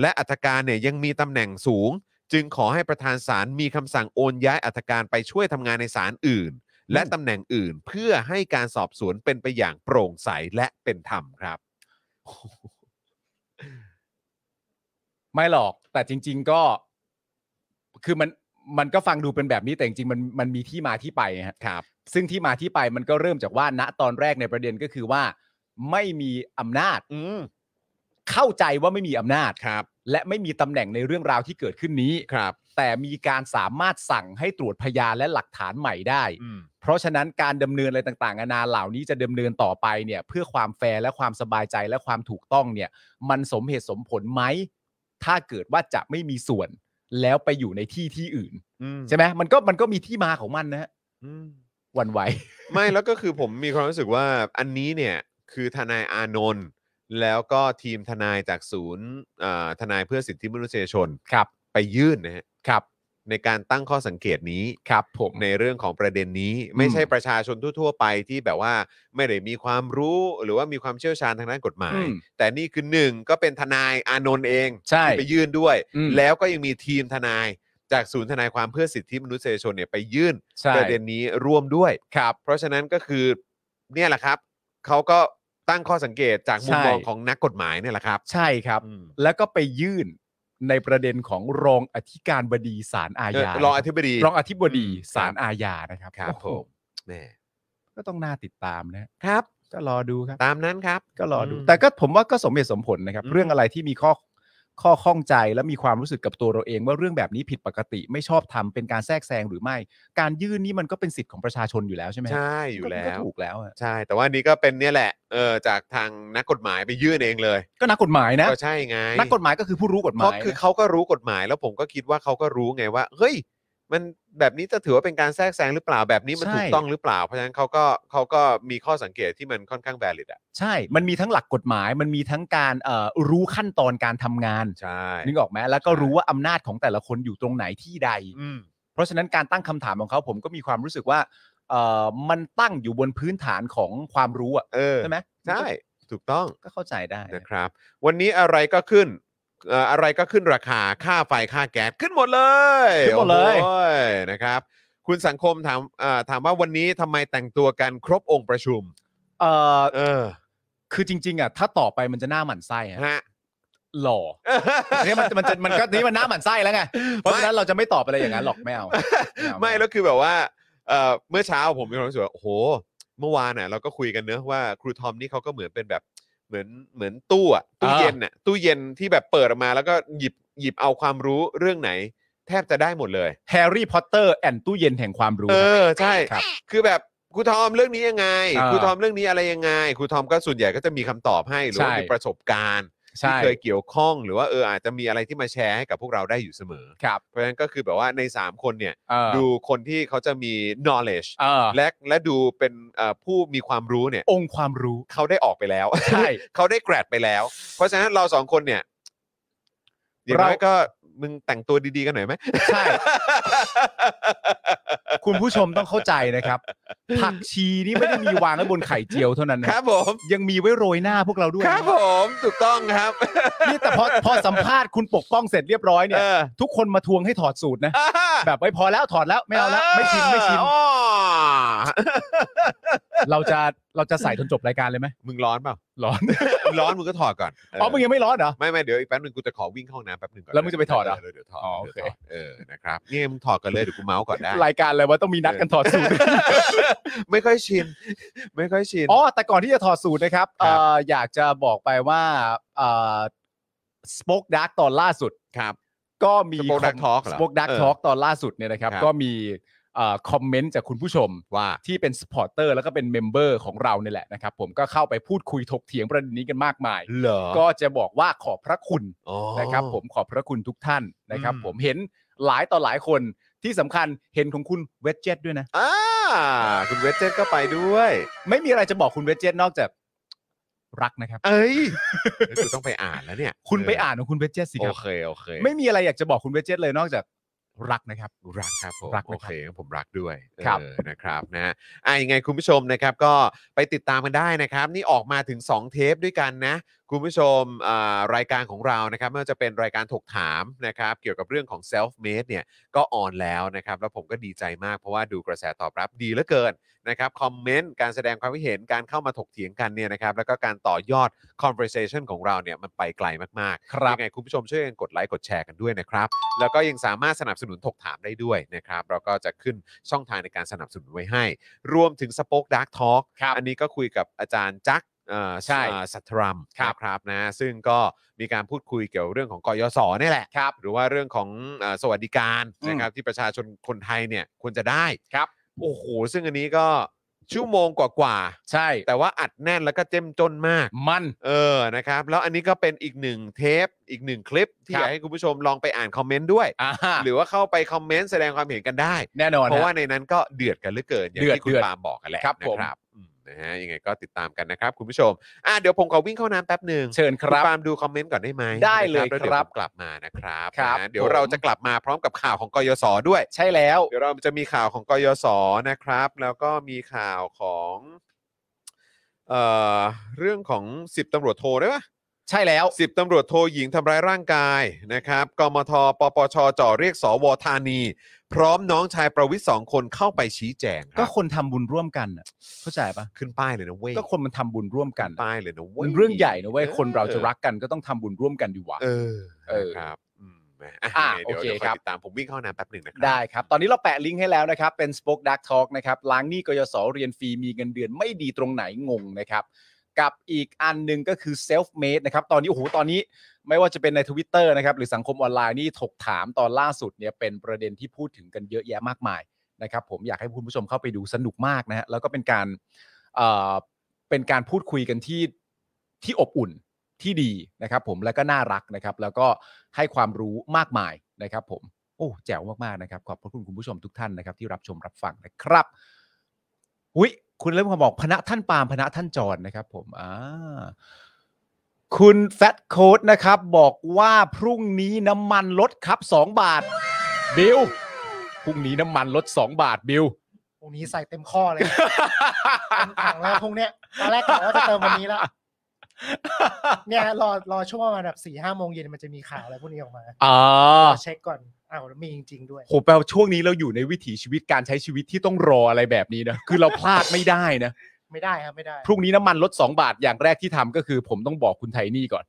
และอัตการเนี่ยยังมีตำแหน่งสูง จึงขอให้ประธานศาลมีคำสั่งโอนย้ายอัตการไปช่วยทำงานในศาลอื่น และตำแหน่งอื่นเพื่อให้การสอบสวนเป็นไปอย่างโปร่งใสและเป็นธรรมครับ
ไม่หรอก แต่จริง ๆก็ คือมันมันก็ฟังดูเป็นแบบนี้แต่จริงๆมันมันมีที่มาที่ไปไงฮะ
ครับ
ซึ่งที่มาที่ไปมันก็เริ่มจากว่าณตอนแรกในประเด็นก็คือว่า ไม่มีอำนาจ
อืม
เข้าใจว่าไม่มีอำนาจ
ครับ
และไม่มีตำแหน่งในเรื่องราวที่เกิดขึ้นนี้
ครับ
แต่มีการสามารถสั่งให้ตรวจพยานและหลักฐานใหม่ได้
อืม
เพราะฉะนั้นการดำเนินอะไรต่างๆนานาเหล่านี้จะดำเนินต่อไปเนี่ย เพื่อความแฟร์และความสบายใจและความถูกต้องเนี่ย มันสมเหตุสมผลไหม ถ้าเกิดว่าจะไม่มีส่วน แล้วไปอยู่ในที่ที่อื่น
อืม
ใช่ไหมมันก็มันก็มีที่มาของมันนะฮะ
อืม
หวันไหว
ไม่แล้วก็คือผมมีความรู้สึกว่าอันนี้เนี่ยคือทนายอานนท์แล้วก็ทีมทนายจากศูนย์เอ่อทนายเพื่อสิทธิมนุษยชน
ครับ
ไปยื่นนะฮะ
ครับ
ในการตั้งข้อสังเกตนี้
ครับผม
ในเรื่องของประเด็นนี้ ไม่ใช่ประชาชนทั่ว ๆ ไปที่แบบว่าไม่ได้มีความรู้หรือว่ามีความเชี่ยวชาญทางด้านกฎหมาย
อืม
แต่นี่คือหนึ่งก็เป็นทนายอานนท์เอง
ใช่
ที่ไปยื่นด้วย
อืม
แล้วก็ยังมีทีมทนายจากศูนย์ทนายความเพื่อสิทธิมนุษยชนเนี่ยไปยื่น
ใช่
ประเด็นนี้ร่วมด้วย
ครับ
เพราะฉะนั้นก็คือเนี่ยแหละครับเขาก็ตั้งข้อสังเกตจากมุม
ใช่
มองของนักกฎหมายเนี่ยแหละครับ
ใช่ครับ
อืม
แล้วก็ไปยื่นในประเด็นของรองอธิการบดีศาลอา
เออ
ญาร ร
องอธิบดี
รองอธิบดีศาลอาญานะครับ
ครับ
โอ้
ผ
โห
มแหม่
ก็ต้องน่าติดตามนะฮะ
ครับ
ก็รอดูครับ
ตามนั้นครับ
ก็รอดู
อืม
แต่ก็ผมว่าก็สมเหตุสมผลนะครับ
อืม
เรื่องอะไรที่มีข้อข้อข้องใจและมีความรู้สึกกับตัวเราเอง ว่าเรื่องแบบนี้ผิดปกติไม่ชอบทำเป็นการแทรกแซงหรือไม่ การยื่นนี่มันก็เป็นสิทธิ์ของประชาชนอยู่แล้วใช่ไหมฮะ
ใช่อยู่
ก็
แล้
ก็
ว
ถูกแล้วอะ
ใช่ แต่ว่านี่ก็เป็นเนี่ยแหละเออจากทางนักกฎหมายไปยื่นเองเลย
ก็นักกฎหมายนะ
ก็ใช่ไง
นักกฎหมายก็คือผู้รู้กฎห
เพ
มาย
ราะ
นะ
คือเขาก็รู้กฎหมายแล้วผมก็คิดว่าเขาก็รู้ไงว่า เฮ้ย มันแบบนี้จะถือว่าเป็นการแทรกแซงหรือเปล่าแบบนี้มันถูกต้องหรือเปล่าเพราะฉะนั้นเขาก็เขาก็มีข้อสังเกตที่มันค่อนข้าง valid อ่ะ
ใช่ มันมีทั้งหลักกฎหมาย มันมีทั้งการเอ่อรู้ขั้นตอนการทำงาน
ใช่
นึกออกไหมแล้วก็รู้ว่าอำนาจของแต่ละคนอยู่ตรงไหนที่ใด
อืม
เพราะฉะนั้นการตั้งคำถามของเขาผมก็มีความรู้สึกว่าเอ่อมันตั้งอยู่บนพื้นฐานของความรู้อะ
เออ
ใช่ไหม
ใช่ถูกต้อง
ก็เข้าใจได้
นะครับ วันนี้อะไรก็ขึ้นเอ่ออะไรก็ขึ้นราคาค่าไฟค่าแก๊สขึ้นหมดเลย
ขึ้นหมดเลย
โอ้ยนะครับ คุณสังคมถามเอ่อถามว่าวันนี้ทำไมแต่งตัวกันครบองค์ประชุม
เอ่อ
เออ
คือจริง ๆ อ่ะ ถ้าต่อไปมันจะหน้าหมันไส้ฮะ
ฮะ
หล่อเนี่ยมันมันจะมันก็นี่มันหน้าหมันไส้แล้วไง เพราะฉะนั้นเราจะไม่ตอบอะไรอย่างนั้นหรอกไม่ เอาเอา
ไม่แล้วคือแบบว่าเอ่อเมื่อเช้าผมมีความรู้สึกว่าโอ้โห เมื่อวานน่ะเราก็คุยกันเนอะว่าครูทอมนี่เขาก็เหมือนเป็นแบบเหมือนเหมือนตู้อะตู้เย็นน่ะตู้เย็นที่แบบเปิดออกมาแล้วก็หยิบหยิบเอาความรู้เรื่องไหน แทบจะได้หมดเลย
แฮร์รี่พอตเตอร์แอนตู้เย็นแห่งความรู้
เออใช่
ครับ
คือแบบครูทอมเรื่องนี้ยังไง
อ่า
ครูทอมเรื่องนี้อะไรยังไงครูทอมก็ส่วนใหญ่ก็จะมีคำตอบให้หรือว่า
ใช่
มีประสบการณ์ที่
ใช่
เคยเกี่ยวข้องหรือว่าเอออาจจะมีอะไรที่มาแชร์ให้กับพวกเราได้อยู่เสมอ
ครับ
เพราะฉะนั้นก็คือแบบว่าใน 3 คนเนี่ย
เออ
ดูคนที่เขาจะมี knowledge
เออ
และและดูเป็นเอ่อผู้มีความรู้เนี่ย
องค์ความรู้
เขาได้ออกไปแล้ว
ใช่
เขาได้แกรดไปแล้ว เพราะฉะนั้นเราสองคนเนี่ยอย่างน้อยก็มึงแต่งตัวดีๆกันหน่อยไหม
ใช่ คุณผู้ชมต้องเข้าใจนะครับ ผักชีนี่ไม่ได้มีวางไว้บนไข่เจียวเท่า นั้นนะครับ
ผม
ยังมีไว้โรยหน้าพวกเราด้วย
ครับผมถูกต้องครับ
นี่แต่พอพอสัมภาษณ์คุณปกป้องเสร็จเรียบร้อยเนี่ย
เออ
ทุกคนมาทวงให้ถอดสูตรนะ
อ่า
แบบไม่พอแล้วถอดแล้วไม่ เอาแล้วไม่ชิมไม่ชิม
อ๋อ
เราจะเราจะใส่จนจบรายการเลยไหม
มึงร้อนเปล่า
ร้อน
มึงร้อนมึงก็ถอดก่อนเ
อ๋อมึงยังไม่ร้อนเหรอ
ไม่ไม่เดี๋ยวอีกแป๊บนึงกูจะขอวิ่งเข้าห้องน้ำแป๊บนึงก่อน
แล้วมึงจะไปถอดเหรอ
เดี๋ยวเดี๋ยวถอด
อ๋อโอเค
ดี๋ยวถดเออนะครับนี่มึงถอดกันเลยเดี๋ยวกูเมาส์ก่อนได้
ราย ายการเลยว่าต้องมีนัดกันถอดสูตร
ไม่ค่อยชิน ไม่ค่อยชิน
อ๋อ แต่ก่อนที่จะถอดสูตรนะครับ
ครับ
เอ่ออยากจะบอกไปว่าสป็อกดักตอนล่าสุด
ครับ
ก็มี
Spoke Dark Talk เหรอ
สป็อกดัก
เออ
ทอล์กตอนล่าสุดเนี่ยนะครับ
ครับ
ก็มีคอมเมนต์จากคุณผู้ชม
ว่า
ที่เป็นสปอร์เตอร์แล้วก็เป็นเมมเบอร์ของเราเนี่ยแหละนะครับ ผมก็เข้าไปพูดคุยถกเถียงประเด็นนี้กันมากมาย
เหรอ
ก็จะบอกว่าขอบพระคุณ
อ๋อ
นะครับผมขอบพระคุณทุกท่านนะครับ
อืม
ผมเห็นหลายต่อหลายคนที่สำคัญเห็นของคุณเวจเจตด้วยนะ
อ่าคุณเวจเจตก็ไปด้วย
ไม่มีอะไรจะบอกคุณเวจเจตนอกจากรักนะครับ
เอ้ยเดี๋ยวกูต้องไปอ่านแล้วเนี่ย
คุณไปอ่านของคุณเวจเจตสิค
โอ
รับ
เคโอเค
ไม่มีอะไรอยากจะบอกคุณเวจเจตเลยนอกจากรักนะครับ
รักครับผม
รัก
โอ
นะครับ
เคผมรักด้วย
ครับ
เออนะครับนะฮะอ่ะยังไงคุณผู้ชมนะครับก็ไปติดตามกันได้นะครับ นี่ออกมาถึง 2 เทปด้วยกันนะ คุณผู้ชมอ่ารายการของเรานะครับไม่ว่าจะเป็นรายการถกถามนะครับ เกี่ยวกับเรื่องของ self made เนี่ยก็ออนแล้วนะครับ แล้วผมก็ดีใจมากเพราะว่าดูกระแสตอบรับดีเหลือเกิน นะครับคอมเมนต์การแสดงความคิดเห็นการเข้ามาถกเถียงกันเนี่ยนะครับแล้วก็การต่อยอด conversation ของเราเนี่ยมันไปไกลมากๆ
ครับ
ยังไงคุณผู้ชมช่วยกันกดไลค์กดแชร์กันด้วยนะครับ แล้วก็ยังสามารถสนับสนุนถกถามได้ด้วยนะครับ เราก็จะขึ้นช่องทางในการสนับสนุนไว้ให้ รวมถึง Spoke Dark Talk
ครับ
อันนี้ก็คุยกับอาจารย์จักรเอ่อ
ใช่
อ่าสัทรัม
ครับ
นะครับนะซึ่งก็มีการพูดคุยเกี่ยวเรื่องของกยศนี่แหละ
ครับ
หรือว่าเรื่องของเอ่อสวัสดิการ
อืม
นะครับที่ประชาชนคนไทยเนี่ยควรจะได้
ครับ
โอ้โห ซึ่งอันนี้ก็ชั่วโมงกว่า
ใช่
ๆ แต่ว่าอัดแน่นแล้วก็เจ้มจนมาก
มัน
เออ นะครับ แล้วอันนี้ก็เป็นอีกหนึ่งเทป อีกหนึ่งคลิป ที่
ครั
อบ ยากให้คุณผู้ชมลองไปอ่านคอมเมนต์ด้วย
อ่า
หรือว่าเข้าไปคอมเมนต์แสดงความเห็นกันได้
แน่นอน
เพราะว่า
ฮ
ในนั้นก็เดือดกันเหลือเกิน อย่าง
เดือด
ที่คุณ
เดือด
ปาล์มบอกกันแหละ
ครับ
นะ
ผม
ครับอืมนะฮะ ยังไงก็ติดตามกันนะครับ คุณผู้ชม อ่ะเดี๋ยวผมขอวิ่งเข้าน้ำแป๊บหนึ่ง
เชิญค
ณ
รับ
ปาล์มดูคอมเมนต์ก่อนได้ไหม
ได้เลย
นะแล้วเดี๋ยว
ครับ
ผมกลับมานะครับ
ครับ
นะเดี๋ยว
ผม
เราจะกลับมาพร้อมกับข่าวของกยศด้วย
ใช่แล้ว
เดี๋ยวเราจะมีข่าวของกยศนะครับ แล้วก็มีข่าวของเอ่อเรื่องของ 10ตำรวจโทได้ปะ
ใช่แล้ว
10ตำรวจโทหญิงทำร้ายร่างกายนะครับกมทปปชจ่อเรียกสวธานี พร้อมน้องชายประวิทย์สองคนเข้าไปชี้แจงค
ก็
รับ
คนทำบุญร่วมกันน่ะเข้าใจปะ
ขึ้นป้ายเลยนะเว้ย
ก็คนมันทำบุญร่วมกัน
ป้ายเลยนะเว้
มั
ย
นเรื่องใหญ่นะเว้ยคนเราจะรักกันก็ต้องทำบุญร่วมกันดีกว่า
เออ
เออ
นะครับอืมนะ
อ่ะ
ยังไงเดี๋ยว
โอเค
เดี๋ยวค
ครั
อย
บ
ติดตามผมวิ่งเข้าน้ำแป๊บหนึ่งนะครั
ได้ครับ ตอนนี้เราแปะลิงก์ให้แล้วนะครับ เป็น Spoke Dark Talk นะครับ ล้างหนี้กยศเรียนฟรี มีเงินเดือนไม่ดีตรงไหนงงนะครับ กับอีกอันหนึงก็คือ Self Made นะครับ ตอนนี้ โอ้โห ตอนนี้ไม่ว่าจะเป็นใน Twitter นะครับ หรือสังคมออนไลน์นี่ถกถามตอนล่าสุดเนี่ยเป็นประเด็นที่พูดถึงกันเยอะแยะมากมายนะครับ ผมอยากให้คุณผู้ชมเข้าไปดูสนุกมากนะฮะแล้วก็เป็นการเอ่อเป็นการพูดคุยกันที่ที่อบอุ่น ที่ดีนะครับผมแล้วก็น่ารักนะครับ แล้วก็ให้ความรู้มากมายนะครับ ผมโอ้แจ๋วมากๆนะครับ ขอบพระคุณคุณผู้ชมทุกท่านนะครับ ที่รับชมรับฟังนะครับอุ้ยคุณเริ่มมาบอกพระท่านปาล์มพระท่านจรนะครับ ผมอ่าคุณแฟตโค้ดนะครับ บอกว่าพรุ่งนี้น้ำมันลดครับ 2 บาท บิลพรุ่งนี้น้ำมันลด 2 บาทบิล
พรุ่งนี้ใส่เต็มข้อเลย เต็มถังแล้วพรุ่งเนี้ยตอนแรกกะว่าจะเติมวันนี้แล้ว เนี่ยรอรอช่วงประมาณแบบสี่ห้าโมงเย็นมันจะมีข่าวอะไรพวกนี้ออกมา
อ่า
เช็คก่อนอ้าวแล้วมีจริง ๆ ด้วย
โหแปลว่าช่วงนี้เราอยู่ในวิถีชีวิตการใช้ชีวิตที่ต้องรออะไรแบบนี้นะ คือเราพลาดไม่ได้นะ
ไม่ได้ครับไม่ได้
พรุ่งนี้น้ำมันลด 2 บาทอย่างแรกที่ทำก็คือ ผมต้องบอกคุณไทนี่ก่อน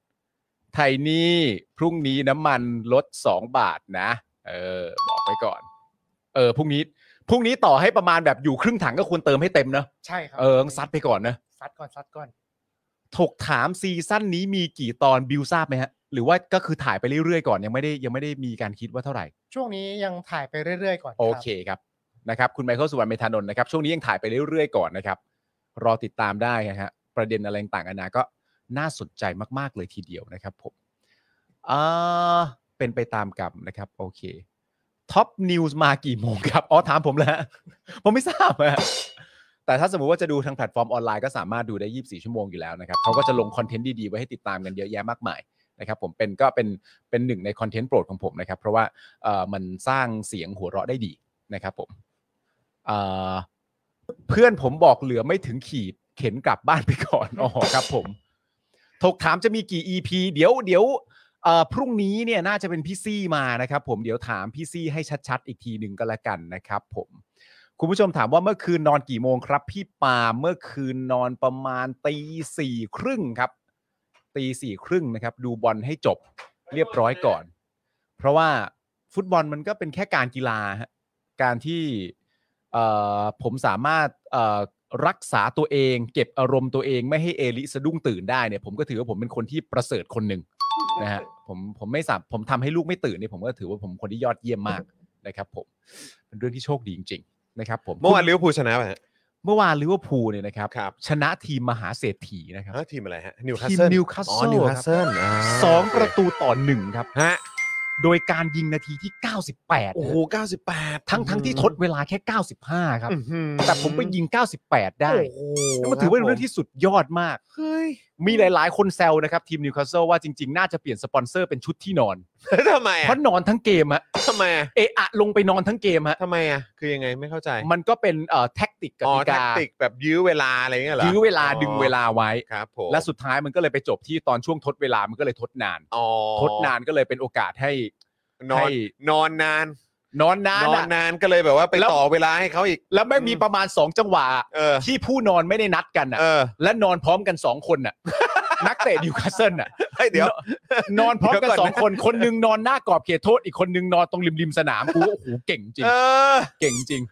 ไทนี่พรุ่งนี้น้ำมันลด 2 บาทนะ เออ บอกไว้ก่อน เออพรุ่งนี้พรุ่งนี้ต่อให้ประมาณแบบอยู่ครึ่งถังก็ควรเติมให้เต็มนะ
ใช่ครั
เออต้องซัดไปก่อนนะ
ซัดก่อนซัดก่อน
ถกถามซีซั่นนี้มีกี่ตอนบิวทราบไหมฮะ หรือว่าก็คือถ่ายไปเรื่อยๆก่อนยังไม่ได้ยังไม่ได้มีการคิดว่าเท่าไหร่
ช่วงนี้ยังถ่ายไปเรื่อย ๆ ก่อน
โอ
รับ
เคครับนะครับคุณไมเคิลสุวรรณเมธานนท์นะครับ ช่วงนี้ยังถ่ายไปเรื่อยๆก่อนนะครับ รอติดตามได้นะฮะประเด็นอะไรต่างๆนานาก็น่าสนใจมากๆเลยทีเดียวนะครับผมอ่าเป็นไปตามกรรมนะครับ โอเคท็อปนิวส์มากี่โมงครับ อ๋อ ถามผมแล้ว ผมไม่ทราบอะแต่ถ้าสมมุติว่าจะดูทางแพลตฟอร์มออนไลน์ก็สามารถดูได้ 24 ชั่วโมงอยู่แล้วนะครับเขาก็จะลงคอนเทนต์ดีๆ ไว้ให้ติดตามกันเยอะแยะมากมาย นะครับผมเป็นก็เป็นเป็นหนึ่งในคอนเทนต์โปรดของผมนะครับ เพราะว่าเอ่อมันสร้างเสียงหัวเราะได้ดีนะครับผมเอ่อเพื่อนผมบอกเหลือไม่ถึงขีด เข็นกลับบ้านไปก่อน อ๋อครับผมถกถามจะมีกี่ EP เดี๋ยวเดี๋ยวเอ่อพรุ่งนี้เนี่ยน่าจะเป็นพี่ซี่มานะครับ ผมเดี๋ยวถามพี่ซี่ให้ชัดๆ อีกทีหนึ่งก็แล้วกันนะครับ ผมคุณผู้ชมถามว่าเมื่อคืนนอนกี่โมงครับ พี่ปาล์มเมื่อคืนนอนประมาณตีสี่ครึ่งครับ ตีสี่ครึ่งนะครับ ดูบอลให้จบเรียบร้อยก่อน เพราะว่าฟุตบอลมันก็เป็นแค่การกีฬาฮะการที่ เอ่อผมสามารถเอ่อรักษาตัวเอง เก็บอารมณ์ตัวเองไม่ให้เอลิสะดุ้งตื่นได้เนี่ยผมก็ถือว่าผมเป็นคนที่ประเสริฐคนหนึ่งนะฮะผมผมไม่สามผมทำให้ลูกไม่ตื่นเนี่ยผมก็ถือว่าผมคนที่ยอดเยี่ยมมากนะครับผมเป็นเรื่องที่โชคดีจริง ๆ นะครับผม
เมื่อวานลิเวอร์พูลชนะไปฮะ
เมื่อวานลิเวอร์พูลเนี่ยนะครับ
ครับ
ชนะทีมมหาเศรษฐีนะครับ
ฮะทีมอะไรฮะนิวคาส
ทีม
เซิล
นิวคาส
อ๋อ
เซิล
Newcastle า
สองประตูต่อหนึ่งครับ
ฮะ
โดยการยิงนาทีที่ 98
โอ้โห98
ทั้งทั้งที่ทดเวลาแค่ 95 ครับ
อื้อหือ
แต่ผมไปยิง 98 ได้
โอ้โห
แล้วมันถือว่าเป็นเรื่องที่สุดยอดมาก
เฮ้ย
มีหลาย ๆ คนแซวนะครับ ทีมนิวคาสเซิลว่าจริง ๆ น่าจะเปลี่ยนสปอนเซอร์เป็นชุดที่นอน
ทำไม
เพ
อ่ะ
ราะนอนทั้งเกมอะ
ทำไมอะ
เอะอะลงไปนอนทั้งเกมฮะ
ทำไมอ่ะคือยังไงไม่เข้าใจ
มันก็เป็นเอ่อแท็กติกก
อ๋อ
ติ
แท็
กาก
ติกแบบยื้อเวลาอะไรเงี้ยเหรอ
ยื้อเวลาดึงเวลาไว้
ครับผม
และสุดท้ายมันก็เลยไปจบที่ตอนช่วงทดเวลามันก็เลยทดนาน
อ๋อ
ทดนานก็เลยเป็นโอกาสให้
นอน
ให้
นอนนาน
นอนนาน
นอน
อะ
นานก็เลยแบบว่าไป
แล้ว
ต่อเวลาให้เขาอีก
แล้วไม่งมีประมาณ 2 จังหวะ
เออ
ที่ผู้นอนไม่ได้นัดกันอ่ะ
เออ
และนอนพร้อมกัน 2 คนน่ะ นักเตะนิวคาสเซิลน่ะ
เฮ้ยเดี๋ยว
นอนพร้อมกัน
เดี๋ยวก่อนนะ
สองคนคนหนึงนอนหน้ากรอบเขตโทษอีกคนหนึงนอนตรงริมริมสนามกูว่าโอ้โหเก่งจริง
เออ
เก่งจริง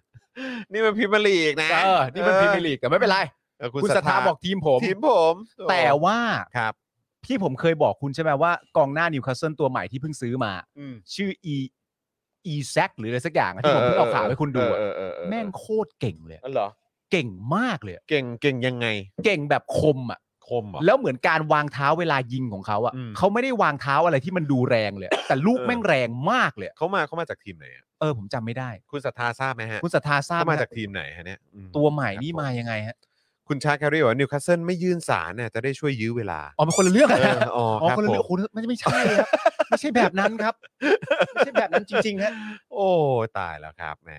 นี่มันพรีเมียร์ลีกนะ
เออนี่มันพรีเมียร์ลีกแต่ไม่เป็นไร
เออคุณ
คุณ
ศ
ส
รัท
ถา
ธา
บอกทีมผม
ทีมผม
แต่ว่า
ครับ
ที่ผมเคยบอกคุณใช่ไหมว่ากองหน้านิวคาสเซิลตัวใหม่ที่เพิ่งซื้อมา
อืม
ชื่ออีอีแซคหรืออะไรสักอย่างอะที่ผมเพิ่งเอาข่าวให้คุณดูอะ
เออเออเออ
แม่งโคตรเก่งเลย
อ๋อเหรอ
เก่งมากเลย
เก่งเก่งยังไง
เก่งแบบคมอ่ะ
คมเหรอ
แล้วเหมือนการวางเท้าเวลายิงของเขา
อืม
อะ่ะเขาไม่ได้วางเท้าอะไรที่มันดูแรงเลย แต่ลูก
เออ
แม่งแรงมากเลย
เขามาเขามาจากทีมไหนอะ
เออผมจำไม่ได้
คุณศรัทธาทราบไหมฮะ
คุณศรัทธาทราบ
เขา
ไห
มาจาก
ฮะ
ทีมไหนฮะเนี่ยอืม
ตัวใหม่
ค
นี่
รับผม
มายังไงฮะ
คุณชาร์ลแคร์รีบอกว่านิวคาสเซิลไม่ยื่นสารเนี่ยจะได้ช่วยยื้อเวลา
อ๋อเป็นคนละเรื่อง
เอ
อะ
อ อ๋อ
อ๋อ
ครับ
คนละ
ผ
เรื่อ
ม
งคุณไม่ไม่ใช่ครับไม่ใช่แบบนั้น ครับไม่ใช่แบบนั้นจริงๆฮะ
โอ้ตายแล้วครับแหม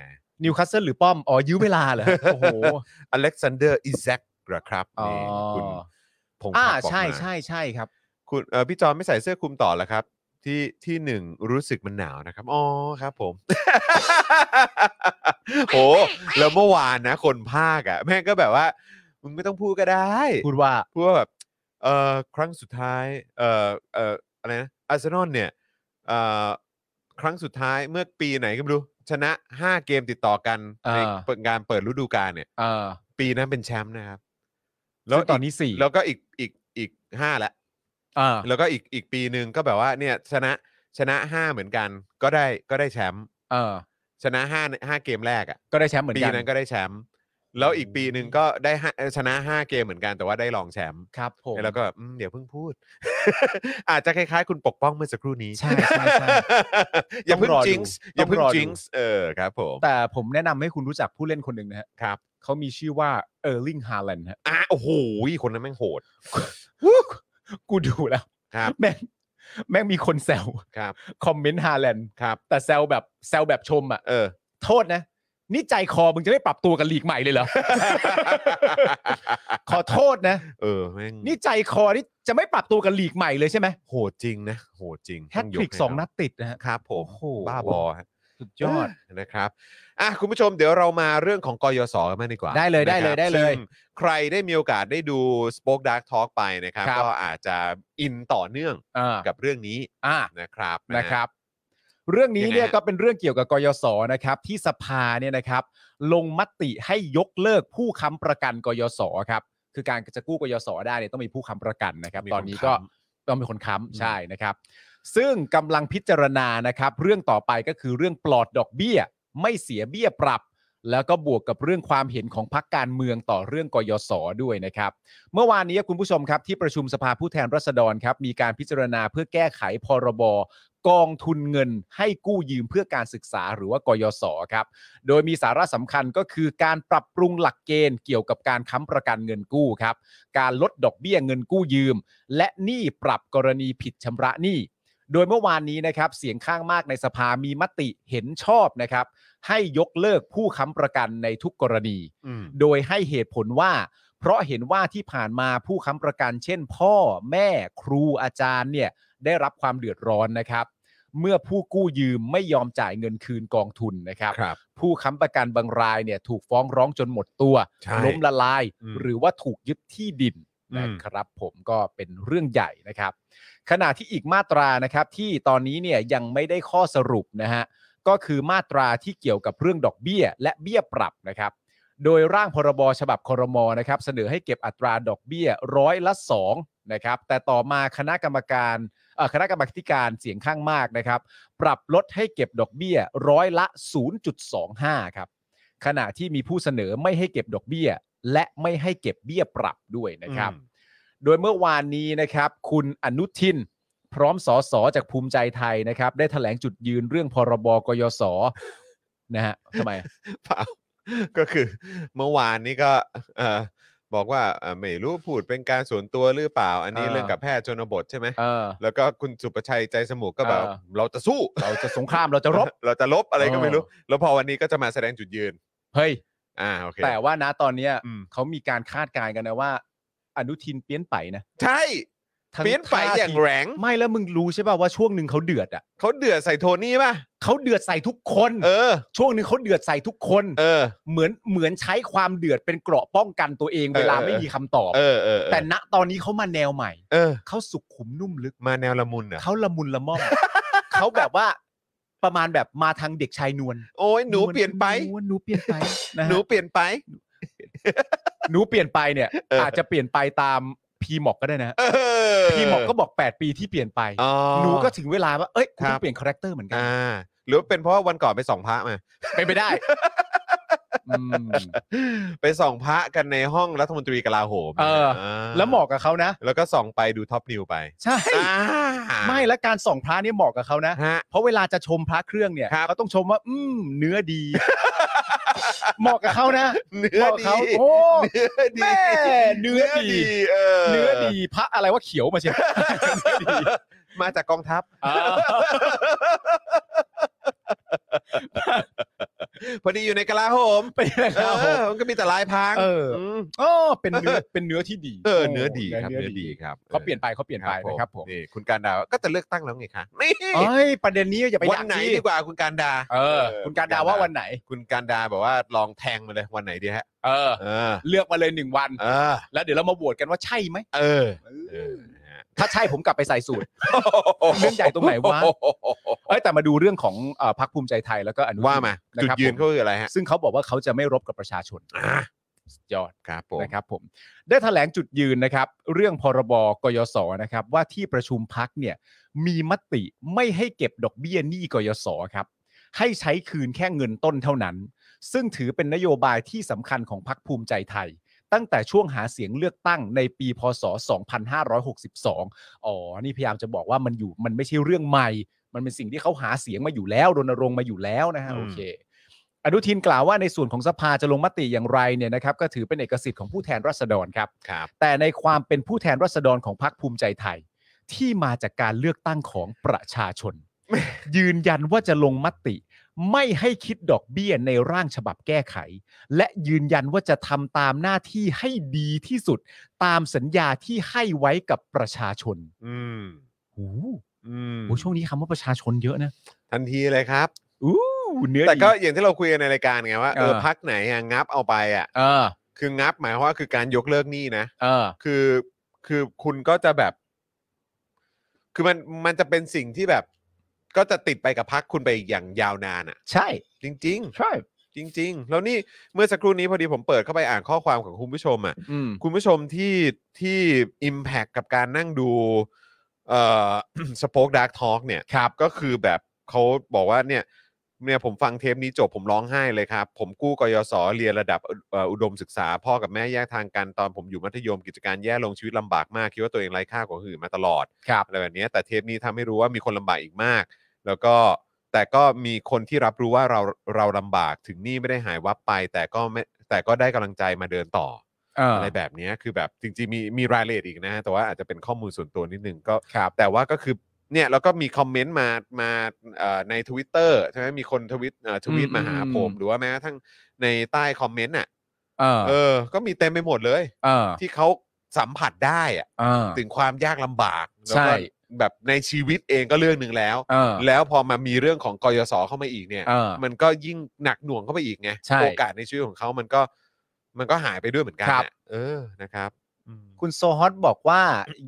นิวคาสเซิลหรือป้อมอ๋อยื้อเวลาเหรอ โอ้โห
อเล็กซานเดอร์อิแซคเหรอครับนี่
อ๋อ
คุณพงษ์
อ่า
พัฒน์บอก
ใช่
มา
ใช่ใช่ครับ
คุณเออพี่จอนไม่ใส่เสื้อคลุมต่อแล้วครับ ที่ที่หนึ่งรู้สึกมันหนาวนะครับอ๋อครับผม โหแล้วเมื่อวานนะ คนภาคอ่ะ แม่งก็แบบว่ามึงไม่ต้องพูดก็ได้
พูดว่า
พูดว่าแบบเออครั้งสุดท้ายเออเอออะไรนะอาร์เซนอลเนี่ยเออครั้งสุดท้ายเมื่อปีไหนก็ไม่รู้ ชนะ 5 เกมติดต่อกันในเปิดงานเปิดฤดูกาลเนี่ย
เออ
ปีนั้นเป็นแชมป์นะครับ
แล้วตอน
ก
นี้สี่
แล้วก็อีกอีกอีกห้าละ
เออ
แล้วก็อีกอีกปีหนึ่งก็แบบว่าเนี่ยชนะชนะห้าเหมือนกัน ก็ได้ก็ได้แชมป์
เออ
ชนะห้าห้าเกมแรกอะ
ก็ได้แชมป์เหมือน
ปี
กัน
นั้นก็ได้แชมป์แล้วอีกปีหนึ่งก็ได้ห้าเอ่อชนะห้าเกมเหมือนกันแต่ว่าได้รองแชมป์
ครับผม
แล้วก็อืมเดี๋ยวเพิ่งพูด อาจจะคล้ายๆ คุณปกป้องเมื่อสักครู่นี้
ใช่ใช่ใช่
อย่าเพิ่ง
ต้องรอดู
จิงส์อย่าเพิ่
ต้อง งรอดู
จิงส์เออครับผม
แต่ผมแนะนำให้คุณรู้จักผู้เล่นคนหนึ่งนะฮะ
ครับ
เขามีชื่อว่าเออร์ลิงฮาแล นด์ฮะ
อ่ะโอ้โหคนนั้นแม่งโหด
กูดูแล้ว
ครับ
แม่งแม่งมีคนแซว
ครับ
คอมเมนต์ฮาแลนด์
ครับ
แต่แซวแบบแซวแบบชมอ่ะ
เออ
โทษนะ นี่ใจคอมึงจะไม่ปรับตัวกับลีกใหม่เลยเหร อ ขอโทษนะ
เออแม่ง
นี่ใจคอนี่จะไม่ปรับตัวกับลีกใหม่เลยใช่ไหม
โหดจริงนะโหดจริง
แฮ
ต้
ต
ง
ท
ย
ริก
ให้
สอง
เขา
นัดติดนะฮะ
ครับผม
โอ้โห
บ้าบอฮะ
สุดยอด
นะครับอ่ะคุณผู้ชมเดี๋ยวเรามาเรื่องของกยศกันมากดีกว่า
ได้เลย
นะครับ
ได้เลยได้เลย
ซึ่งใครได้มีโอกาสได้ดู Spoke Dark Talk ไปนะครับ
ครับ
ก็อาจจะอินต่อเนื่อง
อ่า
กับเรื่องนี้
อ่า
นะครับฮ
นะครับ เรื่องนี้เนี่ย
ยังไงฮะ
ก็เป็นเรื่องเกี่ยวกับกยศนะครับที่สภาเนี่ยนะครับ ลงมติให้ยกเลิกผู้ค้ำประกันกยศครับคือการจะกู้กยศได้เนี่ยต้องมีผู้ค้ำประกันนะครับ
มี
ตอนนี้ก็
คำถาม
ต้องมีคนค้ำใช่นะครับ ซึ่งกำลังพิจารณานะครับ เรื่องต่อไปก็คือเรื่องปลอดดอกเบี้ย ไม่เสียเบี้ยปรับ แล้วก็บวกกับเรื่องความเห็นของพักการเมืองต่อเรื่องกยศด้วยนะครับ เมื่อวานนี้คุณผู้ชมครับที่ประชุมสภาผู้แทนราษฎรครับ มีการพิจารณาเพื่อแก้ไขพรบกองทุนเงิน ให้กู้ยืมเพื่อการศึกษาหรือว่ากยศครับ โดยมีสาระสำคัญก็คือการปรับปรุงหลักเกณฑ์เกี่ยวกับการค้ำประกันเงินกู้ครับ การลดดอกเบี้ยเงินกู้ยืม และหนี้ปรับกรณีผิดชำระหนี้ โดยเมื่อวานนี้นะครับ เสียงข้างมากในสภามีมติเห็นชอบนะครับ ให้ยกเลิกผู้ค้ำประกันในทุกกรณี
อืม
โดยให้เหตุผลว่า เพราะเห็นว่าที่ผ่านมาผู้ค้ำประกัน เช่น พ่อแม่ครูอาจารย์เนี่ยได้รับความเดือดร้อนนะครับ เมื่อผู้กู้ยืมไม่ยอมจ่ายเงินคืนกองทุนนะครับ
ครับ
ผู้ค้ำประกันบางรายเนี่ยถูกฟ้องร้องจนหมดตัว
ใช่
ล้มละลาย
อืม
หรือว่าถูกยึดที่ดิน
อืม
นะครับผมก็เป็นเรื่องใหญ่นะครับ ขณะที่อีกมาตรานะครับที่ตอนนี้เนี่ยยังไม่ได้ข้อสรุปนะฮะ ก็คือมาตราที่เกี่ยวกับเรื่องดอกเบี้ย และเบี้ยปรับนะครับ โดยร่างพรบฉบับครมนะครับ เสนอให้เก็บอัตราดอกเบี้ยร้อยละ2นะครับ แต่ต่อมาคณะกรรมการเอ่อคณะกรรมาธิการเสียงข้างมากนะครับ ปรับลดให้เก็บดอกเบี้ยร้อยละ 0.25 ครับ ขณะที่มีผู้เสนอไม่ให้เก็บดอกเบี้ย และไม่ให้เก็บเบี้ยปรับด้วยนะครับ
อืม
โดยเมื่อวานนี้นะครับ คุณอนุทิน พร้อมสสจากภูมิใจไทยนะครับ ได้แถลงจุดยืนเรื่องพรบกยศนะฮะทำไม
เปล่า ก็คือเมื่อวานนี้ก็เอ่อบอกว่าเอ่อไม่รู้พูดเป็นการส่วนตัวหรือเปล่า อันนี้
เออ
เรื่องกับแพทย์ชนบทใช่ไหม
เออ
แล้วก็คุณสุประชัยใจสมุกก็แบบ
เออ
เราจะสู้
เราจะสงครามเราจะรบ
เราจะลบอะไรก็
เออ
ไม่รู้ แล้วพอวันนี้ก็จะมาแสดงจุดยืน
เฮ้ย
อ่าโอเค
แต่ว่านะตอนเนี้ย
อืม
เขามีการคาดการณ์กันนะว่า อนุทินเปลี่ยนไปนะ
ใช่
ทั้ง
เปลี่ยนไป
ท่
อย่าง
ที
แรง
ไม่แล้วมึงรู้ใช่ป่าวว่าช่วงหนึ่งเขาเดือดอ่ะ
เขาเดือดใส่โทนี่ป่ะ
เขาเดือดใส่ทุกคน
เออ
ช่วงหนึ่งเขาเดือดใส่ทุกคน
เออ
เหมือนเหมือนใช้ความเดือดเป็นเกราะป้องกันตัวเอง
เออ
เวลาไม่มีคำตอบ
เออเออเออ
แต่ณตอนนี้เขามาแนวใหม่
เออ
เขาสุขุมนุ่มลึก
มาแนวละมุนเหรอ่ะ
เขาละมุนละ ม่อม เขาแบบว่าประมาณแบบมาทางเด็กชายนวล
โอ้ยหนูเปลี่ยนไป
วลหนูเปลี่ยน ไปนะฮะ
หนูเปลี่ยนไป
หนูเปลี่ยนไปเนี่ย
เอออ
อาจจะเปลี่ยนไปตามพีหมอกก็ได้นะฮะ
เออ
พีหมอกก็บอก 8 ปีที่เปลี่ยนไป
อ๋อ
หนูก็ถึงเวลาว่า เอ้ย
ค
กู
รั
ต้อบ งเปลี่ยนคาแรคเตอร์เหมือนกัน
อ่าหรือว่าเป็นเพราะว่าวันก่อนไปส่องพระมา
เป็นไปได้ อืม
ไปส่องพระกันในห้องรัฐมนตรีกลาโหม
เออ
า
แล้วเหมาะกับเขานะ
แล้วก็ส่องไปดูท็อปนิวไป
ใช่
อ่า
ไม่แล้วการส่องพระเนี่ยเหมาะกับเขานะ
ฮะ
เพราะเวลาจะชมพระเครื่องเนี่ย
ครับ
เขาต้องชมว่า อืม เนื้อ ดี เหมาะกับเขานะ
เนื้
เห
อ
มาะกับ
ดี
เขาโอ้
เนื้อดี
แม่เนื้อดี
เออ
เนื้อดีพระอะไรว่าเขียวมาเชียว
มาจากกองทัพ
อ่า
พอดีอยู่ในกลาโหม
ไปเลย
เอ
ครับผ
อ
ม
มันก็มีแต่ลายพราง
เอออื
ม
อ๋อเป็นเนื้อเป็นเนื้อที่ดี
เออเนื้อดี
โ
ครับเนื้อดีครับ
เขาเปลี่ยนไปเขาเปลี่ยนไปนะครับผม
นี่คุณการดาวก็จะเลือกตั้งแล้วไงคะนี่
เอ้ยประเด็นนี้อย่าไป
วัน
ดัก
ไหน
ที่
ดีกว่าคุณการดา
เออ คุณการดาว่าวันไหน
คุณการดาบอกว่าลองแทงมาเลยวันไหนดีฮะ
เออ
เออ
เลือกมาเลยหนึ่งวัน
เออ
แล้วเดี๋ยวเรามาโหวตกันว่าใช่ไหม
เออเออนะฮะ
ถ้าใช่ผมกลับไปใส่สูตร เรื่องใหญ่ตรงไหนวะ เอ้ยแต่มาดูเรื่องของเอ่อพรรคภูมิใจไทยแล้วก็อนุทิน
ว่ามา
ะ
จุด
ครับ
ยืน
ผม
เขาคืออะไรฮะ
ซึ่งเขาบอกว่าเขาจะไม่รบกับประชาชน
อ่ะ
สุดยอด
ครับผม
นะครับผม ได้แถลงจุดยืนนะครับ เรื่องพรบกยศนะครับ ว่าที่ประชุมพักเนี่ย มีมติไม่ให้เก็บดอกเบี้ยหนี้กยศครับ ให้ใช้คืนแค่เงินต้นเท่านั้น ซึ่งถือเป็นนโยบายที่สำคัญของพักภูมิใจไทย ตั้งแต่ช่วงหาเสียงเลือกตั้งในปีพศ 2562 อ๋อ นี่พยายามจะบอกว่ามันอยู่มันไม่ใช่เรื่องใหม่ มันเป็นสิ่งที่เขาหาเสียงมาอยู่แล้วรณรงค์มาอยู่แล้วนะฮะโอเค อนุทินกล่าวว่าในส่วนของสภาจะลงมติอย่างไรเนี่ยนะครับ ก็ถือเป็นเอกสิทธิ์ของผู้แทนราษฎรครับ
ครับ
แต่ในความเป็นผู้แทนราษฎรของพรรคภูมิใจไทย ที่มาจากการเลือกตั้งของประชาช น ยืนยันว่าจะลงมติ ไม่ให้คิดดอกเบี้ยในร่างฉบับแก้ไข และยืนยันว่าจะทำตามหน้าที่ให้ดีที่สุด ตามสัญญาที่ให้ไว้กับประชาชน
อืม
โอ้
อืม
โหช่วงนี้คำว่าประชาชนเยอะนะ
ทันทีเลยครับ
อู้เนื้อดี
แต่ก็อย่างที่เราคุยกันในรายการไงว่าเออ
เออ
พักไหนอะงับเอาไปอ่ะ
เออ
คืองับหมายความว่าคือการยกเลิกหนี้นะ
เออ
คือคือคุณก็จะแบบ คือมันมันจะเป็นสิ่งที่แบบ ก็จะติดไปกับพักคุณไปอย่างยาวนานอ่ะ
ใช่
จริง ๆ
ใช่
จริงๆ แล้วนี่เมื่อสักครู่นี้พอดีผมเปิดเข้าไปอ่านข้อความของคุณผู้ชมอ่ะ
อืม
คุณผู้ชมที่ที่ Impact กับการนั่งดูเอ่อ สป็อกดาร์กทอล์กเนี่ยครับก็คือแบบเขาบอกว่าเนี่ยเนี่ยผมฟังเทปนี้จบผมร้องไห้เลยครับ ผมกู้กยศเรียนระดับเอ่ออุดมศึกษา พ่อกับแม่แยกทางกันตอนผมอยู่มัธยมกิจการแย่ลงชีวิตลำบากมาก คิดว่าตัวเองไร้ค่ากว่าคนอื่นมาตลอด
ครับ
อะไรแบบเนี้ยแต่เทปนี้ทำให้รู้ว่ามีคนลำบากอีกมาก แล้วก็แต่ก็มีคนที่รับรู้ว่าเราเราลำบากถึงนี่ไม่ได้หายวับไป แต่ก็ไม่แต่ก็ได้กำลังใจมาเดินต่อ
เออ
อะไรแบบเนี้ยคือแบบจริงๆมีมีรายละเอียดอีกนะฮะแต่ว่าอาจจะเป็นข้อมูลส่วนตัวนิดนึงก็
ครับ
แต่ว่าก็คือเนี่ยแล้วก็มีคอมเมนต์มามาเอ่อใน Twitter ใช่ไหมมีคนทวิตเอ่อทวิต
อืม
มาหา
อืม
ผม หรือว่าแม้กระทั่งในใต้คอมเมนต์น่ะ
เออ
เออ ก็มีเต็มไปหมดเลย
เออ
ที่เขาสัมผัสได้อะ
เออ
ถึงความยากลำบากแล้ว
ใช่
ก็แบบในชีวิตเองก็เรื่องหนึ่งแล้ว
เออ
แล้วพอมามีเรื่องของกยศเข้ามาอีกเนี่ย
เออ
มันก็ยิ่งหนักหน่วงเข้าไปอีกไง
ใช่
โอกาสในชีวิตของเขามันก็ มันก็หายไปด้วยเหมือนกัน
ครับ
น่ะเออนะครับ
คุณโซฮอตบอกว่า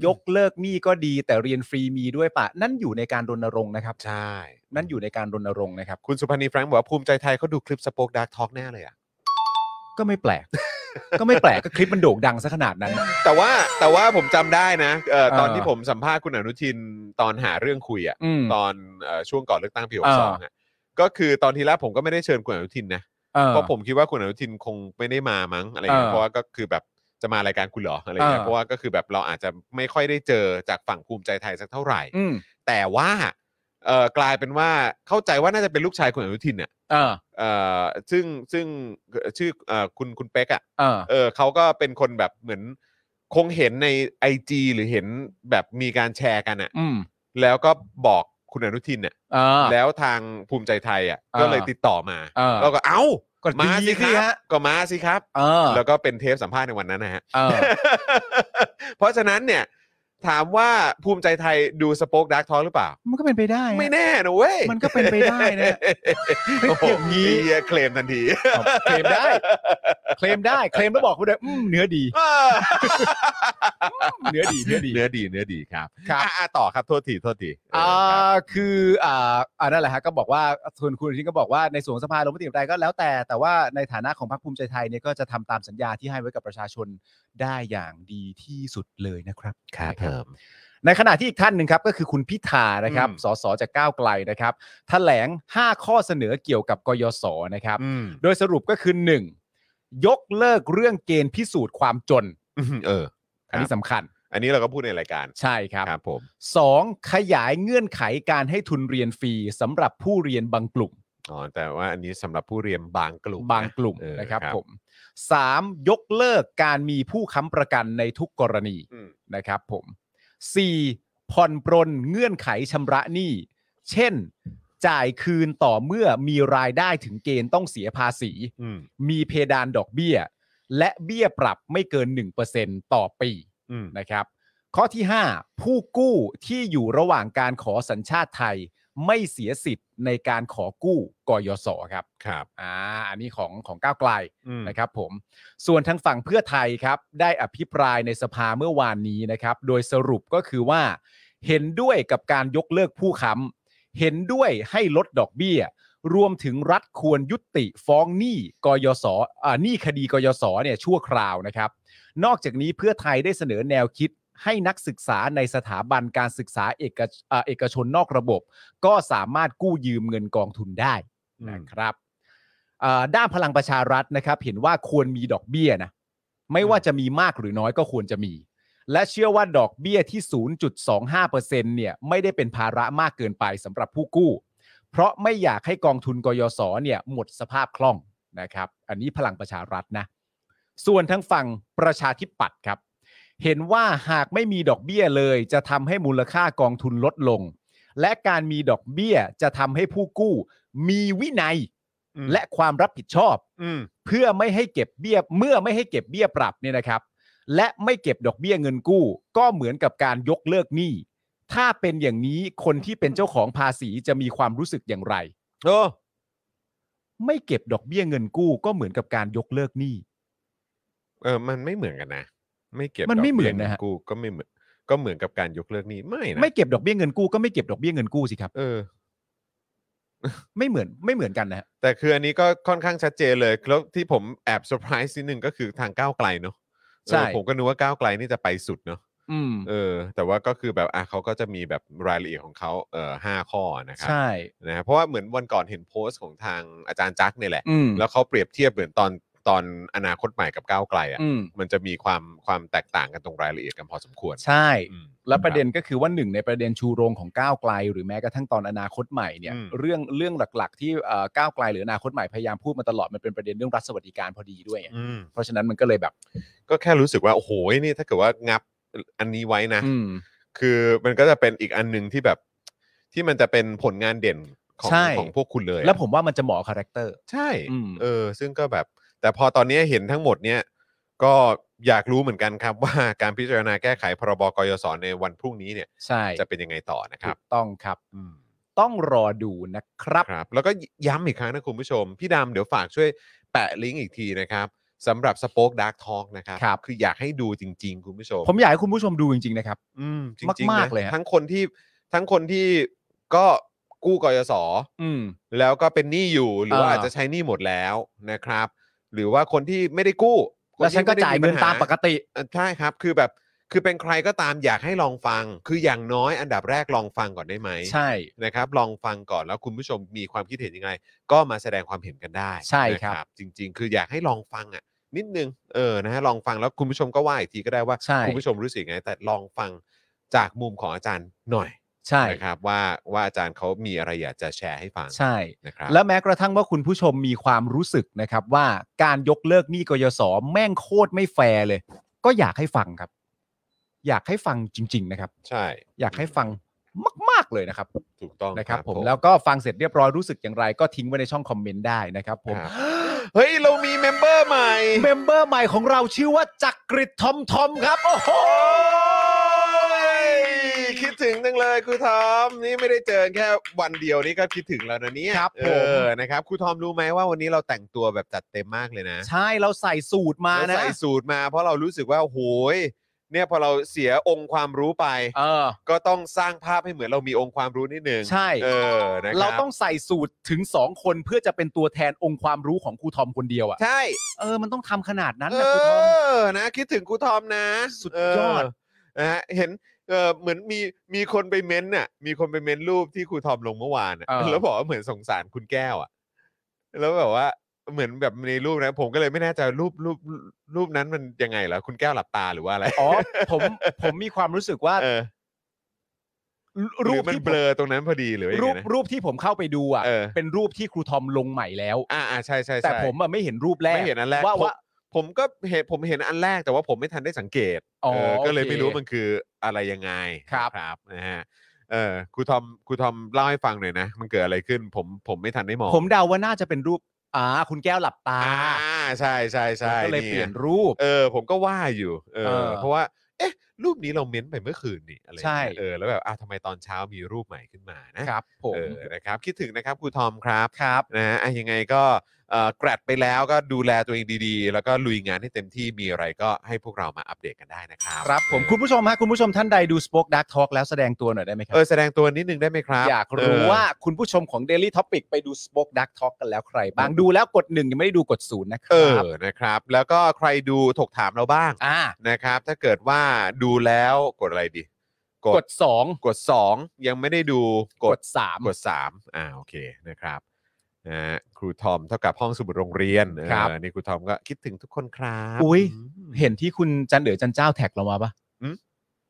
ยกเลิกหนี้ก็ดีแต่เรียนฟรีมีด้วยปะ นั่นอยู่ในการรณรงค์นะครับ
ใช่
นั่นอยู่ในการรณรงค์นะครับ
คุณสุพันธ์นีแฟรงค์บอกว่าภูมิใจไทยเขาดูคลิปสป็อคดักทอล์กแน่เลยอะ
ก็ไม่แปลก ก็ไม่แปลกก็คลิปมันโด่งดังซะขนาดนั้น
แต่ว่าแต่ว่าผมจำได้นะเอ่อตอน
เออ
ที่ผมสัมภาษณ์คุณอนุทินตอนหาเรื่องคุยอะ
อืม
ตอนเอ่อช่วงก่อนเลือกตั้งปีห
อ่า
กสองฮะก็คือตอนทีแรกผมก็ไม่ได้เชิญคุณอนุทินนะ
เออ
เพราะผมคิดว่าคุณอนุทินคงไม่ได้มามั้งอะไรเงี้ย
อ่า
เพราะว่าก็คือแบบจะมารายการคุณเหรออะไรเงี้ย
อ่า
เพราะว่าก็คือแบบเราอาจจะไม่ค่อยได้เจอจากฝั่งภูมิใจไทยสักเท่าไหร่
อืม
แต่ว่าเอ่อกลายเป็นว่าเข้าใจว่าน่าจะเป็นลูกชายคุณอนุทินเนี่ย
เออ
เอ่อซึ่งซึ่งชื่อเอ่อคุณคุณเป๊กอ่ะ
เออ
เออเขาก็เป็นคนแบบเหมือนคงเห็นใน IG หรือเห็นแบบมีการแชร์กันอ่ะ
อืม
แล้วก็บอกคุณอนุทินเนี่ย
เออ
แล้วทางภูมิใจไทยอ่ะ
อ่า
ก็เลยติดต่อมา
อ่า
เราก็เอ้า
ก็ดี
มาสิค
สิ
รั
ฮะ
บก็มาสิครับ
เออ
แล้วก็เป็นเทปสัมภาษณ์ในวันนั้นนะฮะ
เออ
เพราะฉะนั้นเนี่ย ถามว่าภูมิใจไทยดูสป็อคดักทอหรือเปล่า
มันก็เป็นไปได้
ไม่แน่นะเว้ย
มันก็เป็นไปได้นะ
โอ้โห
อย่างนี้
เหี้ยเคลมทันที
เอาเคลมได้ เคลมได้เคลมแล้วบอกไปเลยอืมเนื้อดี
เออ
เนื้อดีเนื้อดี
เนื้อดีเนื้อดีครับ
ครับ
อ่ะอ่ะต่อครับโทษทีโทษทีเออ
อ่า
ครับ
คืออ่าอ่านั่นแหละฮะก็บอกว่าส่วนคุณอนุทินก็บอกว่าในส่วนของสภาลงมติอย่างไรก็แล้วแต่ แต่ว่าในฐานะของพรรคภูมิใจไทยเนี่ยก็จะทำตามสัญญาที่ให้ไว้กับประชาชนได้อย่างดีที่สุดเลยนะครับ
ครับผม
ในขณะที่อีกท่านหนึ่งครับก็คือคุณพิธานะครับ
อืม
สสจากก้าวไกลนะครับแถลง 5 ข้อเสนอเกี่ยวกับกยศนะครับ
อืม
โดยสรุปก็คือ 1. ยกเลิกเรื่องเกณฑ์พิสูจน์ความจน
เออ
อัน
ค
นี้
รับ
สำคัญ
อันนี้เราก็พูดในรายการ
ใช่ครับ
ครับผม
2. ขยายเงื่อนไขการให้ทุนเรียนฟรีสำหรับผู้เรียนบางกลุ่ม
อ๋อแต่ว่าอันนี้สำหรับผู้เรียนบางกลุ่มนะ
บางกลุ่ม
เออ
นะครับผม 3. ยกเลิกการมีผู้ค้ำประกันในทุกกรณี
อืม
นะครับผม 4. ผ่อนปรนเงื่อนไขชำระหนี้ เช่น จ่ายคืนต่อเมื่อมีรายได้ถึงเกณฑ์ต้องเสียภาษี
อืม
มีเพดานดอกเบี้ย และเบี้ยปรับไม่เกิน 1%ต่อปี
อืม
นะครับข้อที่ 5 ผู้กู้ที่อยู่ระหว่างการขอสัญชาติไทย ไม่เสียสิทธิ์ในการขอกู้กยศครับ
ครับ
อ่าอันนี้ของของก้าวไกล
อืม
นะครับผมส่วนทางฝั่งเพื่อไทยครับได้อภิปรายในสภาเมื่อวานนี้นะครับ โดยสรุปก็คือว่า เห็นด้วยกับการยกเลิกผู้ค้ำเห็นด้วยให้ลดดอกเบี้ย รวมถึงรัฐควรยุติฟ้องหนี้กยศอ่าหนี้คดีกยศเนี่ยชั่วคราวนะครับ นอกจากนี้เพื่อไทยได้เสนอแนวคิดให้นักศึกษาในสถาบันการศึกษาเอกเอ่อเอกชนนอกระบบ ก็สามารถกู้ยืมเงินกองทุนได้นะครับเอ่อด้านพลังประชารัฐนะครับ เห็นว่าควรมีดอกเบี้ยนะไม่ว่าจะมีมากหรือน้อยก็ควรจะมี และเชื่อว่าดอกเบี้ยที่ 0.25%เนี่ยไม่ได้เป็นภาระมากเกินไปสำหรับผู้กู้ เพราะไม่อยากให้กองทุนกยศเนี่ยหมดสภาพคล่องนะครับ อันนี้พลังประชารัฐนะ ส่วนทางฝั่งประชาธิปัตย์ครับ เห็นว่าหากไม่มีดอกเบี้ยเลย จะทำให้มูลค่ากองทุนลดลง และการมีดอกเบี้ยจะทำให้ผู้กู้ มีวินัย
อืม
และความรับผิดชอบ
อืม
เพื่อไม่ให้เก็บเบี้ยเมื่อไม่ให้เก็บเบี้ยปรับเนี่ยนะครับ และไม่เก็บดอกเบี้ยเงินกู้ ก็เหมือนกับการยกเลิกหนี้ถ้าเป็นอย่างนี้คนที่เป็นเจ้าของภาษีจะมีความรู้สึกอย่างไร
โอ้
ไม่เก็บดอกเบี้ยเงินกู้ ก็เหมือนกับการยกเลิกหนี้
เออมันไม่เหมือนกันนะ ไม่เก็บ
มัน
ด
ไม่
ก
เหมื
บี้ย
อนนะฮะ
กูก็ไม่เหมือนก็เหมือนกับการยกเลิกหนี้ไม่นะ
ไม่เก็บดอกเบี้ยเงินกู้ก็ไม่เก็บดอกเบี้ยเงินกู้สิครับ
เออ
ไม่เหมือนไม่เหมือนกันนะฮะ
แต่คืออันนี้ก็ค่อนข้างชัดเจนเลยแล้วที่ผมแอบเซอร์ไพรส์นิดนึงก็คือทางก้าวไกลเนาะ
ใช่
เออผมก็นึกว่าก้าวไกลนี่จะไปสุดเนาะ
อืม
เออ แต่ว่าก็คือแบบอ่ะเขาก็จะมีแบบรายละเอียดของเขาเอ่อห้าข้อนะครั
ใช่
นะฮะเพราะว่าเหมือนวันก่อนเห็นโพสต์ของทางอาจารย์จักเนี่ยแหละ
อืม
แล้วเขาเปรียบเทียบเหมือนตอนตอนอนาคตใหม่กับก้าวไกลอ่ะ
อืม
มันจะมีความความแตกต่างกันตรงรายละเอียดกันพอสมควร
ใช่
อืม
และประเด็นก็คือว่าหนึ่งในประเด็นชูโรงของก้าวไกล หรือแม้กระทั่งตอนอนาคตใหม่เนี่ย
อืม
เรื่องเรื่องหลัก ๆ ที่เอ่อก้าวไกลหรืออนาคตใหม่พยายามพูดมาตลอดมันเป็นประเด็นเรื่องรัฐสวัสดิการพอดีด้วยไง
อืม
เพราะฉะนั้นมันก็เลยแบบ
ก็แค่รู้สึกว่า โอ้โหนี่ถ้าเกิดว่างับอันนี้ไว้นะ
อืม
คือมันก็จะเป็นอีกอันหนึ่งที่แบบ ที่มันจะเป็นผลงานเด่นของ
ใช่
ของพวกคุณเลยอะ
แล้วผมว่ามันจะเหมาะคาแรคเตอร์
ใช่
อืม
เออ ซึ่งก็แบบ แต่พอตอนนี้เห็นทั้งหมดเนี่ย ก็อยากรู้เหมือนกันครับ ว่าการพิจารณาแก้ไขพรบกยศในวันพรุ่งนี้เนี่ย
ใช่
จะเป็นยังไงต่อนะค
ถู
รับ
กต้องครับ
อืม
ต้องรอดูนะครับ
ครับแล้วก็ย้ำอีกครั้งนะคุณผู้ชม พี่ดำเดี๋ยวฝากช่วยแปะลิงก์อีกทีนะครับ สำหรับสป็อคดักทอกนะครับ
ครับ
ออยากให้ดูจริง ๆ คุณผู้ชม
ผมอยากให้คุณผู้ชมดูจริงๆนะครับ
อืมจริงๆ
มากๆ
นะ
เลยฮะ
ทั้งคนที่ทั้งคนที่ก็กู้กยศ
อืม
แล้วก็เป็นหนี้อยู่หรือว่า
อ่า
อาจจะใช้หนี้หมดแล้วนะครับ หรือว่าคนที่ไม่ได้กู้ค
แล้ว
ที่
ฉันก็
ไม่ได้
จ่ายเงิน
ปัญห
ตามปกติ
เอ่อใช่ครับ คือแบบคือเป็นใครก็ตามอยากให้ลองฟัง คืออย่างน้อยอันดับแรกลองฟังก่อนได้ไหม
ใช่
นะครับ ลองฟังก่อนแล้วคุณผู้ชมมีความคิดเห็นยังไง ก็มาแสดงความเห็นกันได้
ใช่ครับ
นะจริง ๆ คืออยากให้ลองฟังอ่ะ นิดนึงเออนะฮะลองฟังแล้วคุณผู้ชมก็ว่าอีกทีก็ได้ว่า
ใช่
คุณผู้ชมรู้สึกยังไง แต่ลองฟังจากมุมของอาจารย์หน่อย
ใช่
นะครับว่าว่าอาจารย์เขามีอะไรอยากจะแชร์ให้ฟัง
ใช่
นะครับ
และแม้กระทั่งว่าคุณผู้ชมมีความรู้สึกนะครับ ว่าการยกเลิกหนี้กยศแม่งโคตรไม่แฟร์เลย ก็อยากให้ฟังครับ อยากให้ฟังจริง ๆ นะครับ
ใช่
อยากให้ฟังมาก ๆ เลยนะครับ
ถูกต้อง
นะครับผมแล้วก็ฟังเสร็จเรียบร้อยรู้สึกอย่างไร ก็ทิ้งไว้ในช่องคอมเมนต์ได้นะครับผม
ครับเฮ้ย เรามีเมมเบอร์ใหม่
เมมเบอร์ใหม่ของเราชื่อว่าจักริดทอมทอมครับโอ้โห
โอ้ยคิดถึงจังเลยครูทอม นี่ไม่ได้เจอแค่วันเดียวนี่ก็คิดถึงแล้วนะเนี่ย
ครับ
เอ
ผม
อนะครับครูทอมรู้ไหมว่าวันนี้เราแต่งตัวแบบจัดเต็มมากเลยนะ
ใช่เราใส่สูตรมา
เรา
นะ
ใส่สูตรมาเพราะเรารู้สึกว่าโอ้โหยเนี่ยพอเราเสียองค์ความรู้ไป
เออ
ก็ต้องสร้างภาพให้เหมือนเรามีองค์ความรู้นิดนึง
ใช่
เออนะค
เรา
รับ
ต้องใส่สูตรถึง 2 คนเพื่อจะเป็นตัวแทนองค์ความรู้ของครูทอมคนเดียวอะ่ะ
ใช่
เออมันต้องทำขนาดนั้น
เอ
นะครูทอม
อ นะ คิดถึงครูทอมนะ
สุดยอด
เออนะฮะ เห็น เออเหมือนมี มีคนไปเม้นต์น่ะ มีคนไปเม้นต์รูปที่ครูทอมลงเมื่อวานน่ะ
เออ
แล้วบอกว่าเหมือนสงสารคุณแก้วอ่ะ แล้วแบบว่า เหมือนแบบในรูปนะ ผมก็เลยไม่แน่ใจรูปรูปรูปนั้นมันยังไงล่ะ คุณแก้วหลับตาหรือว่าอะไร
อ๋อผมผมมีความรู้สึกว่า
เออรู
รู
ป
ป
มัน
ที่ผม
เบลอตรงนั้นพอดีหรือว่ายัง
รู
ไง
ป
นะ
รูปที่ผมเข้าไปดูอ่ะ
เออ
เป็นรูปที่ครูทอมลงใหม่แล้ว
อ่าอ่าใช่ใช่ใช่
แต่ผมอ่ะไม่เห็นรูปแรก
ไม่เห็นอันแรก
ว่า
ผม
ว่า
ผมก็เห็น ผมเห็นอันแรกแต่ว่าผมไม่ทันได้สังเกต
อ๋อ
เออก็เลย
โอค
ไม่รู้มันคืออะไรยังไง
ครับ
นะครับนะฮะเออครูทอมครูทอมเล่าให้ฟังหน่อยนะ มันเกิดอะไรขึ้น ผมผมไม่ทันได้มอง
ผมเดาว่าน่าจะเป็นรูปอ่าคุณแก้วหลับตา
อ่าใช่ใช่ใช่
ก็เลยเปลี่ยน
ไง
รูป
เออ ผมก็ว่าอยู่ เออ
เออ
เพราะว่า เอ๊ะ รูปนี้เราเม้นไปเมื่อคืนนี่อะไรอย่างเงี้ย
ใช่
เออแล้วแบบอ้าวทำไมตอนเช้ามีรูปใหม่ขึ้นมานะครับ
ผม
เออนะครับ คิดถึงนะครับครูทอมครับ
ครับ
นะฮะอ่ะยังไงก็เอ่อกรัดไปแล้วก็ดูแลตัวเองดีๆ แล้วก็ลุยงานให้เต็มที่มีอะไรก็ให้พวกเรามาอัปเดตกันได้นะครับ
ครับผมคุณผู้ชมฮะคุณผู้ชมท่านใดดู Spoke Dark Talk แล้วแสดงตัวหน่อยได้ไหมครั
เออแสดงตัวนิดนึงได้ไหมครับ
อยากรู้
เออ
ว่าคุณผู้ชมของ Daily Topic ไปดู Spoke Dark Talk กันแล้วใครบ้างดูแล้วกดหนึ่งยังไม่ได้ดูกดศูนย์นะค
เออ
รั
บ นะครับ แล้วก็ใครดูถกถามเราบ้าง
อ่า
นะครับ ถ้าเกิดว่าดูแล้วกดอะไรดี ก
ก
ด
ด 2
กด 2 ยังไม่ได้ดูก
ก
ด
ด 3
กด 3 อ่าโอเคนะครับนะฮะครูทอมเท่ากับห้องสมุดโรงเรียนเออ
ครับ
นี่ครูทอมก็คิดถึงทุกคนครับ
อุ้ย
ม
เห็นที่คุณจันเดือจันเจ้าแท็กเรามาปะ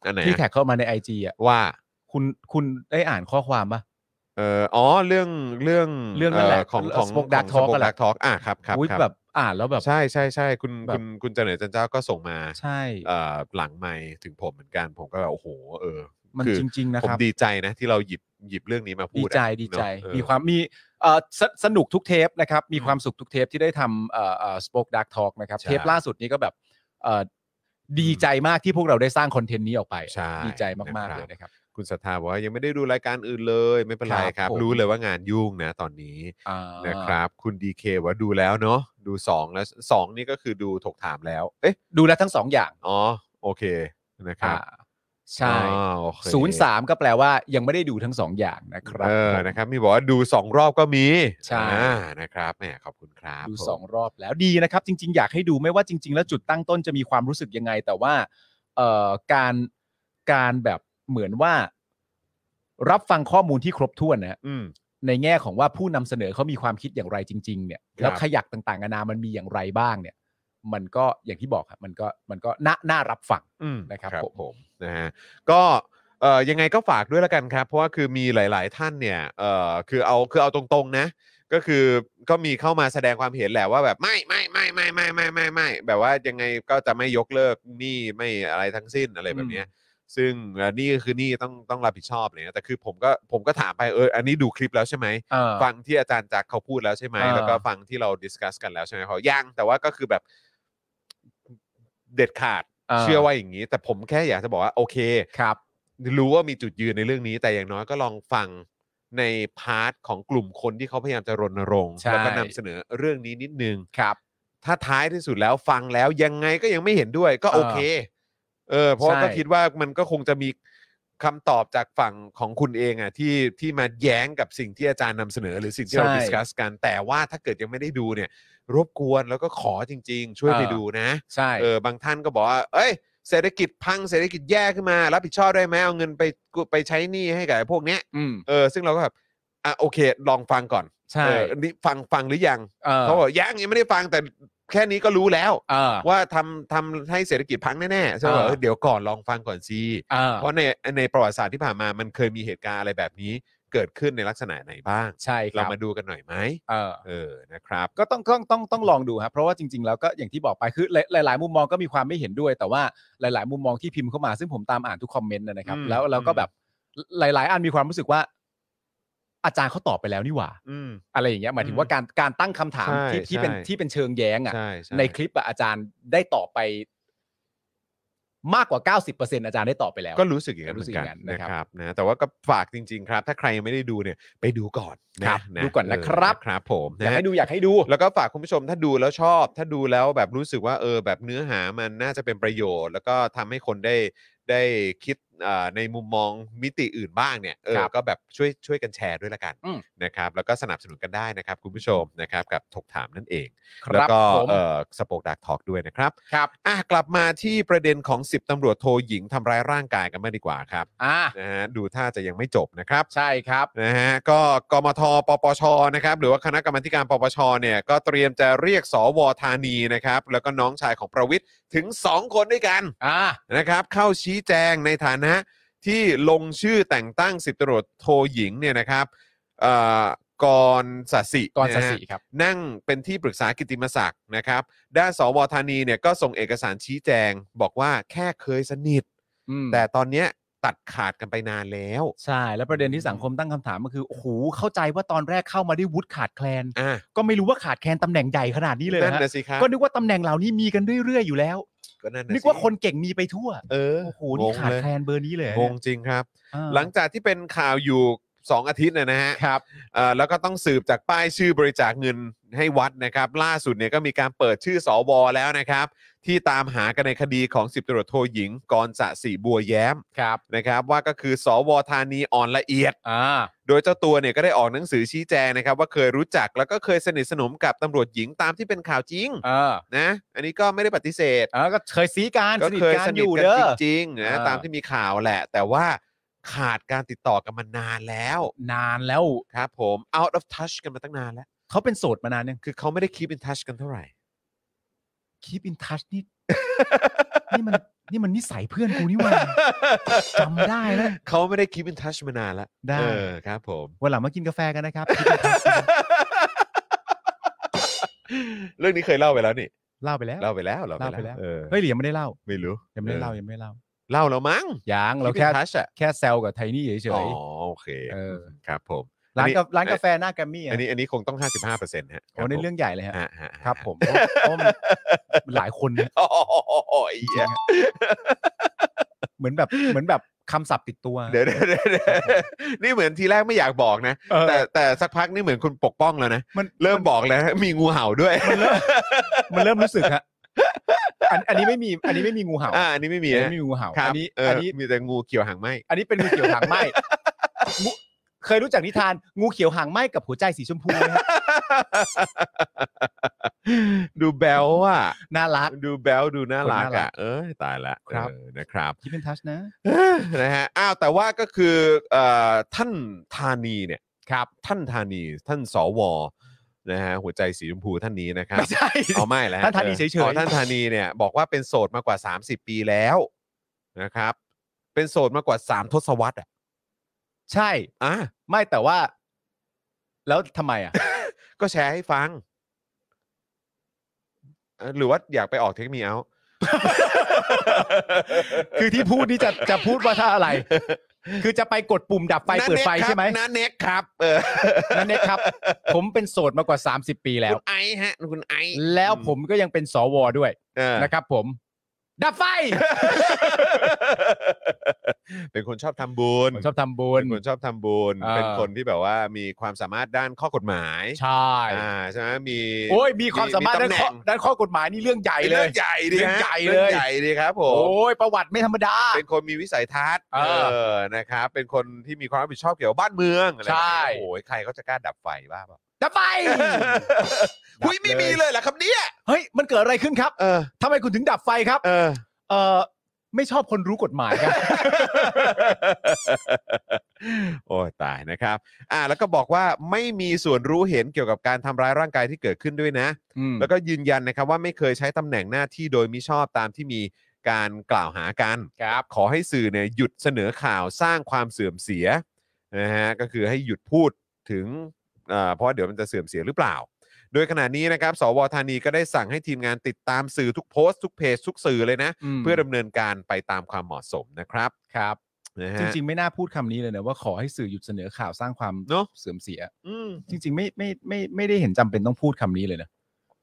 อันไหน
ที่
อะ
แท็กเข้ามาใน IG อ่ะ
ว่า
คุณคุณได้อ่านข้อความปะ
เอออ๋อเรื่องเรื่อง
เรื่องนั่นแหละ
ของของ
Spoke Dark
ของ Spoke
Talk อะแหละ
Dark Talk อ่ะครับครับ
อุ้ย
ครับ
แบบอ่านแล้วแบบ
ใช่ใช่ใช่คุณ
แบบ
คุณคุณเจเนอจันเจ้าก็ส่งมา
ใช่
เอ่อหลังไม่ถึงผมเหมือนกัน ผมก็แบบโอ้โหเออ
มัน
คือ
จริง ๆ นะ
ผม
ครับ
ดีใจนะที่เราหยิบหยิบเรื่องนี้มาพู
ดี
ดอะ
ใจดี
เน
ใจ
อะเออ
มีความมีเอ่อสสนุกทุกเทปนะครับ มี
อืม
ความสุขทุกเทปที่ได้ทำเอ่อเอ่อสปอคดักทอล์กนะครับ
ใช่
เทปล่าสุดนี้ก็แบบเอ่อดีใจมากที่พวกเราได้สร้างคอนเทนต์นี้ออกไป
ใช่
ดีใจมา
นะค
ก
รับ
ๆ เลยนะครับ
คุณศรัทธาบอกว่ายังไม่ได้ดูรายการอื่นเลยไม่เป็นไร
ครับ
ครับ
ผม
รู้เลยว่างานยุ่งนะตอนนี้
อ่า
นะครับ คุณดีเคว่าดูแล้วเนาะดู 2 แล้ว 2 นี่ก็คือดูถกถามแล้ว เอ๊ะ
ดูแล้วทั้งสองอย่าง
อ๋อโอเคนะครับ
อ่าใช่
อ๋อโอเค
ศูนย์สามก็แปลว่ายังไม่ได้ดูทั้งสองอย่างนะครับ
เออนะครับ มีบอกว่าดู 2 รอบก็มี
ใช่
อ่านะครับแหมขอบคุณครับ
ดู
ผม
สองรอบแล้วดีนะครับ จริง ๆ อยากให้ดูไม่ว่าจริง ๆ แล้วจุดตั้งต้นจะมีความรู้สึกยังไง แต่ว่าเอ่อการการแบบเหมือนว่า รับฟังข้อมูลที่ครบถ้วนนะฮะ
อืม
ในแง่ของว่าผู้นำเสนอเขามีความคิดอย่างไรจริง ๆ เนี่ย
ครับ
แล้วขยักต่างๆนานามันมีอย่างไรบ้างเนี่ย มันก็อย่างที่บอกครับมันก็มันก็น่าน่ารับฟัง
อืม
นะครับผม
นะฮะก็เอ่อยังไงก็ฝากด้วยละกันครับ เพราะว่าคือมีหลาย ๆ ท่านเนี่ยเอ่อคือเอาคือเอาตรงๆนะ ก็คือก็มีเข้ามาแสดงความเห็นแหละว่าแบบไม่ไม่ไม่ไม่ไม่ไม่ไม่ไม่แบบว่ายังไงก็จะไม่ยกเลิกหนี้ไม่อะไรทั้งสิ้นอะไรแบบเนี้ยซึ่งเอ่อนี่ก็คือหนี่ต้องต้องรับผิดชอบอะไรเลยแต่คือผมก็ผมก็ถามไปเอออันนี้ดูคลิปแล้วใช่ไหม
เออ
ฟังที่อาจารย์จักรเขาพูดแล้วใช่ไหม
อ่า
แล้วก็ฟังที่เราดิสคัสกันแล้วใช่ไหมเขายังแต่ว่าก็คือแบบเด็ดขาด เชื่อว่าอย่างนี้ แต่ผมแค่อยากจะบอกว่า โอเค
ครับ
รู้ว่ามีจุดยืนในเรื่องนี้ แต่อย่างน้อยก็ลองฟังในพาร์ทของกลุ่มคนที่เขาพยายามจะรณรงค์
ใช่
แล้วก็นำเสนอเรื่องนี้นิดนึง
ครับ
ถ้าท้ายที่สุดแล้วฟังแล้วยังไงก็ยังไม่เห็นด้วยก็โอเค เออเพราะว่า
ใช่
ก็คิดว่ามันก็คงจะมีคำตอบจากฝั่งของคุณเองอ่ะที่ที่มาแย้งกับสิ่งที่อาจารย์นำเสนอ หรือสิ่งที่เรา
ใช่
ดิสคัสกัน แต่ว่าถ้าเกิดยังไม่ได้ดูเนี่ย รบกวนแล้วก็ขอจริง ๆ ช่วยไป
เออ
ดูนะ
ใช่
เออบางท่านก็บอกว่า เอ้ย เศรษฐกิจพังเศรษฐกิจแย่ขึ้นมา รับผิดชอบได้ไหมเอาเงินไปกู้ไปใช้หนี้ให้กับไอ้พวกเนี้ย
อืม
เออซึ่งเราก็แบบอ่ะโอเค ลองฟังก่อน
ใช่
เอออันนี้ฟังฟังหรือยัง
เออ
เขาบอกยังยังไม่ได้ฟังแต่แค่นี้ก็รู้แล้ว
เออ
ว่าทำทำให้เศรษฐกิจพังแน่ๆใช่ไหม
เออ
เออเดี๋ยวก่อนลองฟังก่อนสิ
เออ
เพราะในในประวัติศาสตร์ที่ผ่านมามันเคยมีเหตุการณ์อะไรแบบนี้ เกิดขึ้นในลักษณะไหนบ้าง
ใช่ค
เรา
รับ
มาดูกันหน่อยไหม
เออ
เออนะครับ
ก็ต้องต้องต้องต้องลองดูครับเพราะว่าจริง ๆ แล้วก็อย่างที่บอกไปคือหลายหลาย ๆ มุมมองก็มีความไม่เห็นด้วย แต่ว่าหลาย ๆ มุมมองที่พิมพ์เข้ามาซึ่งผมตามอ่านทุกคอมเมนต์นะครับ
อืม
แล้วเราก็
อืม
แบบหลาย ๆ อันมีความรู้สึกว่า อาจารย์เขาตอบไปแล้วนี่หว่า
อืม
อะไรอย่างเงี้ยหมายถึงว่าการการตั้งคำถาม
ใช่
ที่ที่เป็น
ใช่
ที่เป็นเชิงแย้งอ่ะ
ใช่ช่
ในคลิปอะอาจารย์ได้ตอบไป มากกว่า 90%อาจารย์ได้ตอบไปแล้ว
ก็รู้สึกอย่างนั้นเห
รู้
มือ
สึก
น
อ
กั
ย่าน งนั้น
นะ
นะ
ค
ครั
รับบ นะแต่ว่าก็ฝากจริง ๆ ครับ ถ้าใครยังไม่ได้ดูเนี่ยไปดูก่อน
ครั
นะ
บดูก่อนนะครับ
เออครับผม
อยาก
นะ
ให้ดูอยากให้ดู
แล้วก็ฝากคุณผู้ชมถ้าดูแล้วชอบ ถ้าดูแล้วแบบรู้สึกว่าเออแบบเนื้อหามันน่าจะเป็นประโยชน์ แล้วก็ทำให้คนได้ได้คิดอ่าในมุมมองมิติอื่นบ้างเนี่ยเออ
ครับ
ก็แบบช่วยช่วยกันแชร์ด้วยละกัน
อืม
นะครับแล้วก็สนับสนุนกันได้นะครับ คุณผู้ชมนะครับกับถกถามนั่นเอง
ค
แล้ว
รับ
ก็
ผม
เอ่อสปอคดักทอกด้วยนะครับ
ครับ
อ่ะกลับมาที่ประเด็นของ 10ตำรวจโทหญิงทำร้ายร่างกายกันมางดีกว่าครับ
อ่า
นะฮะดูท่าจะยังไม่จบนะครับ
ใช่ครับ
นะฮะก็กมทปปชนะครับหรือว่าคณะกรรมาธิการปปชเนี่ยก็เตรียมจะเรียกสวธานีนะครับแล้วก็น้องชายของประวิทย์ถึง 2 คนด้วยกัน
อ่า
นะครับเข้าชี้แจงในฐานะที่ลงชื่อแต่งตั้งสิบตำรวจโทหญิงเนี่ยนะครับเอ่อกรสสิ
ก่อนส
ะฮะ
สีครับ
นั่งเป็นที่ปรึกษากิติมศักดิ์นะครับด้านสวธานีเนี่ยก็ส่งเอกสารชี้แจง บอกว่าแค่เคยสนิท
อืม
แต่ตอนเนี้ยตัดขาดกันไปนานแล้ว
ใช่ แล้วประเด็นที่สังคมตั้งคำถามก็คือโอ้โหเข้าใจว่าตอนแรกเข้ามาได้วยวุฒิขาดแคลน
อ่ะ
ก็ไม่รู้ว่าขาดแคลนตำแหน่งใหญ่ขนาดนี้เลย
นั่น
นะฮะ
นะสิครับ
ก็นึกว่าตำแหน่งเหล่านี้มีกันเรื่อยๆอยู่แล้ว
ก็นั่น
นึ
นึ
กว่าคนเก่งมีไปทั่ว
เออ
โอ้โหนี่
งง
ขาด
เลย
แคลนเบอร์นี้เลย
งงจริงครับ
อ่า
หลังจากที่เป็นข่าวอยู่ 2 อาทิตย์เนยนะฮะ
ครับ
เอ่อแล้วก็ต้องสืบจากป้ายชื่อบริจาคเงินให้วัดนะครับ ล่าสุดเนี่ยก็มีการเปิดชื่อสวแล้วนะครับ ที่ตามหากันในคดีของสิบตำรวจโทหญิงกรสะสีบัวแย้ม
ครับ
นะครับว่าก็คือสวธานีอ่อนละเอียด
อ่า
โดยเจ้าตัวเนี่ยก็ได้ออกหนังสือชี้แจงนะครับ ว่าเคยรู้จักแล้วก็เคยสนิทสนมกับตำรวจหญิงตามที่เป็นข่าวจริง
เออ
นะอันนี้ก็ไม่ได้ปฏิเสธ
เออก็เคยซีการ
ก็
สนิท
เคย
กั
ส
น
นิท
อยู่
กัน
เด้อ
จริงๆนะ
เออ
ตามที่มีข่าวแหละ แต่ว่าขาดการติดต่อกันมานานแล้ว
นานแล้ว
ครับผม out of touch กันมาตั้งนานแล้ว
เขาเป็นโสดมานานยัง
คือเขาไม่ได้ keep in touch กันเท่าไหร่
คีปอินทัชนี่ นี่มันนี่มันนิสัยเพื่อนกูนี่หว่า จำได้แล้ว
เขาไม่ได้ keep in touch มานานแล้ว
ได้
เออครับผม
วันหลังมากินกาแฟกันนะครับ
เรื่องนี้เคยเล่าไปแล้วนี่
เล่าไปแล้ว
เล่าไปแล้วเล่า
เล่าไป
ไป
แล้
แล้ว
ว
เออ
เฮ้ยหรือยังไม่ได้เล่า
ไม่รู้
ยังไม่ได้เล่ายังไม่ได้เล่า
เล่าแล้วมั้ง
ยังเรา
ที่
แค่
ป็นทัชอะ
แค่แซวกับไทนี่เฉ
อ๋อย โอเค
เออ
ครับผม
ๆร้านกา
อั
ร้านกาแฟหน้าแกรมมี่
อัน
อ่ะ
นี้อันนี้คงต้อง 55เปอร์เซ็นต์ฮะ
โอ้ในเรื่องใหญ่เลยฮะ
ฮะฮะ
ครับ ผมเพราะเพราะมันมันหลายคนนะ
โอ้โห
จริงๆอะเหมือนแบบเหมือนแบบคำศัพท์ติดตัว
เดี๋ยวเดี๋ยวเดี๋ยวเดี๋ยวนี่เหมือนทีแรกไม่อยากบอกนะ
เออ
แต่แต่สักพักนี่เหมือนคุณปกป้องแล้วนะ
มัน
เริ่มบอกแล้ว นะมีงูเห่าด้วย
มันเริ่มรู้สึกฮะอันอันนี้ไม่มีอันนี้ไม่มีงูเห่า
อ่าอันนี้ไม่มี
อัน
นะ
นี้ไม่มีงูเห่า
ครับ
อันี้
เออ
อั
อั
นนี้
มีแต่งูเกี่ยวหางไหม
อันนี้เป็นงูเขียวหางไหม งูเคยรู้จักนิทาน งูเขียวหางไหมกับหัวใจสีชมพูไหมฮะ
ดูแบลว่ะ
น่ารัก
ดูแบลดูน่ารัก
คนน่ารั
อ่ะ
ก
เอ้ยตายละ
ครับ
เออนะครับ
คิดเป็นทัชนะ
นะฮะอ้าวแต่ว่าก็คือเอ่อท่านธานีเนี่ย
ครับ
ท่านธานีท่านสวนะฮะหัวใจสีชมพูท่านนี้นะครับ
ไม่ใช่
เอาไม่แล้ว
ท่านธานีเฉยๆ
ท่านธานีเนี่ยบอกว่าเป็นโสดมากว่า 30 ปีแล้วนะครับ เป็นโสดมากกว่า 3 ทศวรรษอ่ะ
ใช่
อ่ะ
ไม่แต่ว่า แล้วทำไมอ่ะ
ก็แชร์ให้ฟังเอ่อหรือว่าอยากไปออกเทคมีเอา
คือที่พูดนี่จะจะพูดว่าถ้าอะไร คือจะไปกดปุ่มดับไฟเปิดไฟใช่ไหม
นั่นเน็กครับเออ
นั่นเองครับ ผมเป็นโสดมากว่า 30 ปีแล้ว
คุณไอซ์ฮะคุณไอซ์
แล้วผมก็ยังเป็นสวด้วย
เออ
นะครับผม ดับ ไฟ
เป็นคนชอบทำบุญ
ผมชอบทำบุญ
เป็นคนชอบทำบุญ
เออ
เป็นคนที่แบบว่ามีความสามารถด้านข้อกฎหมาย
ใช่
อ่าใช่ไหมมี
โอ้ยมีความสามารถ
มี
ด้าน
ตำแหน่ง
ข้อด้านข้อกฎหมายนี่เรื่องใหญ่
ไอ้
เล
เรื่อย งใหญ่ดิ
เรื่อง
ฮะ
ใหญ่
เรื่อง
เลย
ใหญ่ดิครับผ
โอ
ม
้ยประวัติไม่ธรรมดา
เป็นคนมีวิสัยทัศน์
เออ
อนะครับ เป็นคนที่มีความรับผิดชอบเกี่ยวกับบ้านเมืองอะไรแบบ
ใช่
นี้โอ้ยใครเขาจะกล้าดับไฟบ้าเปล่า
ดับ ไฟ
หุยไม่มีเลยเหรอครับเนี่ย
เฮ้ย มันเกิดอะไรขึ้นครับ
เออ
ทำไมคุณถึงดับไฟครับ
เออ
เออไม่ชอบคนรู้กฎหมาย ครับ
โอ้ยตายนะครับ อ่า แล้วก็บอกว่าไม่มีส่วนรู้เห็นเกี่ยวกับการทำร้ายร่างกายที่เกิดขึ้นด้วยนะ แล้วก็ยืนยันนะครับว่าไม่เคยใช้ตำแหน่งหน้าที่โดยมิชอบตามที่มีการกล่าวหากันครับขอให้สื่อเนี่ยหยุดเสนอข่าวสร้างความเสื่อมเสียนะฮะก็คือให้หยุดพูดถึงเอ่อเพราะว่าเดี๋ยวมันจะเสื่อมเสียหรือเปล่า โดยขณะนี้นะครับ สวธานีก็ได้สั่งให้ทีมงานติดตามสื่อทุกโพสต์ทุกเพจทุกสื่อเลยนะ เพื่อดำเนินการไปตามความเหมาะสมนะครับ
ครับ
นะ
จ
ฮะ
ริง ๆ ไม่น่าพูดคำนี้เลยนะว่าขอให้สื่อหยุดเสนอข่าวสร้างความ
เนอะ
เสื่อมเสีย
อืม
จริง ๆ ไม่ไม่ไม่ไม่ได้เห็นจำเป็นต้องพูดคำนี้เลยนะ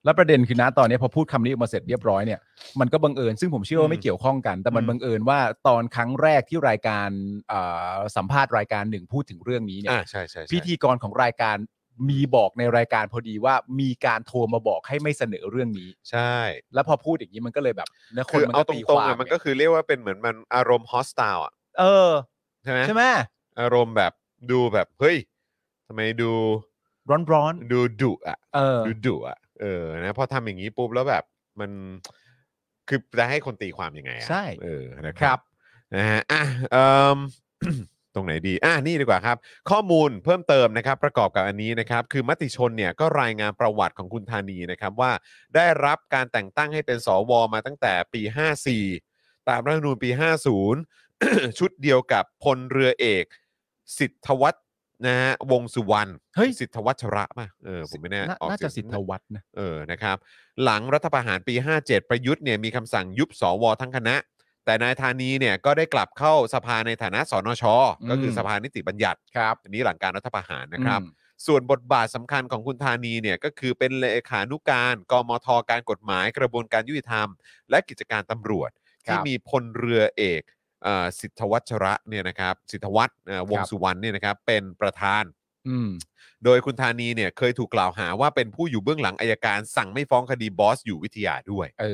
แล้วประเด็นคือนะตอนนี้พอพูดคำนี้ออกมาเสร็จเรียบร้อยเนี่ยมันก็บังเอิญซึ่งผมเชื่อว่าไม่เกี่ยวข้องกัน แต่มัน
อืม
บังเอิญว่าตอนครั้งแรกที่รายการเอ่อสัมภาษณ์รายการหนึ่งพูดถึงเรื่องนี้เนี่
อ่าย ใช่ใช่ใช่
พิธีกรของรายการมีบอกในรายการพอดีว่ามีการโทรมาบอกให้ไม่เสนอเรื่องนี้
ใช่
แล้วพอพูดอย่างนี้มันก็เลยแบบเนื้อคน
คือ
มัน
เอา
ก็
ตร
ตีค
ง
วา
ๆ
ม
อะมันก็คือเรียกว่าเป็นเหมือนมันอารมณ์ฮอสตาลอ่ะ
เออ
ใช่ไหม
ใช่ไหม
อารมณ์แบบดูแบบเฮ้ยทำไมดู
ร้อนร้อน
ดูดุอ่ะ
ๆเออ
ดูดุอ่ะเออนะพอทำอย่างนี้ปุ๊บแล้วแบบมันคือจะให้คนตีความยังไงอะ
ใช่
เออนะค
ค
รั
รับ บ
นะฮะอ่ะเอิ่ม ตรงไหนดี อ่ะ นี่ดีกว่าครับ ข้อมูลเพิ่มเติมนะครับ ประกอบกับอันนี้นะครับ คือมติชนเนี่ยก็รายงานประวัติของคุณธานีนะครับ ว่าได้รับการแต่งตั้งให้เป็นสวมาตั้งแต่ปี 54 ตามรัฐธรรมนูญปี 50 ชุดเดียวกับพลเรือเอก สิทธวัฒน์นะฮะวงสุวรรณ
เฮ้ย
สิทธวัชระป่ะเออผมไม่แน่
นา
ออก
น่าจะ
เยง
สิทธวัฒน์นะ
เออ นะครับ หลังรัฐประหารปี 57 ประยุทธ์เนี่ยมีคำสั่งยุบสวทั้งคณะ แต่นายธานีเนี่ยก็ได้กลับเข้าสภาในฐานะสนช
อืม
ก็คือสภานิติบัญญัติ
ครับ
อันนี้หลังการรัฐประหารนะครับ
อืม
ส่วนบทบาทสำคัญของคุณธานีเนี่ยก็คือเป็นเลขานุการ กมทการกฎหมายกระบวนการยุติธรรม และกิจการตำรวจ ที่มีพลเรือเอกเอ่อสิทธวัชระเนี่ยนะครับ สิทธวัฒน์เอ่อวงสุวรรณเนี่ยนะครับเป็นประธาน
อืม
โดยคุณธานีเนี่ยเคยถูกกล่าวหาว่าเป็นผู้อยู่เบื้องหลังอายการสั่งไม่ฟ้องคดีบอสอยู่วิทยาด้วย
เอ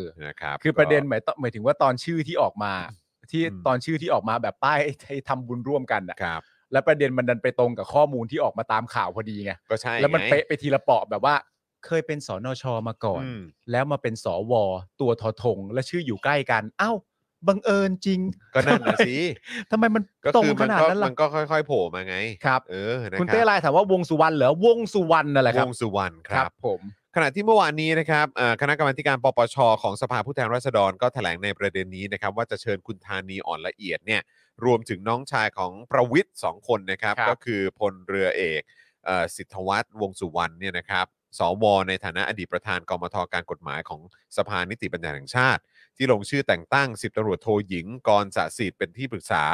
อ
นะครับ
คือประเด็นหมายหมายถึงว่าตอนชื่อที่ออกมา ที่
อืม
ตอนชื่อที่ออกมาแบบป้ายไอ้ ไอ้ทำบุญร่วมกันอ่ะ
ครับ
แล้วประเด็นมันดันไปตรงกับข้อมูลที่ออกมาตามข่าวพอดีไง
ก็ใช่
แล้วมัน
ไง
เป๊ะไปทีละเปาะแบบว่า เคยเป็นสนชมาก่อน
อืม
แล้วมาเป็นสว ตัวทอทง และชื่ออยู่ใกล้กัน เอ้า บังเอิญจริง
ก็นั่นนะสิ
ทำไมมัน
ก็
ตรง
คือ
ข
มัน
นาด
ก็
นั้น
มั
ล่ะ
นก็ค่อย ๆ โผล่มาไง
ครับ
เออนะ
คุณ
รับ
เต้ไลน์ถามว่าวงสุวรรณเหรอวงสุวรรณนั่นแหละคว รับ
งสุวรรณครับ
ผม
ขณะที่เมื่อวานนี้นะครับเอ่อคณะกรรมาธิการปปช ของสภาผู้แทนราษฎรก็แถลงในประเด็นนี้นะครับ ว่าจะเชิญคุณธานีอ่อนละเอียดเนี่ยรวมถึงน้องชายของประวิทย์สองคนนะครับ
ครับ
ก็คือพลเรือเอกเอ่อสิทธวัฒน์วงสุวรรณเนี่ยนะครับสวในฐานะอดีตประธานกมทการกฎหมายของสภานิติบัญญัติแห่งชาติ ที่ลงชื่อแต่งตั้งสิบตำรวจโทหญิงกรสะสิทธิ์เป็นที่ปรึกษา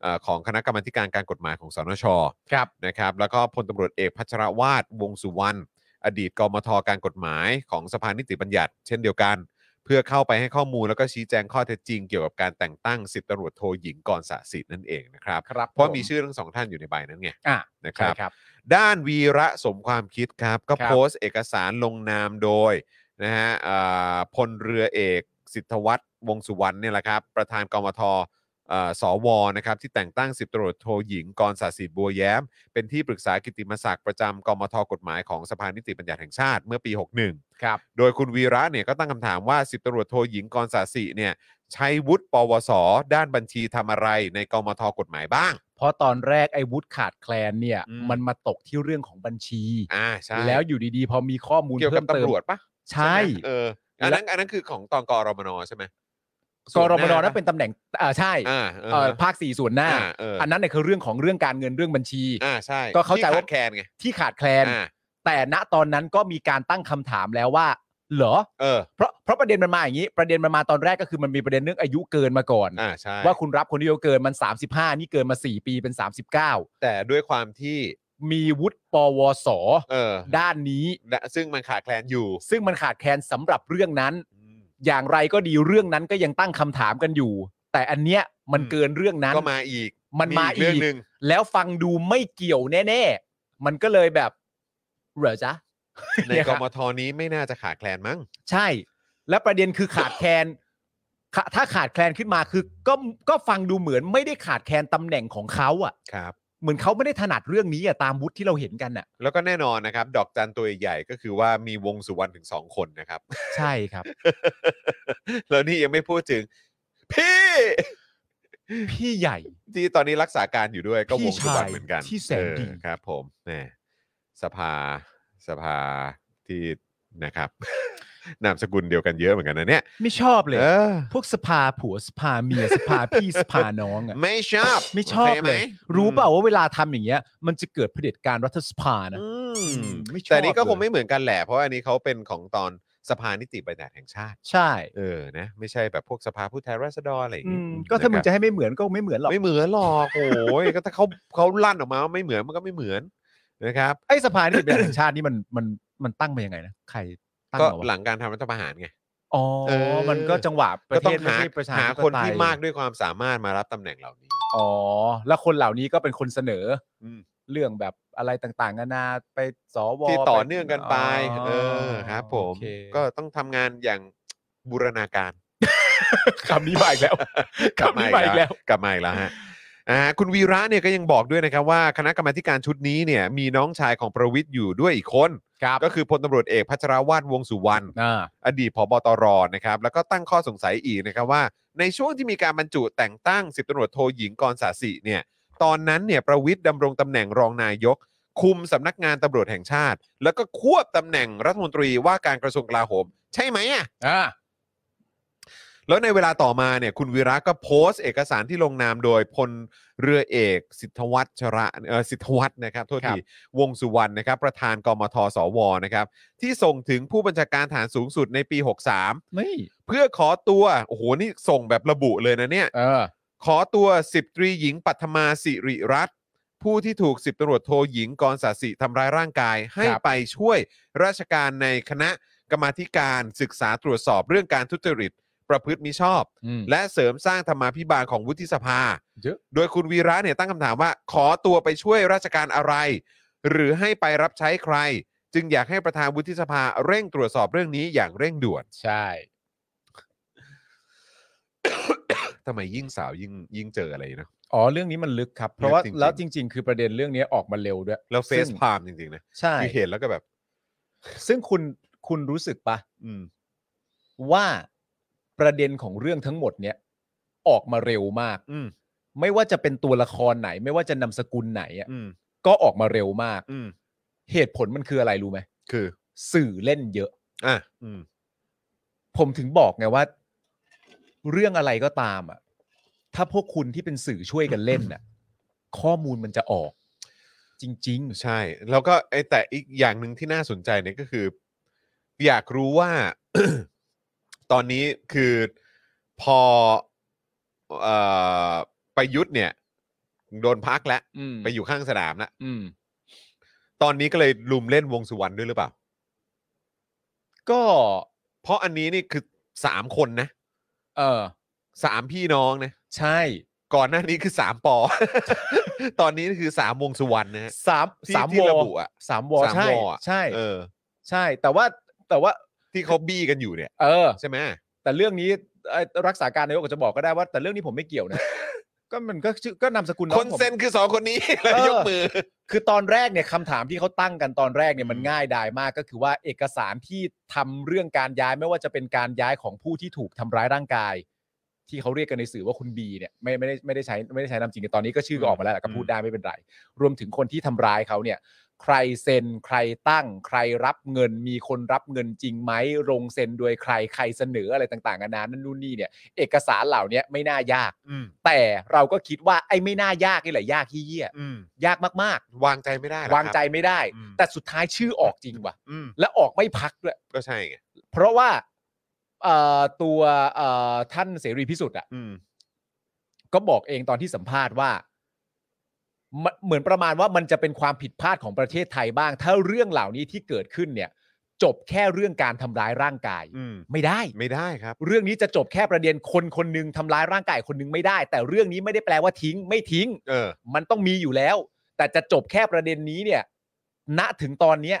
เอ่อของคณะกรรมาธิการการกฎหมายของสนช
ครับ
นะครับแล้วก็พลตำรวจเอกพัชรวาดวงสุวรรณอดีตกมทการกฎหมายของสภานิติบัญญัติ เช่นเดียวกัน เพื่อเข้าไปให้ข้อมูลแล้วก็ชี้แจงข้อเท็จจริงเกี่ยวกับการแต่งตั้งสิบตำรวจโทหญิงกรสะสิทธิ์นั่นเองนะครับ
ครับ
เพราะ
ผ
มีชื่อทั้งสองท่านอยู่ในใบนั้นไง
อ่ะ
นะค
ใช่
รับ
ครับ
ด้านวีระสมความคิดครับ ก็
ครับ
โพสต์เอกสารลงนามโดยนะฮะอ่าพลเรือเอกสิทธวัฒน์วงสุวรรณเนี่ยแหละครับ ประธานกมทเอ่อสวนะครับที่แต่งตั้งสิบตำรวจโทหญิงกรศาสิบัวแย้ม เป็นที่ปรึกษากิตติมศักดิ์ประจำกมทกฎหมายของสภานิติบัญญัติแห่งชาติเมื่อปี 61
ครับ
โดยคุณวีระเนี่ยก็ตั้งคำถามว่าสิบตำรวจโทหญิงกรศาสิเนี่ยใช้วุฒิปวส ด้านบัญชีทำอะไรในกมทกฎหมายบ้าง
เพราะตอนแรกไอ้วุฒิขาดแคลนเนี่ย
อืม
มันมาตกที่เรื่องของบัญชี
อ่าใช่
แล้วอยู่ดีๆ พอมีข้อมูล
เกี่ยวกั
เพิ่
บ
มเติม
ตำรวจปะ
ใช่
ไหมเออ อันนั้น อันนั้นคือของตอนกรมนใช่ไหม
กรมน
ส่วหา
นั้นเป็นตำแหน่งอ่าใช่
อ่า
เอ่อภาคสี่ส่วนหน้า
เออ
อั
อั
นนั้นเนี่ยคือเรื่องของเรื่องการเงินเรื่องบัญชี
อ่าใช่
ก็เข้าใจ
ที่ข
ว่า
ดแคลนไง
ที่ขาดแคลน
อ่า
แต่ณตอนนั้นก็มีการตั้งคำถามแล้วว่า เหรอ
เออ
เพราะเพราะประเด็นมันมาอย่างนี้ ประเด็นมันมาตอนแรกก็คือมันมีประเด็นเรื่องอายุเกินมาก่อน
อ่าใช่
ว่าคุณรับคนที่อายุเกินมัน 35 นี่เกินมา 4 ปีเป็น
แต่ด้วยความที่
39 มีวุฒิปวส
เออ
ด้านนี้
และซึ่งมันขาดแคลนอยู่
ซึ่งมันขาดแคลนสำหรับเรื่องนั้น
อืม
อย่างไรก็ดีเรื่องนั้นก็ยังตั้งคำถามกันอยู่ แต่อันเนี้ยมัน
อืม
เกินเรื่องนั้น
ก็มาอีก
มันมาอีก
เรื่องหนึ่ง
แล้วฟังดูไม่เกี่ยวแน่ ๆ มันก็เลยแบบเหรอจ๊ะ
ใน
เนี่ย
ก
ครับ
มทนี้ไม่น่าจะขาดแคลนมั้ง
ใช่ และประเด็นคือขาดแคลนขะถ้าขาดแคลนขึ้นมาคือก็ก็ฟังดูเหมือนไม่ได้ขาดแคลนตำแหน่งของเขาอะ่ะ
ครับ
เหมือนเขาไม่ได้ถนัดเรื่องนี้อะ่ะตามวุฒิที่เราเห็นกันอ่ะ
แล้วก็แน่นอนนะครับ ดอกจันตัวใหญ่ๆก็คือว่ามีวงสุวรรณถึงสองคนนะครับ
ใช่ครับ
แล้วนี่ยังไม่พูดถึง พี่
พี่ใหญ่
ที่ตอนนี้รักษาการอยู่ด้วยก็
พี่
วงสุวรรณ
ชาย
เหมือนกัน
ที่แสนดี
เออครับ ผมแหม่สภาสภาที่นะครับ นามสกุลเดียวกันเยอะเหมือนกันนะเนี่ย
ไม่ชอบเลย
เออ
พวกสภาผัวสภาเมียสภาพี่สภาน้องอ่ะ
ไม่ชอบ
ไม่ชอบ
โคห
เลย รู้เปล่าว่าเวลาทำอย่างเงี้ย มันจะเกิดเผด็จการรัฐสภานะ
อื
อื
ม
มไม่ชอบ
แต่นี่ก็
เลย
คงไม่เหมือนกันแหละ เพราะอันนี้เขาเป็นของตอนสภานิติบัญญัติแห่งชาติ
ใช่
เออนะไม่ใช่แบบพวกสภาผู้แทนราษฎรอะไรอย่าง
อื
งี้
มก็ถ้ามึง
น
จะ
ครับ
ให้ไม่เหมือนก็ไม่เหมือนหรอก
ไม่เหมือนหรอกโอ้ยก็ ถ้าเขาเขาลั่นออกมาว่าไม่เหมือนมันก็ไม่เหมือนนะครับ
ไอ้สภานี่เป็นแห่งชาตินี่มันมันมันตั้งมายังไงนะใครตั้ง
ก็
เอา
ห
วะ
ลังการทำรัฐประหารไง
อ๋อ
เออ
มันก็จังหวะป
ก็
ระเท
ต้อง
ศไม่
หา
ใช่ประชา
หา
ธิปไตย
คนที่มากด้วยความสามารถมารับตำแหน่งเหล่านี้
อ๋อ แล้วคนเหล่านี้ก็เป็นคนเสนออ
ม
เรื่องแบบอะไรต่างๆนานาไปสว
ที่ต่อ
ไป
เนื่องกันไป เออครับ ผม
โอเค
ก็ต้องทำงานอย่างบูรณาการ
คำนี้มาอีกแล้วคำนี้มาอีกแล้ว
กลับมาอีกแล้วฮะอ่าคุณวีระเนี่ยก็ยังบอกด้วยนะครับว่าคณะกรรมาธิการชุดนี้เนี่ยมีน้องชายของประวิทย์อยู่ด้วยอีกคน
ครับ
ก็คือพลตำรวจเอกพัชรวาดวงสุวรรณ
อ่า
อดีตผบตรนะครับแล้วก็ตั้งข้อสงสัยอีกนะครับว่า ในช่วงที่มีการบรรจุแต่งตั้งสิบตำรวจโทหญิงกรศาสิเนี่ยตอนนั้นเนี่ยประวิทย์ดำรงตำแหน่งรองนายก คุมสำนักงานตำรวจแห่งชาติ แล้วก็ควบตำแหน่งรัฐมนตรีว่าการกระทรวงกลาโหม ใช่ไหมอ่ะ
อ่า
แล้วในเวลาต่อมาเนี่ยคุณวีระก็โพสต์เอกสารที่ลงนามโดยพลเรือเอก สิทธวัฒน์ชระเอ่อสิทธวัฒน์นะครับโทษ
ครั
ที
บ
วงสุวรรณนะครับ ประธานกมทสวนะครับที่ส่งถึงผู้บัญชาการฐานสูงสุดในปี
ไม่
63 เพื่อขอตัว โอ้โห นี่ส่งแบบระบุเลยนะเนี่ย
เออ
ขอตัว 10 ตรีหญิงปัทมาสิริรัตน์ผู้ที่ถูก 10ตำรวจโทหญิงกรศาสิทำร้ายร่างกาย ให้
ครับ
ไปช่วยราชการในคณะกรรมาธิการศึกษาตรวจสอบเรื่องการทุจริต ประพฤติมิชอบ
อืม
และเสริมสร้างธรรมาภิบาลของวุฒิสภา
เยอะ
โดยคุณวีระเนี่ยตั้งคำถามว่า ขอตัวไปช่วยราชการอะไร หรือให้ไปรับใช้ใคร จึงอยากให้ประธานวุฒิสภาเร่งตรวจสอบเรื่องนี้อย่างเร่งด่วน
ใช่
ทำไมยิ่งสาวยิ่งยิ่งเจออะไรเนอะ
อ๋อเรื่องนี้มันลึกครับ เพราะว่า
ลึกจริงๆ
แล้วจริง ๆ คือประเด็นเรื่องนี้ออกมาเร็วด้วย
แล้วเฟซ
ซึ่ง
พามจริงๆนะ
ใช่
คือเห็นแล้วก็แบบ
ซึ่งคุณคุณรู้สึกปะ
อืม
ว่าประเด็นของเรื่องทั้งหมดเนี้ยออกมาเร็วมาก
อืม
ไม่ว่าจะเป็นตัวละครไหน ไม่ว่าจะนามสกุลไหนอะ
อืม
ก็ออกมาเร็วมาก
อืม
เหตุผลมันคืออะไรรู้ไหม
คือ
สื่อเล่นเยอะ
อ่ะ อืม
ผมถึงบอกไงว่า เรื่องอะไรก็ตามอ่ะถ้าพวกคุณที่เป็นสื่อช่วยกันเล่นน่ะ ข้อมูลมันจะออก จริง
ใช่ แล้วก็ไอแต่อีกอย่างหนึ่งที่น่าสนใจเนี่ยก็คือ อยากรู้ว่า ตอนนี้คือพอเอ่อประยุทธ์เนี่ย โดนพักแล้ว
ๆ อืม
ไปอยู่ข้างสนามแล้ว
อืม
ตอนนี้ก็เลยลุมเล่นวงสุวรรณด้วยหรือเปล่า
ก็
เพราะอันนี้นี่คือสามคนนะ
เออ
สามพี่น้องนะ
ใช่
ก่อนหน้านี้คือสามปอ ตอนนี้คือสามวงสุวรรณนะฮะ
สาม
ที่
สาม
ที่
วอ
ระบุอะ
สามวอ
สาม
ใช่
วออะ
ใช่
เออ
ใช่ แต่ว่าแต่ว่า
ที่เขาบี้กันอยู่เนี่ย
เออ
ใช่ไหม
แต่เรื่องนี้เอ่อรักษาการนายกอาจจะบอกก็ได้ว่า แต่เรื่องนี้ผมไม่เกี่ยว นะ ก็มันก็ชื่อก็นามสกุล
ค
อง
น
ผม
เซ็นคือสองคนนี้ แล้ว
เออ
ยกมือ
คือตอนแรกเนี่ยคำถามที่เขาตั้งกันตอนแรกเนี่ยมันง่ายดายมากก็คือว่าเอกสารที่ทำเรื่องการย้ายไม่ว่าจะเป็นการย้ายของผู้ที่ถูกทำร้ายร่างกาย ที่เขาเรียกกันในสื่อว่าคุณบีเนี่ยไม่ไม่ได้ไม่ได้ใช้ไม่ได้ใช้นามจริงกันตอนนี้ก็ชื่อก็ออกมาแล้วแหละก็พูดได้ไม่เป็นไร รวมถึงคนที่ทำร้ายเขาเนี่ย ใครเซ็นใครตั้ง ใครรับเงินมีคนรับเงินจริงไหมลงเซ็นโดยใครใครเสนออะไรต่างๆนานานั่นนู่นนี่เนี่ย เอกสารเหล่าเนี้ยไม่น่ายาก
อืม
แต่เราก็คิดว่าไอ้ไม่น่ายากนี่แหละยากที่เยี่ย
อืม
ยากมากๆ
วางใจไม่ได้หรอกครับ
วางใจไม่ได้
อืม
แต่สุดท้ายชื่อออกจริงว่ะ
อืม
และออกไม่พักด้วย
ก็ใช่ไง
เพราะว่าเอ่อตัวเอ่อท่านเสรีพิสุทธิ์อ่ะ
อืม
ก็บอกเองตอนที่สัมภาษณ์ว่ามันเหมือนประมาณว่ามันจะเป็นความผิดพลาดของประเทศไทยบ้าง ถ้าเรื่องเหล่านี้ที่เกิดขึ้นเนี่ย จบแค่เรื่องการทำร้ายร่างกาย
อืม
ไม่ได้
ไม่ได้ครับ
เรื่องนี้จะจบแค่ประเด็นคนคนหนึ่งทำร้ายร่างกายคนหนึ่งไม่ได้ แต่เรื่องนี้ไม่ได้แปลว่าทิ้ง ไม่ทิ้ง
เออ
มันต้องมีอยู่แล้ว แต่จะจบแค่ประเด็นนี้เนี่ย ณถึงตอนเนี้ย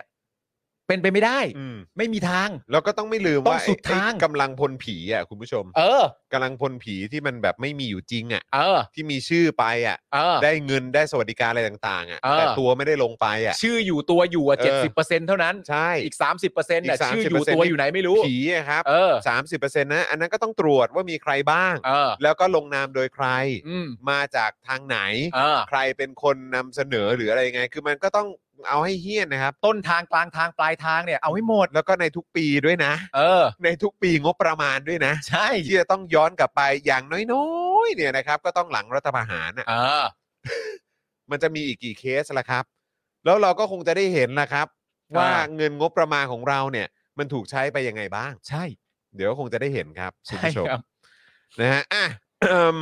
เป็นไปไม่ได้
อืม
ไม่มีทาง
แล้วก็ต้องไม่ลืม
ต้อง
ว่า
สุดทาง
ไอ้กำลังพลผีอ่ะคุณผู้ชม
เออ
กำลังพลผีที่มันแบบไม่มีอยู่จริงอ่ะ
เออ
ที่มีชื่อไปอ่ะ
เออ
ได้เงินได้สวัสดิการอะไรต่างๆอ่ะ
เออ
แต่ตัวไม่ได้ลงไปอ่ะ
ชื่ออยู่ตัวอยู่อะ
เอ
เจ็ด
อ
สิบเปอร์เซ็นต์เท่านั้น
ใช่
อีกสามสิบเปอร์เซ็นต์
อี
น่ะ
ก30%
ชื่ออยู่ตัว
ที่
อยู่ไหนไม่รู้
ผีอะครับ
เออ
สามสิบเปอร์เซ็นต์นะ อันนั้นก็ต้องตรวจว่ามีใครบ้าง
เออ
แล้วก็ลงนามโดยใคร
อืม
มาจากทางไหน
เออ
ใครเป็นคนนำเสนอหรืออะไรยังไง คือมันก็ต้องเอาให้เฮี้ยนนะครับ
ต้นทางกลางทางปลายทางเนี่ย เอาให้หมด
แล้วก็ในทุกปีด้วยนะ
เออ
ในทุกปีงบประมาณด้วยนะ
ใช่
ที่จะต้องย้อนกลับไปอย่างน้อยๆเนี่ยนะครับ ก็ต้องหลังรัฐประหารน่ะ
เออ
มันจะมีอีกกี่เคสละครับ แล้วเราก็คงจะได้เห็นนะครับ ว่า
อ่า
เงินงบประมาณของเราเนี่ย มันถูกใช้ไปยังไงบ้าง
ใช่
เดี๋ยวคงจะได้เห็นครับคุณ
ใช่
ผู้ชม
ครับ
นะฮะอ่ะเอิ่ม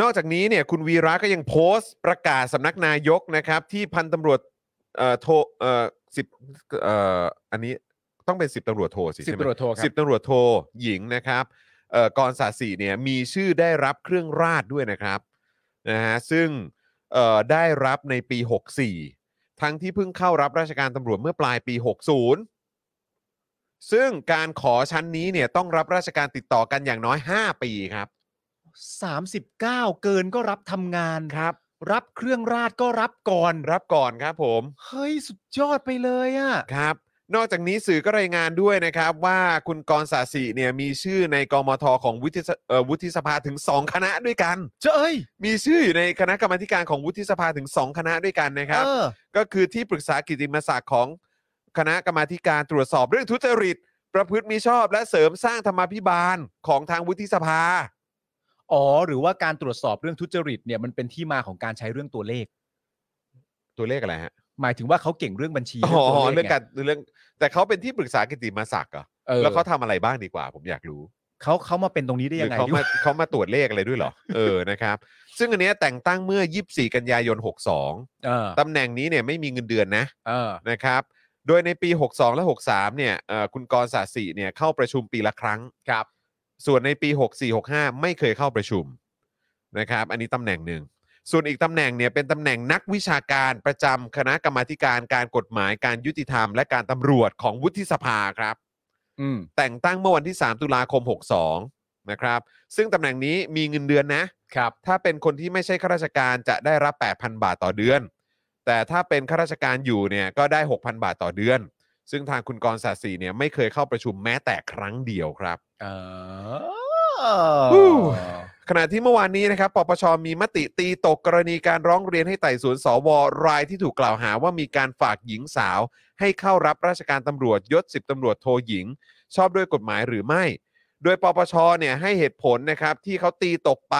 นอกจากนี้เนี่ยคุณวีระก็ยังโพสต์ประกาศสำนักนายกนะครับ ที่พันตำรวจเอ่อโทเอ่อสิบเอ่ออันนี้ต้องเป็นสิบตำรวจโทสิ
สิบ
ใช่ไหม
ตำรวจโทครั
สิบบตำรวจโทหญิงนะครับเอ่อกรศาสีเนี่ยมีชื่อได้รับเครื่องราชด้วยนะครับนะฮะซึ่งเอ่อได้รับในปี 64 ทั้งที่เพิ่งเข้ารับราชการตำรวจเมื่อปลายปี 60 ซึ่งการขอชั้นนี้เนี่ยต้องรับราชการติดต่อกันอย่างน้อย 5 ปีครับ
สามสิบเก้าเกินก็รับทำงาน
ครับ
รับเครื่องราชก็รับก่อน
รับก่อนครับผม
เฮ้ย สุดยอดไปเลยอะ่ะ
ครับ นอกจากนี้สื่อก็รายงานด้วยนะครับ ว่าคุณกรศาสีเนี่ยมีชื่อในกมทของวุฒิสเอ่อวุฒิสภาถึง 2 คณะด้วยกัน
เจ้ย
มีชื่ออยู่ในคณะกรรมาธิการของวุฒิสภาถึง 2 คณะด้วยกันนะครับ
เออ
ก็คือที่ปรึกษากิตติมศักดิ์ของคณะกรรมาธิการตรวจสอบเรื่องทุจริต ประพฤติมิชอบ และเสริมสร้างธรรมาภิบาลของทางวุฒิสภา
อ๋อ หรือว่าการตรวจสอบเรื่องทุจริตเนี่ยมันเป็นที่มาของการใช้เรื่องตัวเลข
ตัวเลขอะไรฮะ
หมายถึงว่าเขาเก่งเรื่องบัญชี
อ๋อเรื่อง
ไ
การเรื่องแต่เขาเป็นที่ปรึกษากิตติมศักดิ์เหรอ
เออ
แล้วเขาทำอะไรบ้างดีกว่า ผมอยากรู้
เขาเขามาเป็นตรงนี้ได้
ห
ยั
รื
งไง
เขา
ดิ
มาเขามาตรวจเลขอะไรด้วยเหรอ เออนะครับ ซึ่งอันเนี้ยแต่งตั้งเมื่อ 24 กันยายน 62
เออ
ตำแหน่งนี้เนี่ยไม่มีเงินเดือนนะ
เออ
นะครับ โดยในปี 62 และ 63 เนี่ยเอ่อคุณกรศาสีเนี่ยเข้าประชุมปีละครั้ง
ครับ
ส่วนในปี 64 65 ไม่เคยเข้าประชุมนะครับ อันนี้ตำแหน่งหนึ่งส่วนอีกตำแหน่งเนี่ยเป็นตำแหน่งนักวิชาการประจำคณะกรรมาธิการการกฎหมายการยุติธรรม และการตำรวจของวุฒิสภาครับ
อืม
แต่งตั้งเมื่อวันที่ 3 ตุลาคม 62 นะครับ ซึ่งตำแหน่งนี้มีเงินเดือนนะ
ครับ
ถ้าเป็นคนที่ไม่ใช่ข้าราชการจะได้รับ 8,000 บาทต่อเดือน แต่ถ้าเป็นข้าราชการอยู่เนี่ยก็ได้ 6,000 บาทต่อเดือน ซึ่งทางคุณกรศาสีเนี่ยไม่เคยเข้าประชุมแม้แต่ครั้งเดียวครับ
เอ
ฮู้
อ
ขณะที่เมื่อวานนี้นะครับ ปปช มีมติตีตกกรณีการร้องเรียนให้ไต่สวนสวรายที่ถูกกล่าวหาว่ามีการฝากหญิงสาว ให้เข้ารับราชการตำรวจยศ10ตำรวจโทหญิง ชอบด้วยกฎหมายหรือไม่ โดยปปช เนี่ยให้เหตุผลนะครับที่เขาตีตกไป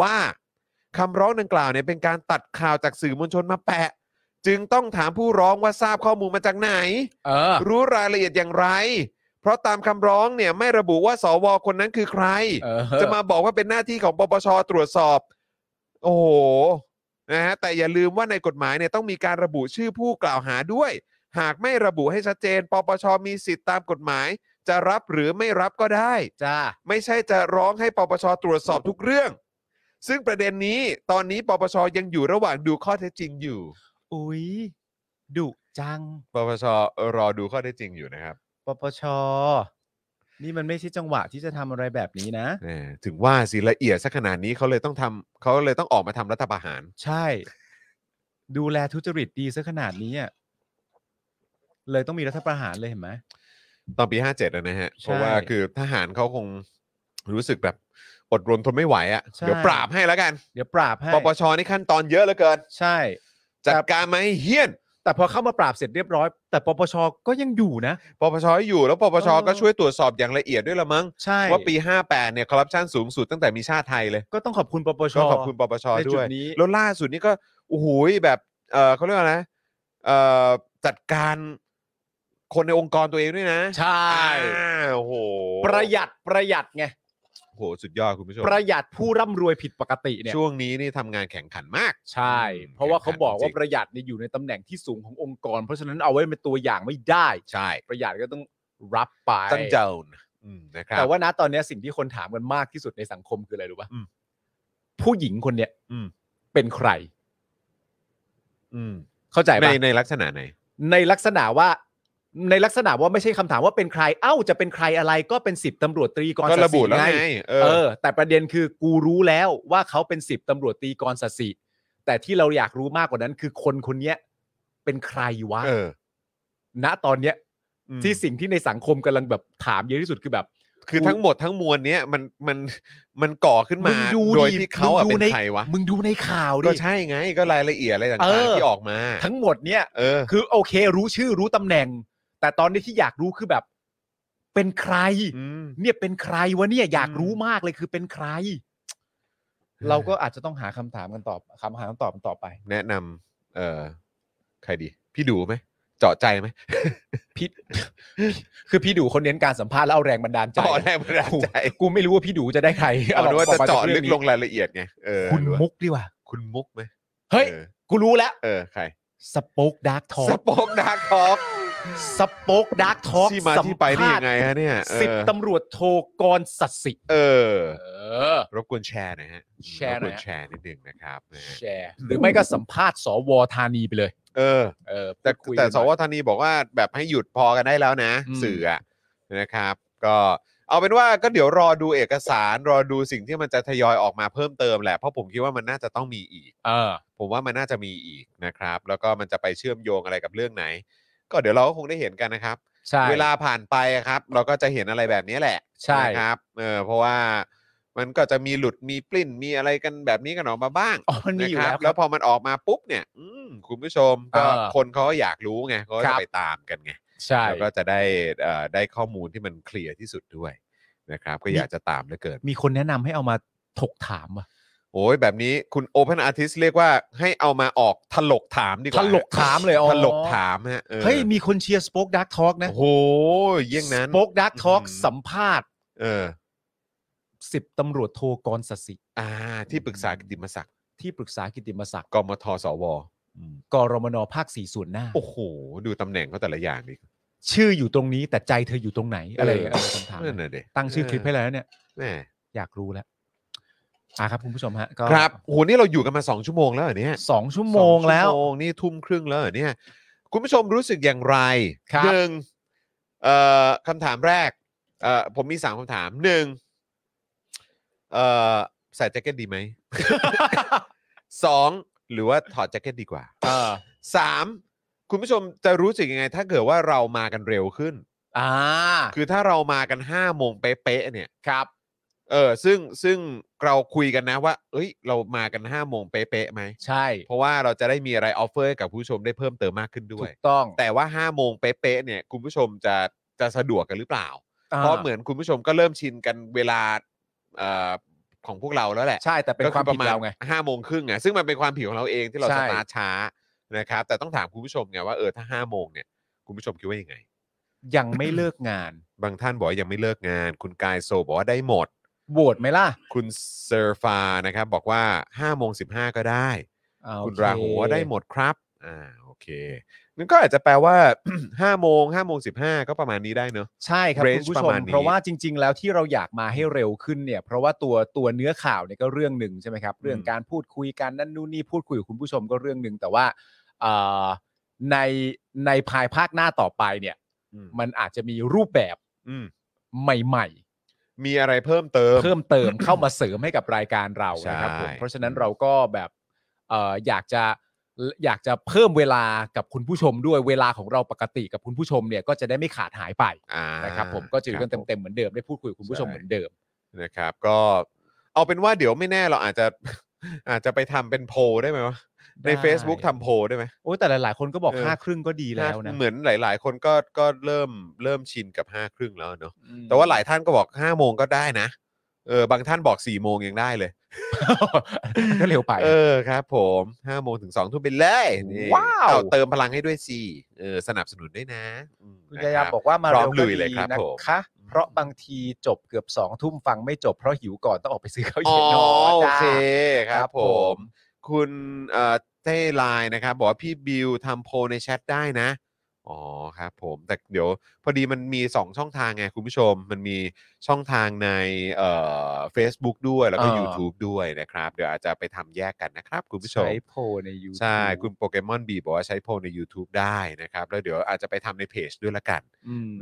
ว่าคำร้องดังกล่าวเนี่ยเป็นการตัดข่าวจากสื่อมวลชนมาแปะ จึงต้องถามผู้ร้องว่าทราบข้อมูลมาจากไหน
เออ
รู้รายละเอียดอย่างไร เพราะตามคำร้องเนี่ยไม่ระบุว่าสวคนนั้นคือใคร
เออ
จะมาบอกว่าเป็นหน้าที่ของปปชตรวจสอบ โอ้โหนะฮะแต่อย่าลืมว่าในกฎหมายเนี่ยต้องมีการระบุชื่อผู้กล่าวหาด้วย หากไม่ระบุให้ชัดเจน ปปชมีสิทธิ์ตามกฎหมาย จะรับหรือไม่รับก็ได้
จ้า
ไม่ใช่จะร้องให้ปปชตรวจสอบทุกเรื่อง ซึ่งประเด็นนี้ตอนนี้ปปชยังอยู่ระหว่างดูข้อเท็จจริงอยู่
อุ๊ย ดุจัง
ปปชรอดูข้อเท็จจริงอยู่นะครับ
ปปช นี่มันไม่ใช่จังหวะที่จะทำอะไรแบบนี้นะ
แหมถึงว่าสิละเอียดสักขนาดนี้เขาเลยต้องทำเขาเลยต้องออกมาทำรัฐประหาร
ใช่ ดูแลทุจริตดีซะขนาดนี้อะเลยต้องมีรัฐประหารเลยเห็นไหม
ตอนปี 57อะนะฮะ
ใช่
เพราะว่าคือทหารเขาคงรู้สึกแบบอดรนทนไม่ไหวอะ่ะ
ใช่
เดี๋ยวปราบให้แล้วกัน
เดี๋ยวปราบให้
ปปชนี่ขั้นตอนเยอะเหลือเกิน
ใช่
จัดการมาให้เฮี้ยน
แต่พอเข้ามาปราบเสร็จเรียบร้อย แต่ปปชก็ยังอยู่นะ
ปปชอยู่แล้วปปช
เออ
ก็ช่วยตรวจสอบอย่างละเอียดด้วยละมั้ง
ใช่
ว่าปี 58 เนี่ยคอร์รัปชันสูงสุดตั้งแต่มีชาติไทยเลย
ก็ต้องขอบคุณปปช
ก็ขอบคุณปปช
ใน
ด้
จุด
วย
นี้
แล้วล่าสุดนี่ก็โอ้โหแบบเออเขาเรียกว่าอะไรนะเอ่อจัดการคนในองค์กรตัวเองด้วยนะ
ใช่
อ่าโอ้โห
ประหยัดประหยัดไง
โหสุดยอดคุณผู้ชม
ประหยัดผู้ร่ำรวยผิดปกติเนี่ย
ช่วงนี้นี่ทำงานแข่งขันมาก
ใช่
อืม
เพราะว่าเขาบอกว่า
จริง
ประหยัดเนี่ยอยู่ในตำแหน่งที่สูงขององค์กร เพราะฉะนั้นเอาไว้เป็นตัวอย่างไม่ได้
ใช่
ประหยัดก็ต้องรับไป
ตั้งเจ้านะอืมนะครับ
แต่ว่านะตอนเนี้ยสิ่งที่คนถามกันมากที่สุดในสังคมคืออะไรรู้ป่ะ
อืม
ผู้หญิงคนเนี้ย
อืม
เป็นใคร
อืม
เข้าใจ
ใน
ป่ะ
ในลักษณะไหน
ในลักษณะว่า ในลักษณะว่าไม่ใช่คำถามว่าเป็นใคร เอ้าจะเป็นใครอะไรก็เป็นสิบตำรวจตรีกร
ก็
ศ
ระบุแล้วไงเออ
เออ แต่ประเด็นคือกูรู้แล้วว่าเขาเป็นสิบตำรวจตรีกรศสิแต่ที่เราอยากรู้มากกว่านั้น คือคนคนเนี้ยเป็นใครวะ
เออ
ณตอนเนี้ย
อืม
ที่สิ่งที่ในสังคมกำลังแบบถามเยอะที่สุดคือแบบ
คือทั้งหมดทั้งมวลเนี้ยมันมันมันก่อขึ้นมาง
ดู
โดย
ดิ
ที่เขาอะ
มึงดู
เป็น
ใน
ใครวะ
มึงดูในข่าวดิ
ก็ใช่ไงก็รายละเอียดอะไรต่า
เอง อ
ๆที่ออกมา
ทั้งหมดเนี่ย
เออ
คือโอเค รู้ชื่อรู้ตำแหน่ง แต่ตอนนี้ที่อยากรู้คือแบบ เป็นใคร
อืม
เนี่ยเป็นใครวะเนี่ยอยาก
อืม
รู้มากเลยคือเป็นใคร เราก็อาจจะต้องหาคำถามกันตอบคำหาคำตอบกันต่อไป
แนะนำเออใครดี พี่ดูไหมเจาะใจไหม
พี่ คือพี่ดูคนเน้นการสัมภาษณ์แล้วเอาแรงบันดาลใจ
เจาะแรงบันดาลใจ
กูกูไม่รู้ว่าพี่ดูจะได้ใคร
เอาเป็นว่า
อ
จะ
ม
เจาะ
รื่
ลึ
อก งนี้
ลงรายละเอียดไงเออ
คุณ
หรือว่า
มุกดีกว่า
คุณมุกไหม
เฮ้ย
ออ
กูรู้แล้ว
เออ ใคร
สป็อกดาร์กทอ
สปอคดักทอก
สป็อกดักทอล์ก
ที่มาที่ไปนี่ยังไงฮะเนี่ยเออ
สิบตำรวจโทกรสัตย์สิทธิ์
เออ
เออ
รบกวนแชร์หนะฮะ
แชร์ห
บ
น่
กวย
อ
น
ฮะ
แชร์นิดนึงนะครับนะฮะ
แชร์หรือไม่ก็สัมภาษณ์สวธานีไปเลย
เออ
เออ
แต่
พูดคุย
แต่
กันห
ส
น่อ
วย ธานีบอกว่าแบบให้หยุดพอกันได้แล้วนะ
อืม
สื่ออะนะครับ ก็เอาเป็นว่าก็เดี๋ยวรอดูเอกสารรอดูสิ่งที่มันจะทยอยออกมาเพิ่มเติมแหละเพราะผมคิดว่ามันน่าจะต้องมีอีก
เออ
ผมว่ามันน่าจะมีอีกนะครับ แล้วก็มันจะไปเชื่อมโยงอะไรกับเรื่องไหน ก็เดี๋ยวเราก็คงได้เห็นกันนะครับ
ใช่
เวลาผ่านไปอะครับ เราก็จะเห็นอะไรแบบนี้แหละ
ใช่
นะครับเออเพราะว่ามันก็จะมีหลุดมีปลิ้นมีอะไรกันแบบนี้กันออกมาบ้าง
อ๋อมันมีอยู่
นะครับ
แล้วครั
แล้ว
บ
พอมันออกมาปุ๊บเนี่ย อืมคุณผู้ชมก็
เออ
คนเขาก็อยากรู้ไงเขาก็
ครั
จะ
บ
ไปตามกันไง
ใช่
แล้วก็จะได้เอ่อได้ข้อมูลที่มันเคลียร์ที่สุดด้วยนะครับ ก็อยากจะตามเหลือเกิน
มีคนแนะนำให้เอามาถกถามอ่ะ
โอ้ยแบบนี้คุณ Open Artist เรียกว่าให้เอามาออกถลกถามดีก
ถ
ว่า
ลกถามเลยอ๋อ
ถลกถามฮะออ
เฮ้ยมีคนเชียร์สป็อกดักทอล์กนะ
โอ้โหเยี่ยงนั้น
สป็อกดักทอล์ก
อืม
สัมภาษณ์
เออ
สิบตำรวจโทกรสัตย์สิทธิ์
อ่า ที่ปรึกษากิติมศักดิ์
ที่ปรึกษากิตติมศักดิ์
กมทสวอืม
กรมนภาคสี่ส่วนหน้า
โอ้โห ดูตำแหน่งเขาแต่ละอย่างดิ
ชื่ออยู่ตรงนี้แต่ใจเธออยู่ตรงไหนอะไรอย่างเงี้ยเออคำถาม
นั่นน่ะเด็
ตั้งชื่อคลิปให้แล้วเนี่ย
แหม่
อยากรู้แล้วอ่ะครับคุณผู้ชมฮะ ก็
ครับโหนี่เราอยู่กันมา 2 ชั่วโมงแล้วเหรอเนี่ย
สองชั่วโมงแล้
ส
ว
อชั่โมงนี่ทุ่มครึ่งแล้วเหรอเนี่ย คุณผู้ชมรู้สึกอย่างไร
ครับ
หนึ่งเอ่อคำถามแรกเอ่อผมมีสามคำถามหนึ่งเอ่อใส่แจ็คเก็ต ดีไหม สองหรือว่าถอดแจ็คเก็ตดีกว่า
เออ
สามคุณผู้ชมจะรู้สึกยังไง ถ้าเกิดว่าเรามากันเร็วขึ้น
อ่า
คือถ้าเรามากัน5้าโมงเป๊ะๆเนี่ยครับ เออซึ่งซึ่งเราคุยกันนะว่า เอ้ย เรามากัน5้าโมงเป๊ะๆไหม
ใช่
เพราะว่าเราจะได้มีอะไรออฟเฟอร์ให้กับผู้ชมได้เพิ่มเติมมากขึ้นด้
ถู
วย
กต้อง
แต่ว่า5้าโมงเป๊ะๆเนี่ยคุณผู้ชมจะจะสะดวกกันหรือเปล่า เพราะเหมือนคุณผู้ชมก็เริ่มชินกันเวลาเอ่อของพวกเราแล้วแหละ
ใช่แต่เป็น
ก็
ความ
ป
ผิด
ระมาณ
เราไง
ห้าโมงครึ่งอะซึ่งมันเป็นความผิดของเราเองที่เรา
ใช่
สตาร์ทช้านะครับ แต่ต้องถามคุณผู้ชมไงว่าเออถ้า5้าโมงเนี่ยคุณผู้ชมคิดว่ายังไง
ยังไม่เลิกงาน
บางท่านบอกว่ายังไม่เลิกงาน คุณกายโซบอกว่าได้หมด
โหวตไหมล่ะ
คุณเซอร์ฟานะครับบอกว่า5้าโมงสิก็ได้
อ่โอเ
คุณราหูว่าได้หมดครับ อ่า โอเคนั่นก็อาจจะแปลว่า 5โมง5โมง15 ก็ประมาณนี้ได้เนอะ
ใช่ครับ
range
คุณผู้
ประ
ชม
มาณนี้
เพราะว่าจริง ๆ แล้วที่เราอยากมาให้เร็วขึ้นเนี่ย เพราะว่าตัวตัวเนื้อข่าวเนี่ยก็เรื่องหนึ่งใช่ไหมครับ เรื่องการพูดคุยกันนั่นนู่นนี่พูดคุยกับคุณผู้ชมก็เรื่องหนึ่งแต่ว่าเอ่อในในภายภาคหน้าต่อไปเนี่ย
อืม
มันอาจจะมีรูปแบบ
อืม
ใหม่ ๆ
มีอะไรเพิ่มเติม
เพิ่มเติม เข้ามาเสริมให้กับรายการเรานะครับผม
ใช่
เพราะฉะนั้นเราก็แบบเอ่ออยากจะอยากจะเพิ่มเวลากับคุณผู้ชมด้วยเวลาของเราปกติกับคุณผู้ชมเนี่ยก็จะได้ไม่ขาดหายไป
อ่า
นะครับผมก็จะอยู่กัน
ครับผ
เต็มๆเหมือนเดิมได้พูดคุยกับคุณผู้ชม
ใช่
เหมือนเดิม
นะครับ ก็เอาเป็นว่าเดี๋ยวไม่แน่เราอาจจะ อาจจะไปทำเป็นโพลได้ไหมวะ ใน
ได้
Facebook ทำโพลได้ไหม
โอ้ยแต่หลายๆคนก็บอก
เออ
ห้าครึ่งก็ดีแล้วนะ
เหมือนหลาย ๆ คนก็ก็เริ่มเริ่มชินกับห้าครึ่งแล้วเนอะแต่ว่าหลายท่านก็บอกห้าโมงก็ได้นะเออบางท่านบอกสี่โมงยังได้เลย
ก็เร็วไป
เออครับผมห้าโมงถึงสองทุ่มไปเลยนี่
ว้าว
เอเติมพลังให้ด้วยสิเออสนับสนุนด้วยนะอืม
คุณ
นะ
ยายา
รับ
บอกว่ามา
พร้อ
เร็
ม
ว
ลุ
ก็
ยเลย
ดี
ครับ
นะ
ผม
คะ
อื
เพราะบางทีจบเกือบสองทุ่มฟังไม่จบเพราะหิวก่อนต้องออกไปซื้อข้าว
อ๋อน
เย็น
โอน
จ้า
เคครับผม
ม
คุณเอ่อเต้ไลน์นะครับ บอกว่าพี่บิวทำโพลในแชทได้นะ อ๋อครับผมแต่เดี๋ยวพอดีมันมี 2 ช่องทางไงคุณผู้ชม มันมีช่องทางในเอ่อ Facebook ด้วยแล้วก็
เออ
YouTube ด้วยนะครับ เดี๋ยวอาจจะไปทำแยกกันนะครับ คุณผู้ชม
ใช้โพลในยู
ใช่ คุณโปเกมอนบีบอกว่าใช้โพลใน YouTube ได้นะครับ แล้วเดี๋ยวอาจจะไปทำในเพจด้วยละกัน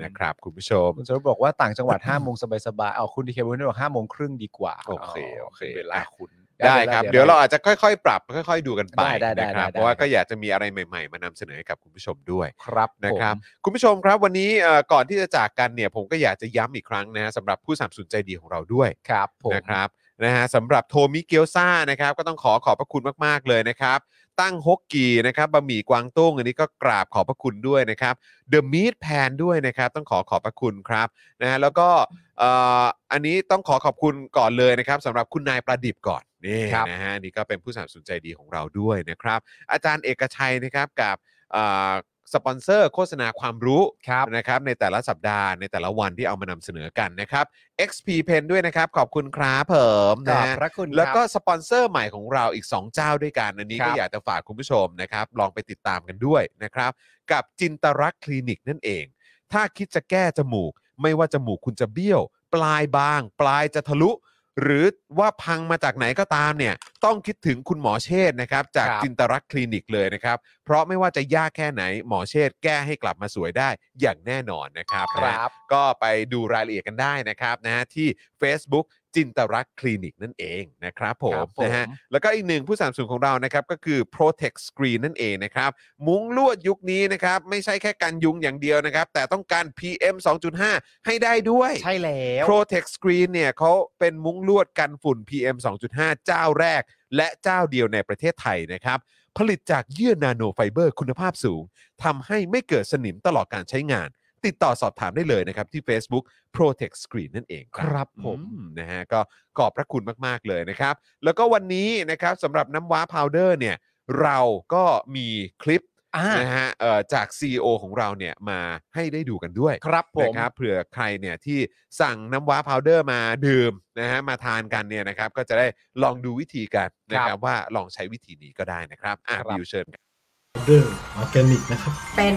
นะครับ คุณผู้ชม
คุณสรุปบอกว่าต่างจังหวัด 5โมงสบายๆ เอาคุณดีเคบอกว่า5โมงครึ่งดีกว่า
โอเคโอเค
เวลาคุณ
ได้ครับ เดี๋ยวเราอาจจะค่อยๆ ปรับ ค่อย ๆ ดูกันไป
ได้ได้ได้
นะครับ
ได้
เพราะว่าก็อยากจะมีอะไรใหม่ ๆ มานำเสนอให้กับคุณผู้ชมด้วย
ครับผม
นะครับคุณผู้ชมครับวันนี้เอ่อก่อนที่จะจากกันเนี่ยผมก็อยากจะย้ำอีกครั้งนะฮะสำหรับผู้สามสนุนใจดีของเราด้วย
ครับผม
นะครับนะฮะสำหรับโทมิเกียวซ่านะครับก็ต้องขอขอบพระคุณมาก ๆ เลยนะครับ ตั้งฮกกีนะครับบะหมี่กวางตุ้งอันนี้ก็กราบขอบพระคุณด้วยนะครับเดอะมีทแพนด้วยนะครับ ต้องขอขอบพระคุณครับนะฮะแล้วก็เอ่ออันนี้ต้องขอขอบคุณก่อนเลยนะครับสำหรับคุณนายประดิบก่อนนี่
ครับ
นะฮะอันนี่ก็เป็นผู้สามสนุนใจดีของเราด้วยนะครับ อาจารย์เอกชัยนะครับกับ อ่าสปอนเซอร์โฆษณาความรู้
ครับ
นะครับในแต่ละสัปดาห์ในแต่ละวันที่เอามานำเสนอกันนะครับ XP Pen ด้วยนะครับ ขอบคุณครับเผิม
ข
นะ
อบ
ฮะ
พระคุณครับ
แล้วก็สปอนเซอร์ใหม่ของเราอีก 2 เจ้าด้วยกัน อันนี้
ครับ
ก็อยากจะฝากคุณผู้ชมนะครับ ลองไปติดตามกันด้วยนะครับ กับจินตรักษณ์คลินิกนั่นเอง ถ้าคิดจะแก้จมูก ไม่ว่าจมูกคุณจะเบี้ยว ปลายบาง ปลายจะทะลุ หรือว่าพังมาจากไหนก็ตามเนี่ย ต้องคิดถึงคุณหมอเชษฐ์นะครับ จาก
ครับ
จินตรักษณ์คลินิกเลยนะครับ เพราะไม่ว่าจะยากแค่ไหนหมอเชษฐ์แก้ให้กลับมาสวยได้อย่างแน่นอนนะครับ
ค
นะฮะ
รับ
ก็ไปดูรายละเอียดกันได้นะครับนะฮะที่ Facebook จินตรักษณ์คลินิกนั่นเองนะครับผ
ค
ม
รับผม
นะฮะแล้วก็อีกหนึ่งผู้สนับสนุนของเรานะครับก็คือ Protect Screen นั่นเองนะครับ มุ้งลวดยุคนี้นะครับ ไม่ใช่แค่กันยุงอย่างเดียวนะครับ แต่ต้องการ PM 2.5 ให้ได้ด้วย
ใช่แล้ว
Protect Screen เนี่ยเขาเป็นมุ้งลวดกันฝุ่น PM 2.5 เจ้าแรก และเจ้าเดียวในประเทศไทยนะครับ ผลิตจากเยื่อนาโนไฟเบอร์คุณภาพสูงทำให้ไม่เกิดสนิมตลอดการใช้งาน ติดต่อสอบถามได้เลยนะครับ ที่ Facebook Protect Screen นั่นเอง
ครับผม
อืนะฮะก็ขอบพระคุณมาก ๆ เลยนะครับ แล้วก็วันนี้นะครับสำหรับน้ำว้าพาวเดอร์เนี่ยเราก็มีคลิป
อ่า
นะฮะเอ่อจาก CEO ของเราเนี่ยมาให้ได้ดูกันด้วย
ครับผม
นะครับเผื่อใครเนี่ยที่สั่งน้ำว้าพาวเดอร์มาดื่มนะฮะมาทานกันเนี่ยนะครับ ก็จะได้ลองดูวิธีกันนะค
ครั
รับบ ว่าลองใช้วิธีนี้ก็ได้นะครับอ่ะบิวเชิญครับ
เรื่องออร์แกนิกนะครับ
เป็น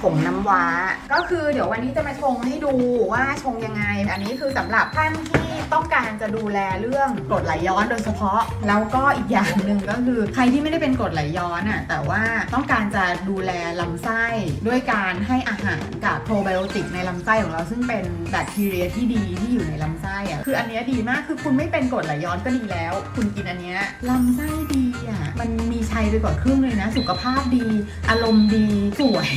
ผงน้ำว้า ก็คือเดี๋ยววันนี้จะมาชงให้ดูว่าชงยังไง อันนี้คือสำหรับท่านที่ต้องการจะดูแลเรื่องกรดไหลย้อนโดยเฉพาะ แล้วก็อีกอย่างหนึ่งก็คือ ใครที่ไม่ได้เป็นกรดไหลย้อนอ่ะแต่ว่าต้องการจะดูแลลำไส้ ด้วยการให้อาหารกับโปรไบโอติกในลำไส้ของเราซึ่งเป็นแบคทีเรียที่ดีที่อยู่ในลำไส้อ่ะคืออันเนี้ยดีมากคือคุณไม่เป็นกรดไหลย้อนก็ดีแล้ว คุณกินอันเนี้ยลำไส้ดีอ่ะมันมีชัยไปกว่าครึ่งเลยนะ สุขภาพดี อารมณ์ดีสวย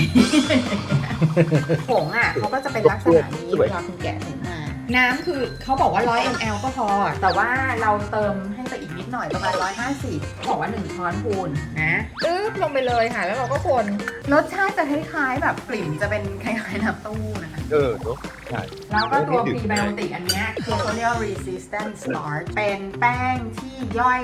ผงอ่ะเขาก็จะเป็นลักษณะนี้เวลาคุณแกะถึงมา น้ำคือเขาบอกว่า 100 ml ก็พอ แต่ว่าเราเติมให้ไปอีกนิดหน่อยประมาณ 150บอกว่า 1 ช้อนพูนนะตึ๊บลงไปเลยค่ะ แล้วเราก็คนรสชาติจะคล้ายๆ แบบกลิ่นจะเป็นคล้ายๆน้ำเต้าหู้นะคะ
เออเนอะ
แล้วก็ตัว p r e b i o t i c อันเนี้ยคือเขาเรียก resistant starch เป็นแป้งที่ย่อย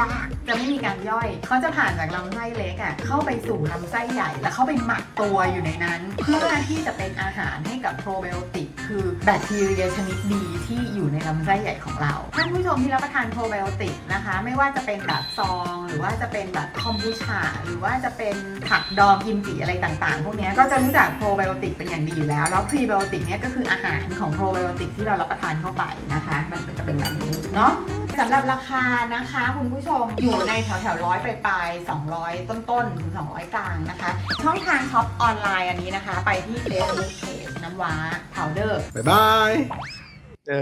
ยาก จะไม่มีการย่อย เขาจะผ่านจากลำไส้เล็กอ่ะเข้าไปสู่ลำไส้ใหญ่ แล้วเข้าไปหมักตัวอยู่ในนั้น เพื่อที่จะเป็นอาหารให้กับโปรไบโอติกคือแบคทีเรียชนิดดีที่อยู่ในลำไส้ใหญ่ของเรา ท่านผู้ชมที่รับประทานโปรไบโอติกนะคะ ไม่ว่าจะเป็นแบบซอง หรือว่าจะเป็นแบบคอมบูชาหรือว่าจะเป็นผักดองกิมจิอะไรต่างๆ พวกเนี้ยก็จะรู้จักโปรไบโอติกเป็นอย่างดีอยู่แล้ว แล้วพรีไบโอติกเนี้ยก็คืออาหารของโปรไบโอติกที่เรารับประทานเข้าไปนะคะ มันก็จะเป็นแบบนี้เนาะสำหรับราคานะคะ คุณผู้ชมอยู่ในแถวแถวร้อยปลายๆ200 ต้นๆถึง200 กลางนะคะ ช่องทางช็อปออนไลน์อันนี้นะคะ ไปที่ Facebook Page น้ำว้า powder
บ๊ายบาย
เอ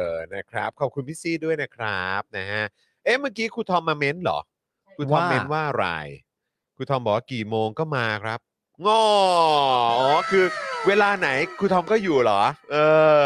อนะครับ ขอบคุณพี่ซีด้วยนะครับนะฮะเอ๊ะเมื่อกี้ครูทอมมาเม้นเหรอครูทอม
ว่า
เม้นว่าอะไรครูทอมบอกว่ากี่โมงก็มาครับงออ๋อคือเวลาไหนครูทอมก็อยู่เหรอ เอ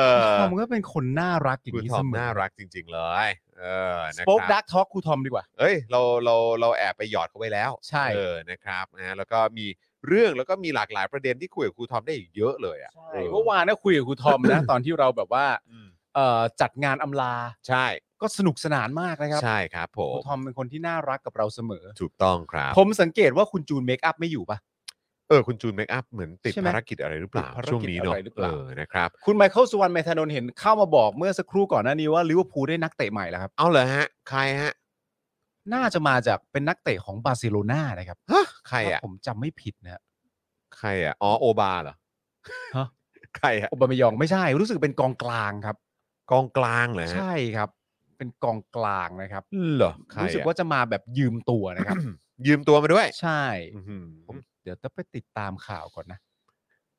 อ
ทอมก็เป็นคนน่ารักอย่า
ครู
งนี้
ทอ
เส
ม
มอ
น่ารักจริง ๆ เลยเออ
ส
นะ
ป็อค
ครับ
ดักทอล์กครูทอมดีกว่า
เอ้ยเราเราเราแอบไปหยอดเขาไว้แล้ว
ใช่
เออนะครับนะฮะแล้วก็มีเรื่องแล้วก็มีหลากหลายประเด็นที่คุยกับครูทอมได้อีกเยอะเลยอ่ะเออ
เมื่อวานนะคุยกับครูทอม นะ ตอนที่เราแบบว่า
อืม
เอ่อจัดงานอำลา
ใช่
ก็สนุกสนานมากนะครับ
ใช่ครับผ
ครู
ม
ทอมเป็นคนที่น่ารักกับเราเสมอ
ถูกต้องครับ
ผมสังเกตว่าคุณจูนเมคอัพไม่อยู่ปะ
เออคุณจูนเมคอัพเหมือนติด
ใช่ไหม
ภารกิจอะไรหรือเปล่า
ติดภารกิจ
ช่วงนี้เนอะ
อะไรหรือเปล่า
อนะครับ
คุณไมเคิลสุวรรณเมธานนท์เห็นเข้ามาบอกเมื่อสักครู่ก่อนหน้านี้ว่าลิเวอร์พูลได้นักเตะใหม่แล้วครับ
เอาเลยฮะ ใครฮะ
น่าจะมาจากเป็นนักเตะของบาร์เซโลนานะครับ
ฮะใครอ่ะ
ถ้าผมจำไม่ผิดนะฮะ
ใครอ่ะอ๋อโอบาเหรอ
ฮะ
ใครฮะ
โอบามายองไม่ใช่ รู้สึกเป็นกองกลางครับ
กองกลางเหรอฮะ
ใช่ครับ เป็นกองกลางนะครับ
เหรอใคร
รู้สึก
อะ
ว่าจะมาแบบยืมตัวนะครับ
ยืมตัวมาด้วย
ใช่
อื้อหือ
ผม เดี๋ยวต้องไปติดตามข่าวก่อนนะ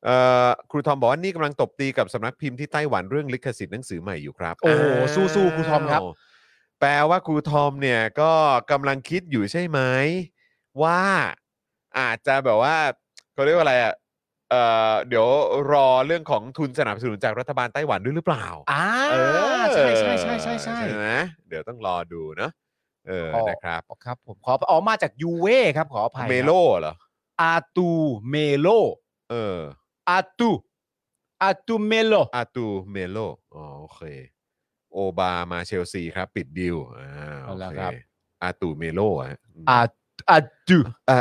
เอ่อครูทอมบอกว่านี่กำลังตบตีกับสำนักพิมพ์ที่ไต้หวันเรื่องลิขสิทธิ์หนังสือใหม่อยู่ครับ
โอ้โห
าว
สู้ๆครูทอมครับ
แปลว่าครูทอมเนี่ยก็กำลังคิดอยู่ใช่ไหมว่าอาจจะแบบว่าเขาเรียกว่าอะไรอ่ะเอ่อเดี๋ยวรอเรื่องของทุนสนับสนุนจากรัฐบาลไต้หวันด้วยหรือเปล่า
่า
เออ
ใช่ใช่ใช่ใช่ใช่
ไหมเดี๋ยวต้องรอดูเนอะเออ
อ๋อ
นะครับ
อ๋อครับผมขออ๋อมาจากยูเว่ครับขออภัยครับ
เมโลเหรอ
อาตูเมโล
เออ
อาตูอาตูเมโล
อาตูเมโลอ๋อโอเค โอบามาเชลซีครับ ปิดดิวอ่าโอเคอาตูเมโลอะฮะม
อาอาตู
อ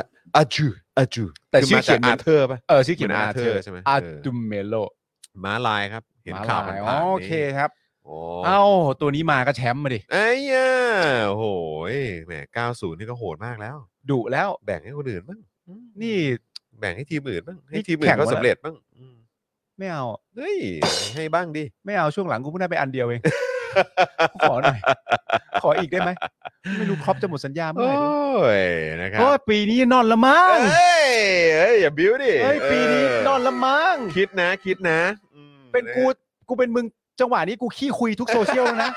าจูอาจู
แต่ชื่อเขี
คืมาจา
ยน
ก
มั
อาน เธอร์ป่ะ
เออชื่อเขียนว่า
เหมือน
อาเธอ
Arthur
ร์
ใช่ไหม
อา
เออ
ตูเมโล
ม้าลายครับ เห็นข่าวผ่าน
อ๋อ
ผ่าน
โอเคครับ
โอ้
เอ้าตัวนี้มาก็แชมป์มาดิ
ไอ้ยาโอ้โหยแหม90 นี่ก็โหดมากแล้ว
ดุแล้ว
แบ่งให้คนอื่นบ้าง
นี่
แบ่งให้ทีมอื่นบ้างให้
นี่
ทีมอื่
แข่
น
ง
ก็
วะ
สำเร็จบ้างอืม
ไม่เอา
เฮ้ย ให้บ้างดิ
ไม่เอาช่วงหลังกูเพิ่งได้ไปอันเดียวเอง ขอหน่อย ขออีกได้ไหม ไม่รู้ครอปจะหมดสัญญาเมื่อ
โอ้
ไหร่ด้วย
ย นะครับ
โอ้ยปีนี้นอนละมั้ง
เอ้ยเอ้ย อย่าบิ้วดิ
เฮ้ยปีนี้
เ
นอนละมั้ง
คิดนะคิดนะอืม
เป็นกูกูเป็นมึงจังหวะนี้กูขี้คุยทุกโซเชียลแล้วนะ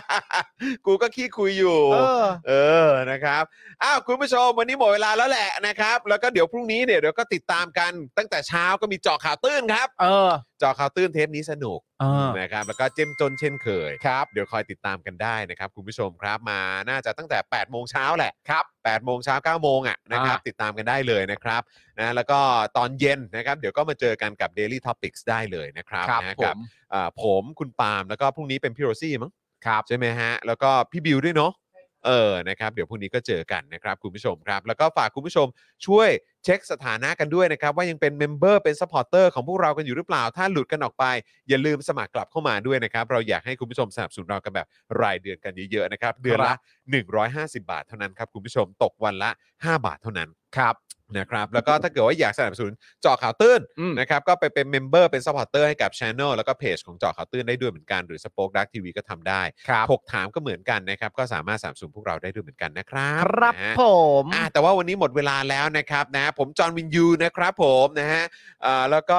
กูก็ขี้คุยอยู่
เออ
เออ นะครับ อ้าว คุณผู้ชม วันนี้หมดเวลาแล้วแหละนะครับ แล้วก็เดี๋ยวพรุ่งนี้เนี่ยเดี๋ยวก็ติดตามกัน ตั้งแต่เช้าก็มีเจาะข่าวตื้นครับ
เออ
เจาะข่าวตื้นเทปนี้สนุก
เออ
นะครับ แล้วก็เจ้มจนเช่นเคย
ครับ
เดี๋ยวคอยติดตามกันได้นะครับ คุณผู้ชมครับ มา น่าจะตั้งแต่ 8 โมงเช้าแหละครับ8โมงเช้า9โมงอ่ะนะครับ ติดตามกันได้เลยนะครับ นะ แล้วก็ตอนเย็นนะครับ เดี๋ยวก็มาเจอกันกับ Daily Topics ได้เลยนะครับ
ครับ
นะ
ผ
กั
ม
อ่าผม คุณปาล์ม แล้วก็พรุ่งนี้เป็นพี่โรซี่มั้ง
ครับ
ใช่ไหมฮะ แล้วก็พี่บิวด้วยเนาะเออนะครับ เดี๋ยวพรุ่งนี้ก็เจอกันนะครับ คุณผู้ชมครับ แล้วก็ฝากคุณผู้ชมช่วยเช็คสถานะกันด้วยนะครับ ว่ายังเป็นเมมเบอร์เป็นสปอร์เตอร์ของพวกเรากันอยู่หรือเปล่า ถ้าหลุดกันออกไป อย่าลืมสมัครกลับเข้ามาด้วยนะครับ เราอยากให้คุณผู้ชมสนับสนุนเรากันแบบรายเดือนกันเยอะๆนะครับ เดือนละ 150 บาทเท่านั้นครับคุณผู้ชมตกวันละ 5 บาทเท่านั้นครับนะครับ แล้วก็ถ้าเกิดว่าอยากสนับสนุนเจาะข่าวตื้น
อืม
นะครับก็ไปเป็นเมมเบอร์เป็นซัพพอร์เตอร์ให้กับช ANNEL แล้วก็เพจของเจาะข่าวตื้นได้ด้วยเหมือนกันหรือสป็อคดักทีวีก็ทำได้
ครับ
ถกถามก็เหมือนกันนะครับ ก็สามารถสามสูงพวกเราได้ด้วยเหมือนกันนะครับ
ครับ
นะฮะ
ผม
อ่ะแต่ว่าวันนี้หมดเวลาแล้วนะครับนะผมจอห์นวินยูนะครับผมนะฮะเอ่อแล้วก็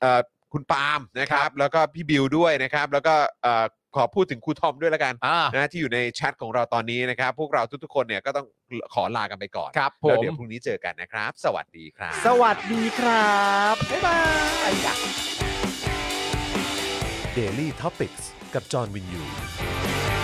เอ่อคุณปาล์มนะครับ แล้วก็พี่บิวด้วยนะครับ แล้วก็เอ่อขอพูดถึงครูทอมด้วยละกัน
อ่า
นะที่อยู่ในแชทของเราตอนนี้นะครับ พวกเราทุกๆคนเนี่ยก็ต้องขอลากันไปก่อน
ครับผ
แล้ว
ม
เดี๋ยวพรุ่งนี้เจอกันนะครับ สวัสดีครับ
สวัสดีครับ บ๊ายบาย
Daily Topics กับจอห์นวินยู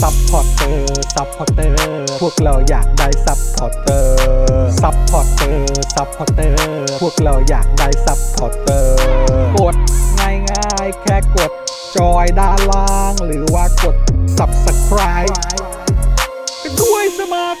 ซัพพอร์เตอร์ซัพพอร์เตอร์ พวกเราอยากได้ซัพพอร์เตอร์ซัพพอร์เตอร์ซัพพอร์เตอร์ พวกเราอยากได้ซัพพอร์เตอร์ กดง่ายง่ายๆแค่กด จอยด้านล่าง หรือว่ากด subscribe ไปด้วยสมัคร